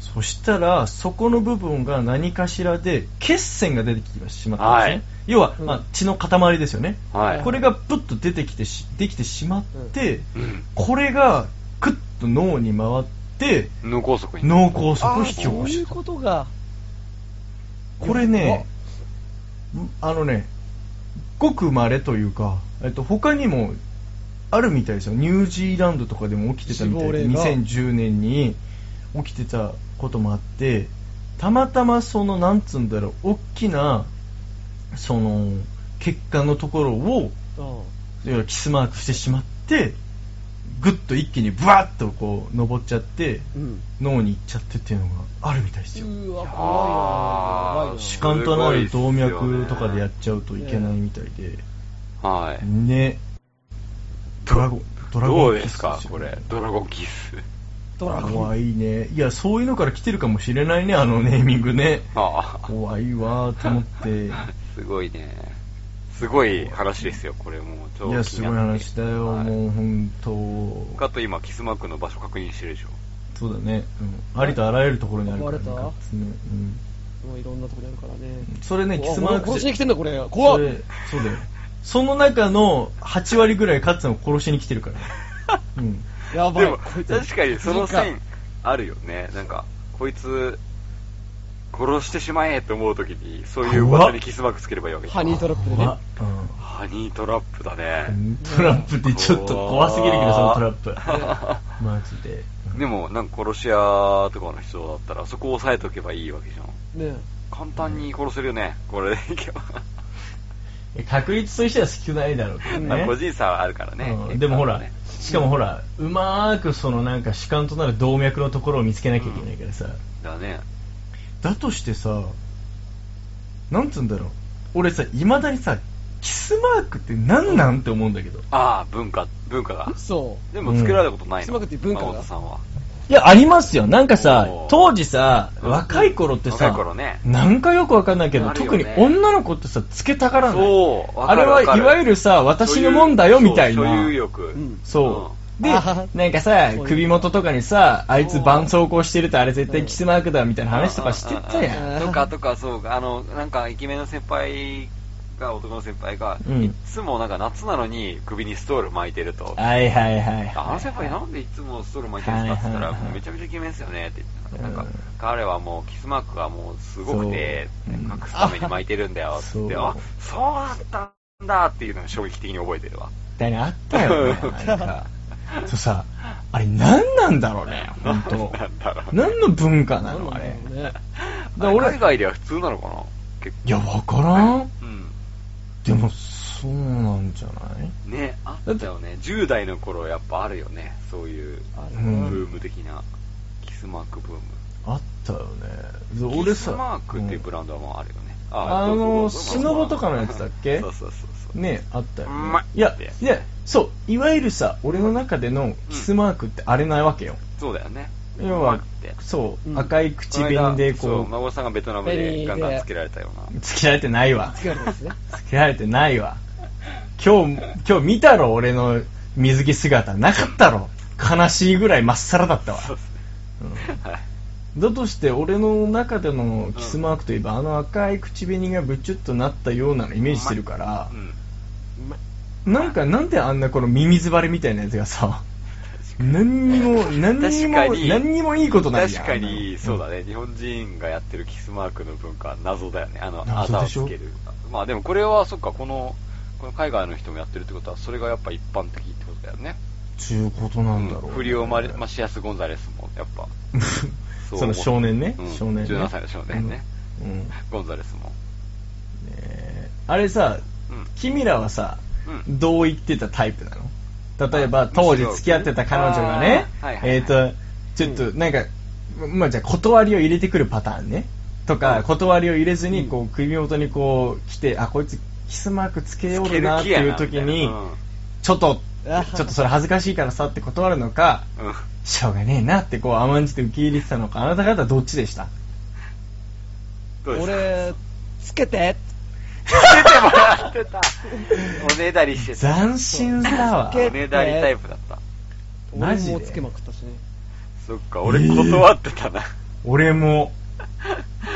S3: そしたら、そこの部分が何かしらで血栓が出てきてしまったんですね。
S2: はい
S3: 要は、
S4: うん
S3: まあ、血の塊ですよね。
S2: はい
S3: これがプッと出てきてし、できてしまって、
S2: うん
S3: これがクッと脳に回って、
S2: 脳梗塞に。
S3: 脳梗塞
S4: あ
S3: を
S4: あ
S3: 引き起
S4: そ
S3: こ
S4: うい
S3: し
S4: う
S3: た。
S4: ことが。
S3: これね、あのね、ごく稀というか、えっと、他にもあるみたいですよ。ニュージーランドとかでも起きてたみたいで、
S4: 死亡例が
S3: 2010年に起きてたこともあって、たまたまその、なんつうんだろう、大きな、その、血管のところを、
S4: うん
S3: いわゆるキスマークしてしまって、ぐっと一気にブワッとこう、登っちゃって、
S4: うん。
S3: 脳に行っちゃってっていうのがあるみたいですよ。
S4: うわ、怖い
S2: あ
S4: な。怖い
S2: ー
S4: な。
S3: 主観となる動脈とかでやっちゃうといけないみたいで、
S2: はい。
S3: ね、ドラゴン、ドラ
S2: ど
S3: ゴ
S2: う
S3: ン
S2: ですか、これ。ドラゴンキス。
S4: ドラゴン。
S3: 怖いね。いや、そういうのから来てるかもしれないね、あのネーミングね。
S2: ああ。
S3: 怖いわーと 思って。
S2: すごいね。すごい話ですよ、これもう。超
S3: いや、すごい話だよ、
S2: はい
S3: もう本当。
S2: かと今、キスマークの場所確認してるでしょ。
S3: そうだね、うんありとあらゆるところにあるからね。
S4: 壊れた
S3: ガッツねうん
S4: もういろんなとこにあるからね。
S3: それね、キスマーク
S4: 殺しに来てんだ、これ。怖
S3: そ
S4: っ。
S3: れそうだよ。その中の8割ぐらいカッツンを殺しに来てるから。うん。
S4: やば
S2: で
S4: い。
S2: も、
S4: こいつ
S2: 確かにその
S4: そ
S2: 線
S4: う
S2: あるよね。なんか、こいつ、殺してしまえと思うときに、そういう
S3: 怖っ
S2: 技にキスマークつければいいわけ
S4: ハニートラップでね
S3: あ。、うん。
S2: ハニートラップだね。
S3: トラップってちょっと怖すぎるけど、そのトラップ。 マジで。
S2: でも、なんか殺し屋とかの人だったら、そこを押さえとけばいいわけじゃん。
S4: ね
S2: 簡単に殺せるよね、これでいけば。
S3: 確率としては少ないだろうけど
S2: まあ
S3: ね。
S2: 個人差はあるからね。
S3: うん
S2: 結構
S3: でもほら
S2: ね、
S3: しかもほら、うまーくそのなんか主観となる動脈のところを見つけなきゃいけないからさ。
S2: だね。
S3: だとしてさ、なんつうんだろう。俺さ、未だにさ、キスマークって何なんって思うんだけど。
S2: ああ、文化、文化が。
S4: そ
S2: でも作られたことない
S4: キス
S2: の。
S4: マークっていう文化が
S2: 真帆さんは。
S5: いや、ありますよ。なんかさ
S2: おー、
S5: 当時さ、若い頃ってさ、
S2: 若い頃ね
S5: なんかよくわかんないけど、
S2: あるよ
S5: 特
S2: ね
S5: に女の子ってさ、つけたがらない。
S2: そうわ
S5: あ
S2: かる
S5: れは
S2: わか
S5: い
S2: る
S5: わゆるさ、私のもんだよ、みたい
S2: 所有
S5: な
S2: 所有。欲。
S4: う。うん。
S5: そう。
S4: うん
S5: で
S4: あはは、
S5: なんかさ
S4: そういう、
S5: 首元とかにさ、あいつ絆創膏してるとあれ絶対キスマークだ、みたいな話とかしてたやん。
S4: ん
S2: とかとか、そう、あの、なんか、イケメンの先輩が、男の先輩が、
S5: うん
S2: いつもなんか夏なのに首にストール巻いてると。
S5: はいはいはい
S2: あの
S5: は
S2: 先輩なんでいつもストール巻いてるんですかって言った
S5: はいはい
S2: ら、
S5: はい
S2: めちゃめちゃイケメンですよねって言って、
S5: う
S2: なんんか、彼はもうキスマークがもうすごくて、
S5: そう
S2: 隠すために巻いてるんだよって言って、
S5: そう
S2: あ、そうだったんだっていうのが衝撃的に覚えてるわ。
S5: い。みたいなあったよね。 なんか。そうさ、あれ何なんだろうね、本当
S2: なんだろう
S5: 何の文化な
S4: なん
S5: の、
S4: だ
S5: あれ
S4: ろ。うね。
S2: あれ海外では普通なのかな結
S5: いや、わからん。
S2: 構。うん。
S5: でも、そうなんじゃない
S2: ね、あったよね。10代の頃やっぱあるよね。そういう
S4: あ
S3: う
S4: れ
S2: ブ
S3: ん
S2: ーム的な、キスマークブーム。
S3: あったよね。
S2: キ
S3: 俺
S2: ス
S3: さ、
S2: マークっていうブ
S3: ラ
S2: ランドはもうあるよね。
S3: あのー
S2: どうぞ
S3: スノボとかのやつだっけ
S2: そうそうそうそう。
S3: ね、あったよ、ね。
S2: うまい
S3: いや、いや、そう、いわゆるさ、俺の中でのキスマークって荒れないわけよ。
S2: そうだよね。
S3: 要
S2: う
S3: は
S2: まくて、
S3: そう、
S4: うん
S3: 赤い口紅で
S2: そ
S3: こ
S2: う、孫さんがベトナムでガンガンつけられたような。
S3: う、つけられてないわ
S4: つ。けられたんですね。
S3: つけられてないわ。今日、今日見たろ、俺の水着姿。なかったろ。悲しいぐらいまっさらだったわ。
S2: そうですね。はい。
S3: うんだとして、俺の中でのキスマークといえば、あの赤い口紅がブチュッとなったようなのイメージしてるから、
S2: うん。
S3: なんか、なんであんなこのミミズバレみたいなやつがさ、何にも、何に
S2: 確
S3: も
S2: か、に
S3: 何にもいいことない
S2: 確
S3: じゃん。
S2: かに、そうだね、日本人がやってるキスマークの文化は謎だよね。あの、あ
S3: 謎
S2: ざを
S3: でしょ
S2: つける。まあでもこれは、そっか、この、この海外の人もやってるってことは、それがやっぱ一般的ってことだよね。
S3: ちゅうことなんだろう、
S2: フリオマレマシアス・ゴンザレスも、やっぱ。
S3: そうの少年ね、
S2: うん
S3: 少年ね。
S2: 17歳の少年ね。
S3: うん。うんね
S2: ゴンザレスも。
S3: えあれさ、
S2: うん。
S3: 君らはさ、
S2: うん
S3: どう言ってたタイプなの例え
S2: あ
S3: ば、当時
S2: むしろ
S3: 付き合ってた彼女がね
S2: あーはい、はいはい
S3: えっと、ちょっと、なんか、まあじゃあ、断りを入れてくるパターンね。とか、断りを入れずに、こう、首元にこう、来て、あ、こいつ、キスマークつけよ
S2: つけ
S3: うな
S2: る
S3: って
S2: 気や
S3: い
S2: な
S3: う時
S2: み
S3: に
S2: たいな、
S3: ちょっと、ちょっとそれ恥ずかしいからさって断るのか、
S2: うんうん
S3: しょうがねえなってこう甘んじて受け入れてたのか、あなた方はどっちでした
S2: どうですか
S4: 俺、つけて
S2: 出てもらってた。おねだりしてた。
S3: 斬新だわ。
S2: おねだりタイプだった。
S4: 俺
S3: マジで
S4: もつけまくったしね。
S2: そっか、俺断ってたな。
S3: 俺も、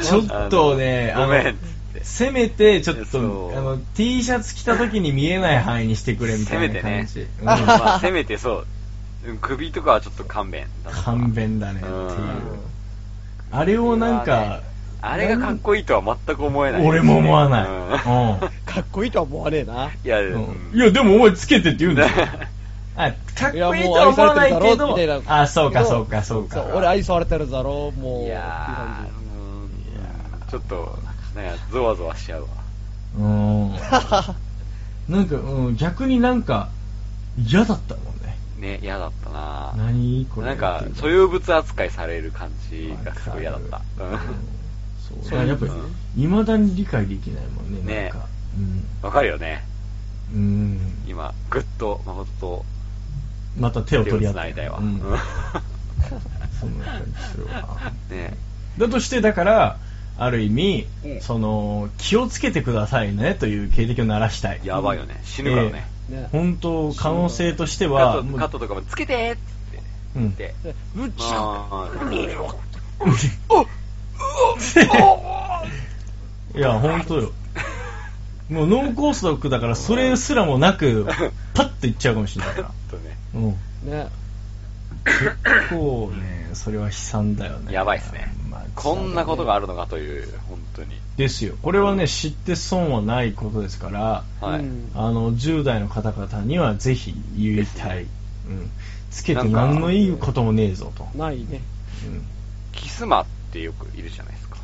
S3: ちょっとね、
S2: あの
S3: あ
S2: ごめんっつっ
S3: の、
S2: て。
S3: せめてちょっ
S2: そう
S3: と、あの、T シャツ着た時に見えない範囲にしてくれみたいな感
S2: せめ。
S3: じ
S2: てね。
S3: うん
S2: まあせめてそう。うん首とかはちょっと勘弁だった。
S3: 勘弁だねっていう
S2: うん。
S3: あれをなんか、
S2: あれがかっこいいとは全く思えない。
S3: 俺も思わ
S2: うん
S3: ない。
S4: かっこいいとは思わねえ な。
S2: いや、
S3: う。
S2: うんん
S3: いや、でもお前つけてって言うん だよ。 あ、かっこいいとは思わないけど、あ、そうかそうかそうか。
S4: 俺愛されてるだろ、もう。
S2: い
S4: っ
S2: や
S4: ていう感
S2: ーうんちょっと、なんか、ゾワゾワしちゃうわ。
S3: うん。なんか、うん、逆になんか、嫌だったもんね。
S2: ね、嫌だったな
S3: 何これ。
S2: なんか、所
S3: いう
S2: 有物扱いされる感じがすごい嫌だった。うん
S3: そう。だからやっぱり、未だに理解できないもんね、なん
S2: ね
S3: か。
S2: わかるよね。
S3: うん。うん。
S2: 今、ぐっと、誠と
S3: また手を
S2: 手
S3: 取
S2: を
S3: り合
S2: つ
S3: っ
S2: な
S3: て。
S2: いだいわ。
S3: う
S2: うんん
S3: そんな感じするわ。
S2: ね
S3: だとして、だから、ある意味、
S2: うん
S3: その、気をつけてくださいねという警笛を鳴らしたい。
S2: やばいよね。死ぬからね。
S4: じね。
S3: 本当、可能性として
S2: カッ
S3: は、も
S2: ト
S3: う
S2: カットとかもつけてーっつって
S3: うん。
S2: 言って。
S4: うちゃ
S2: まあ、
S3: いや、本当よ。もう脳梗塞だから、それすらもなく、パッといっちゃうかもしれないから。
S2: ちょっとね。
S3: うん。
S4: ね。
S3: 結構ね、それは悲惨だよね。
S2: やばいっすね
S3: まあ
S2: こんなことがあるのかという、本当に。
S3: ですよ。これはね、知って損はないことですから、
S2: はい。
S4: うん
S3: あの、10代の方々にはぜひ言いたい。うん。つけて何のいいこともねえぞと。
S4: ないね。
S3: うん。
S2: キスマってよくいるじゃないですか。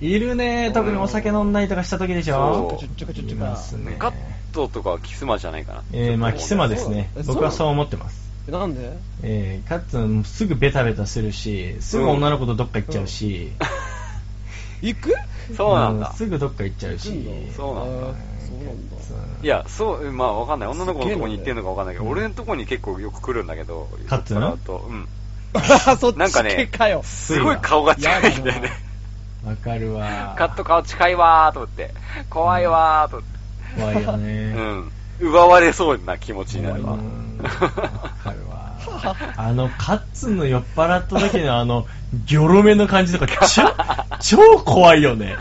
S3: いるね、特にお酒飲んだりとかした時でしょ。
S2: そう
S4: ちょこちょこちょこちょこ
S3: いますね。
S2: カットとかはキスマじゃないかな。
S3: えー、まあキスマですね
S4: そう。
S3: 僕はそう思ってます。
S4: えなんで
S3: えー、かつすぐベタベタするし、すぐ女の子とどっか行っちゃうし、
S4: 行く
S2: そうなん
S3: う
S2: だ
S3: ん。すぐどっか行っちゃうし、
S2: そうなんだ
S4: あーそうなんだ。
S3: うん
S2: いや、そう、まあわかんない。女の子のとこに行ってんのかわかんないけど、
S3: すげえな
S2: 俺のとこに結構よく来るんだけど、
S3: カッツン
S2: 酔っ払うとうん。
S4: そっ
S2: なんか
S4: ち
S2: ね
S4: 系かよ。
S2: すごい顔が近いんだよね。
S3: わかるわ。
S2: カット顔近いわーと思って。怖いわーと思って。
S3: 怖いよね。
S2: うん。奪われそうな気持ちになるわ
S3: う。んわかるわ。あの、カッツンの酔っ払った時のあの、ギョロめの感じとか、ちょ 超怖いよね。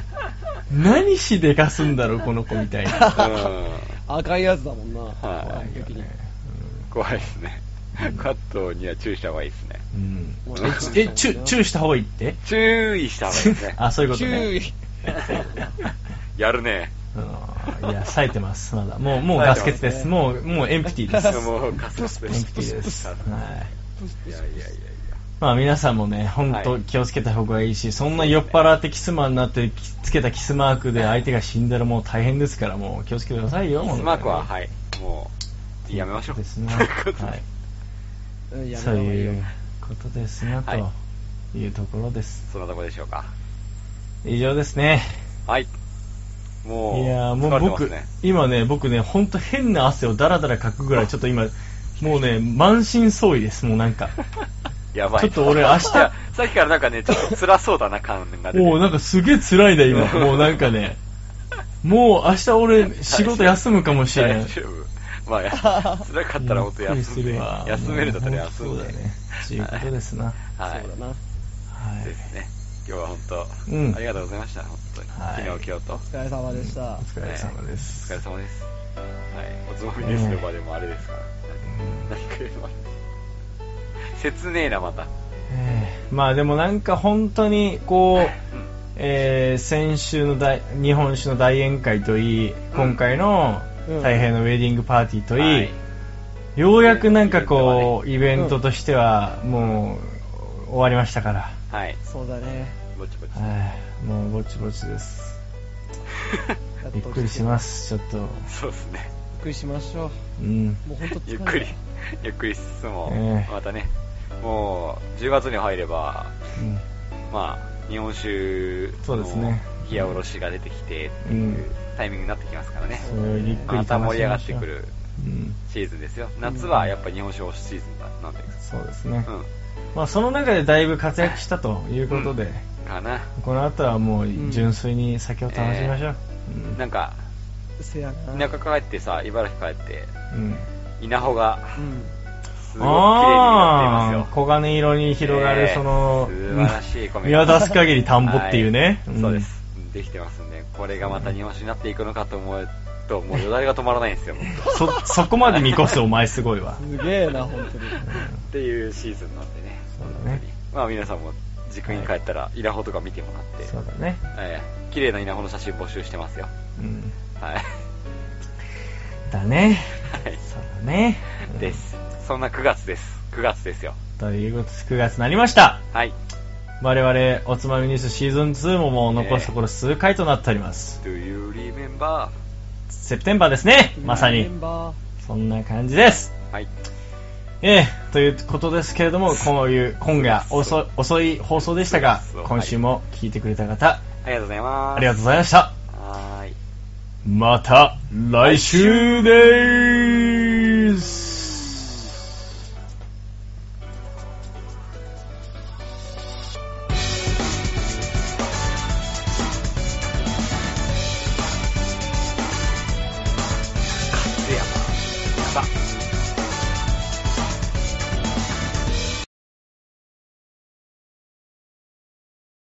S3: 何しでかすんだろう、この子みたいな。
S2: うん
S4: 赤いやつだもんな。
S2: は
S4: 完璧に。
S2: 怖いですね。カットには注意した方がいいですね。
S3: うん
S4: もう
S3: え、ちえ、チュ、チューした方がいいって
S2: 注意した方がいいですね
S3: 。あ、そういうこと
S4: 注
S3: ね。
S4: 意。
S2: やるね。
S3: うんいや、冴えてます、まだ。もう、もうガス欠です。もう、もうエンプティです。エ
S2: もうカスカスで
S3: ン
S2: す
S3: プティです。はい。
S2: いやいやいやいや。
S3: まあ皆さんもね、本当
S2: はい
S3: 気をつけた方がいいし、そんな酔っ払ってキスマンになってきつけたキスマークで相手が死んだらもう大変ですから、もう気をつけてくださいよ。
S2: キスマークは、
S3: 本
S2: はい。もう、やめましょう。
S3: 当にですね。
S2: ということで
S3: はい。
S4: うんやめた
S3: そ
S4: 方
S3: う
S4: がいいよ
S3: いうことですな、
S2: はい
S3: というところです。
S2: そんなとこでしょうか。
S3: 以上ですね。
S2: はい。もう、
S3: いやーもう
S2: 疲れ
S3: 僕、
S2: てますね
S3: 今ね、僕ね、ほんと変な汗をダラダラかくぐらい、ちょっと今、もうね、満身創痍です、もうなん か。
S2: やばい。
S3: ちょっと俺明日
S2: いや さっきからなんかね、ちょっと辛そうだな感が出て。
S3: おおなんかすげえ辛いだ、今。もうなんかね、もう明日俺、仕事休むかもしれな
S2: 大
S3: い。
S2: 丈夫。 まあ、や辛かったら本当休んで、休めるだったら休ん
S3: そう
S2: で。
S3: だね。ということですな。
S2: はい。
S4: そうだな。
S3: はい
S2: で。すね。今日は本当、
S3: うん
S2: ありがとうございました、本当に。
S3: はい
S2: 昨日、今日と。
S4: お疲れ様でした
S3: お。疲れ様です。
S2: お疲れ様です。はい。おつまみですの場でもあれですから。何食えば切ねえな、また。
S3: えーまあでもなんか本当にこう、えー先週の大日本酒の大宴会といい、今回の
S4: うん
S3: 太平のウェディングパーティーといい、
S2: はい
S3: ようやくなんかこう、イベントとしてはもう終わりましたから、
S2: はい。
S4: そうだね。
S2: ぼちぼち。
S3: はいもうぼちぼちです。
S4: やっと
S3: びっくりし
S4: す。
S3: ます、ちょっと。
S2: そうですね。
S4: びっくりしましょ
S3: うん。
S4: う。もう本当
S2: ゆっくり、ゆっくりしつつも、
S3: ええ
S2: またね、もう、10月に入れば、まあ、日本酒
S3: そうですね
S2: 冷やおろしが出てきて、
S3: うん。うん。
S2: タイミングになってきますからね。
S3: それをゆっくり楽しみましょう
S2: また盛り上がってくる
S3: うん。
S2: シーズンですよ。夏はやっぱ日本酒推しシーズンなんで。
S3: そうですね。
S2: う
S3: まあその中でだいぶ活躍したということで、
S2: ん。かな。
S3: この後はもう純粋に酒を楽しみましょう。うん
S2: なんか、
S4: せやな。
S2: 田舎帰ってさ、茨城帰って、
S3: うん。
S2: 稲穂が、
S4: うん。
S2: すごい綺麗になってい
S3: あ
S2: ま
S3: あ、
S2: すよ。
S3: 黄金色に広が
S2: え
S3: る
S2: え
S3: その、
S2: 素晴らしい米
S3: 見渡す限り田んぼっていうね。
S2: はい
S3: ん
S2: そうで。す。できてますんで、これがまた日本酒になっていくのかと思うと、もうよだれが止まらないんですよ。
S3: そ、 そこまで見越すお前すごいわ。
S4: すげえな、本当に。
S2: っていうシーズンなんでね。
S3: そうだね。
S2: まあ皆さんも軸に帰ったら稲穂とか見てもらって、
S3: そうだね。
S2: ええ綺麗な稲穂の写真募集してますよ。
S3: うん。
S2: はい。
S3: だね。
S2: はい
S3: そうだね。うん
S2: です。そんな9月です。9月ですよ。
S3: ということで、9月になりました。
S2: はい。
S3: 我々、おつまみニュースシーズン2ももう残すところ数回となっております。
S2: Do you remember?
S3: セプテンバーですね、まさ
S4: メ
S3: に。
S4: ンバー。
S3: そんな感じです。
S2: はい。
S3: ええ、ということですけれども、こういう、今夜遅い遅い放送でしたが
S2: そう、
S3: 今週も聞いてくれた方、
S2: ありがとうございます。
S3: ありがとうございました。
S2: はーい。
S3: また来週でーす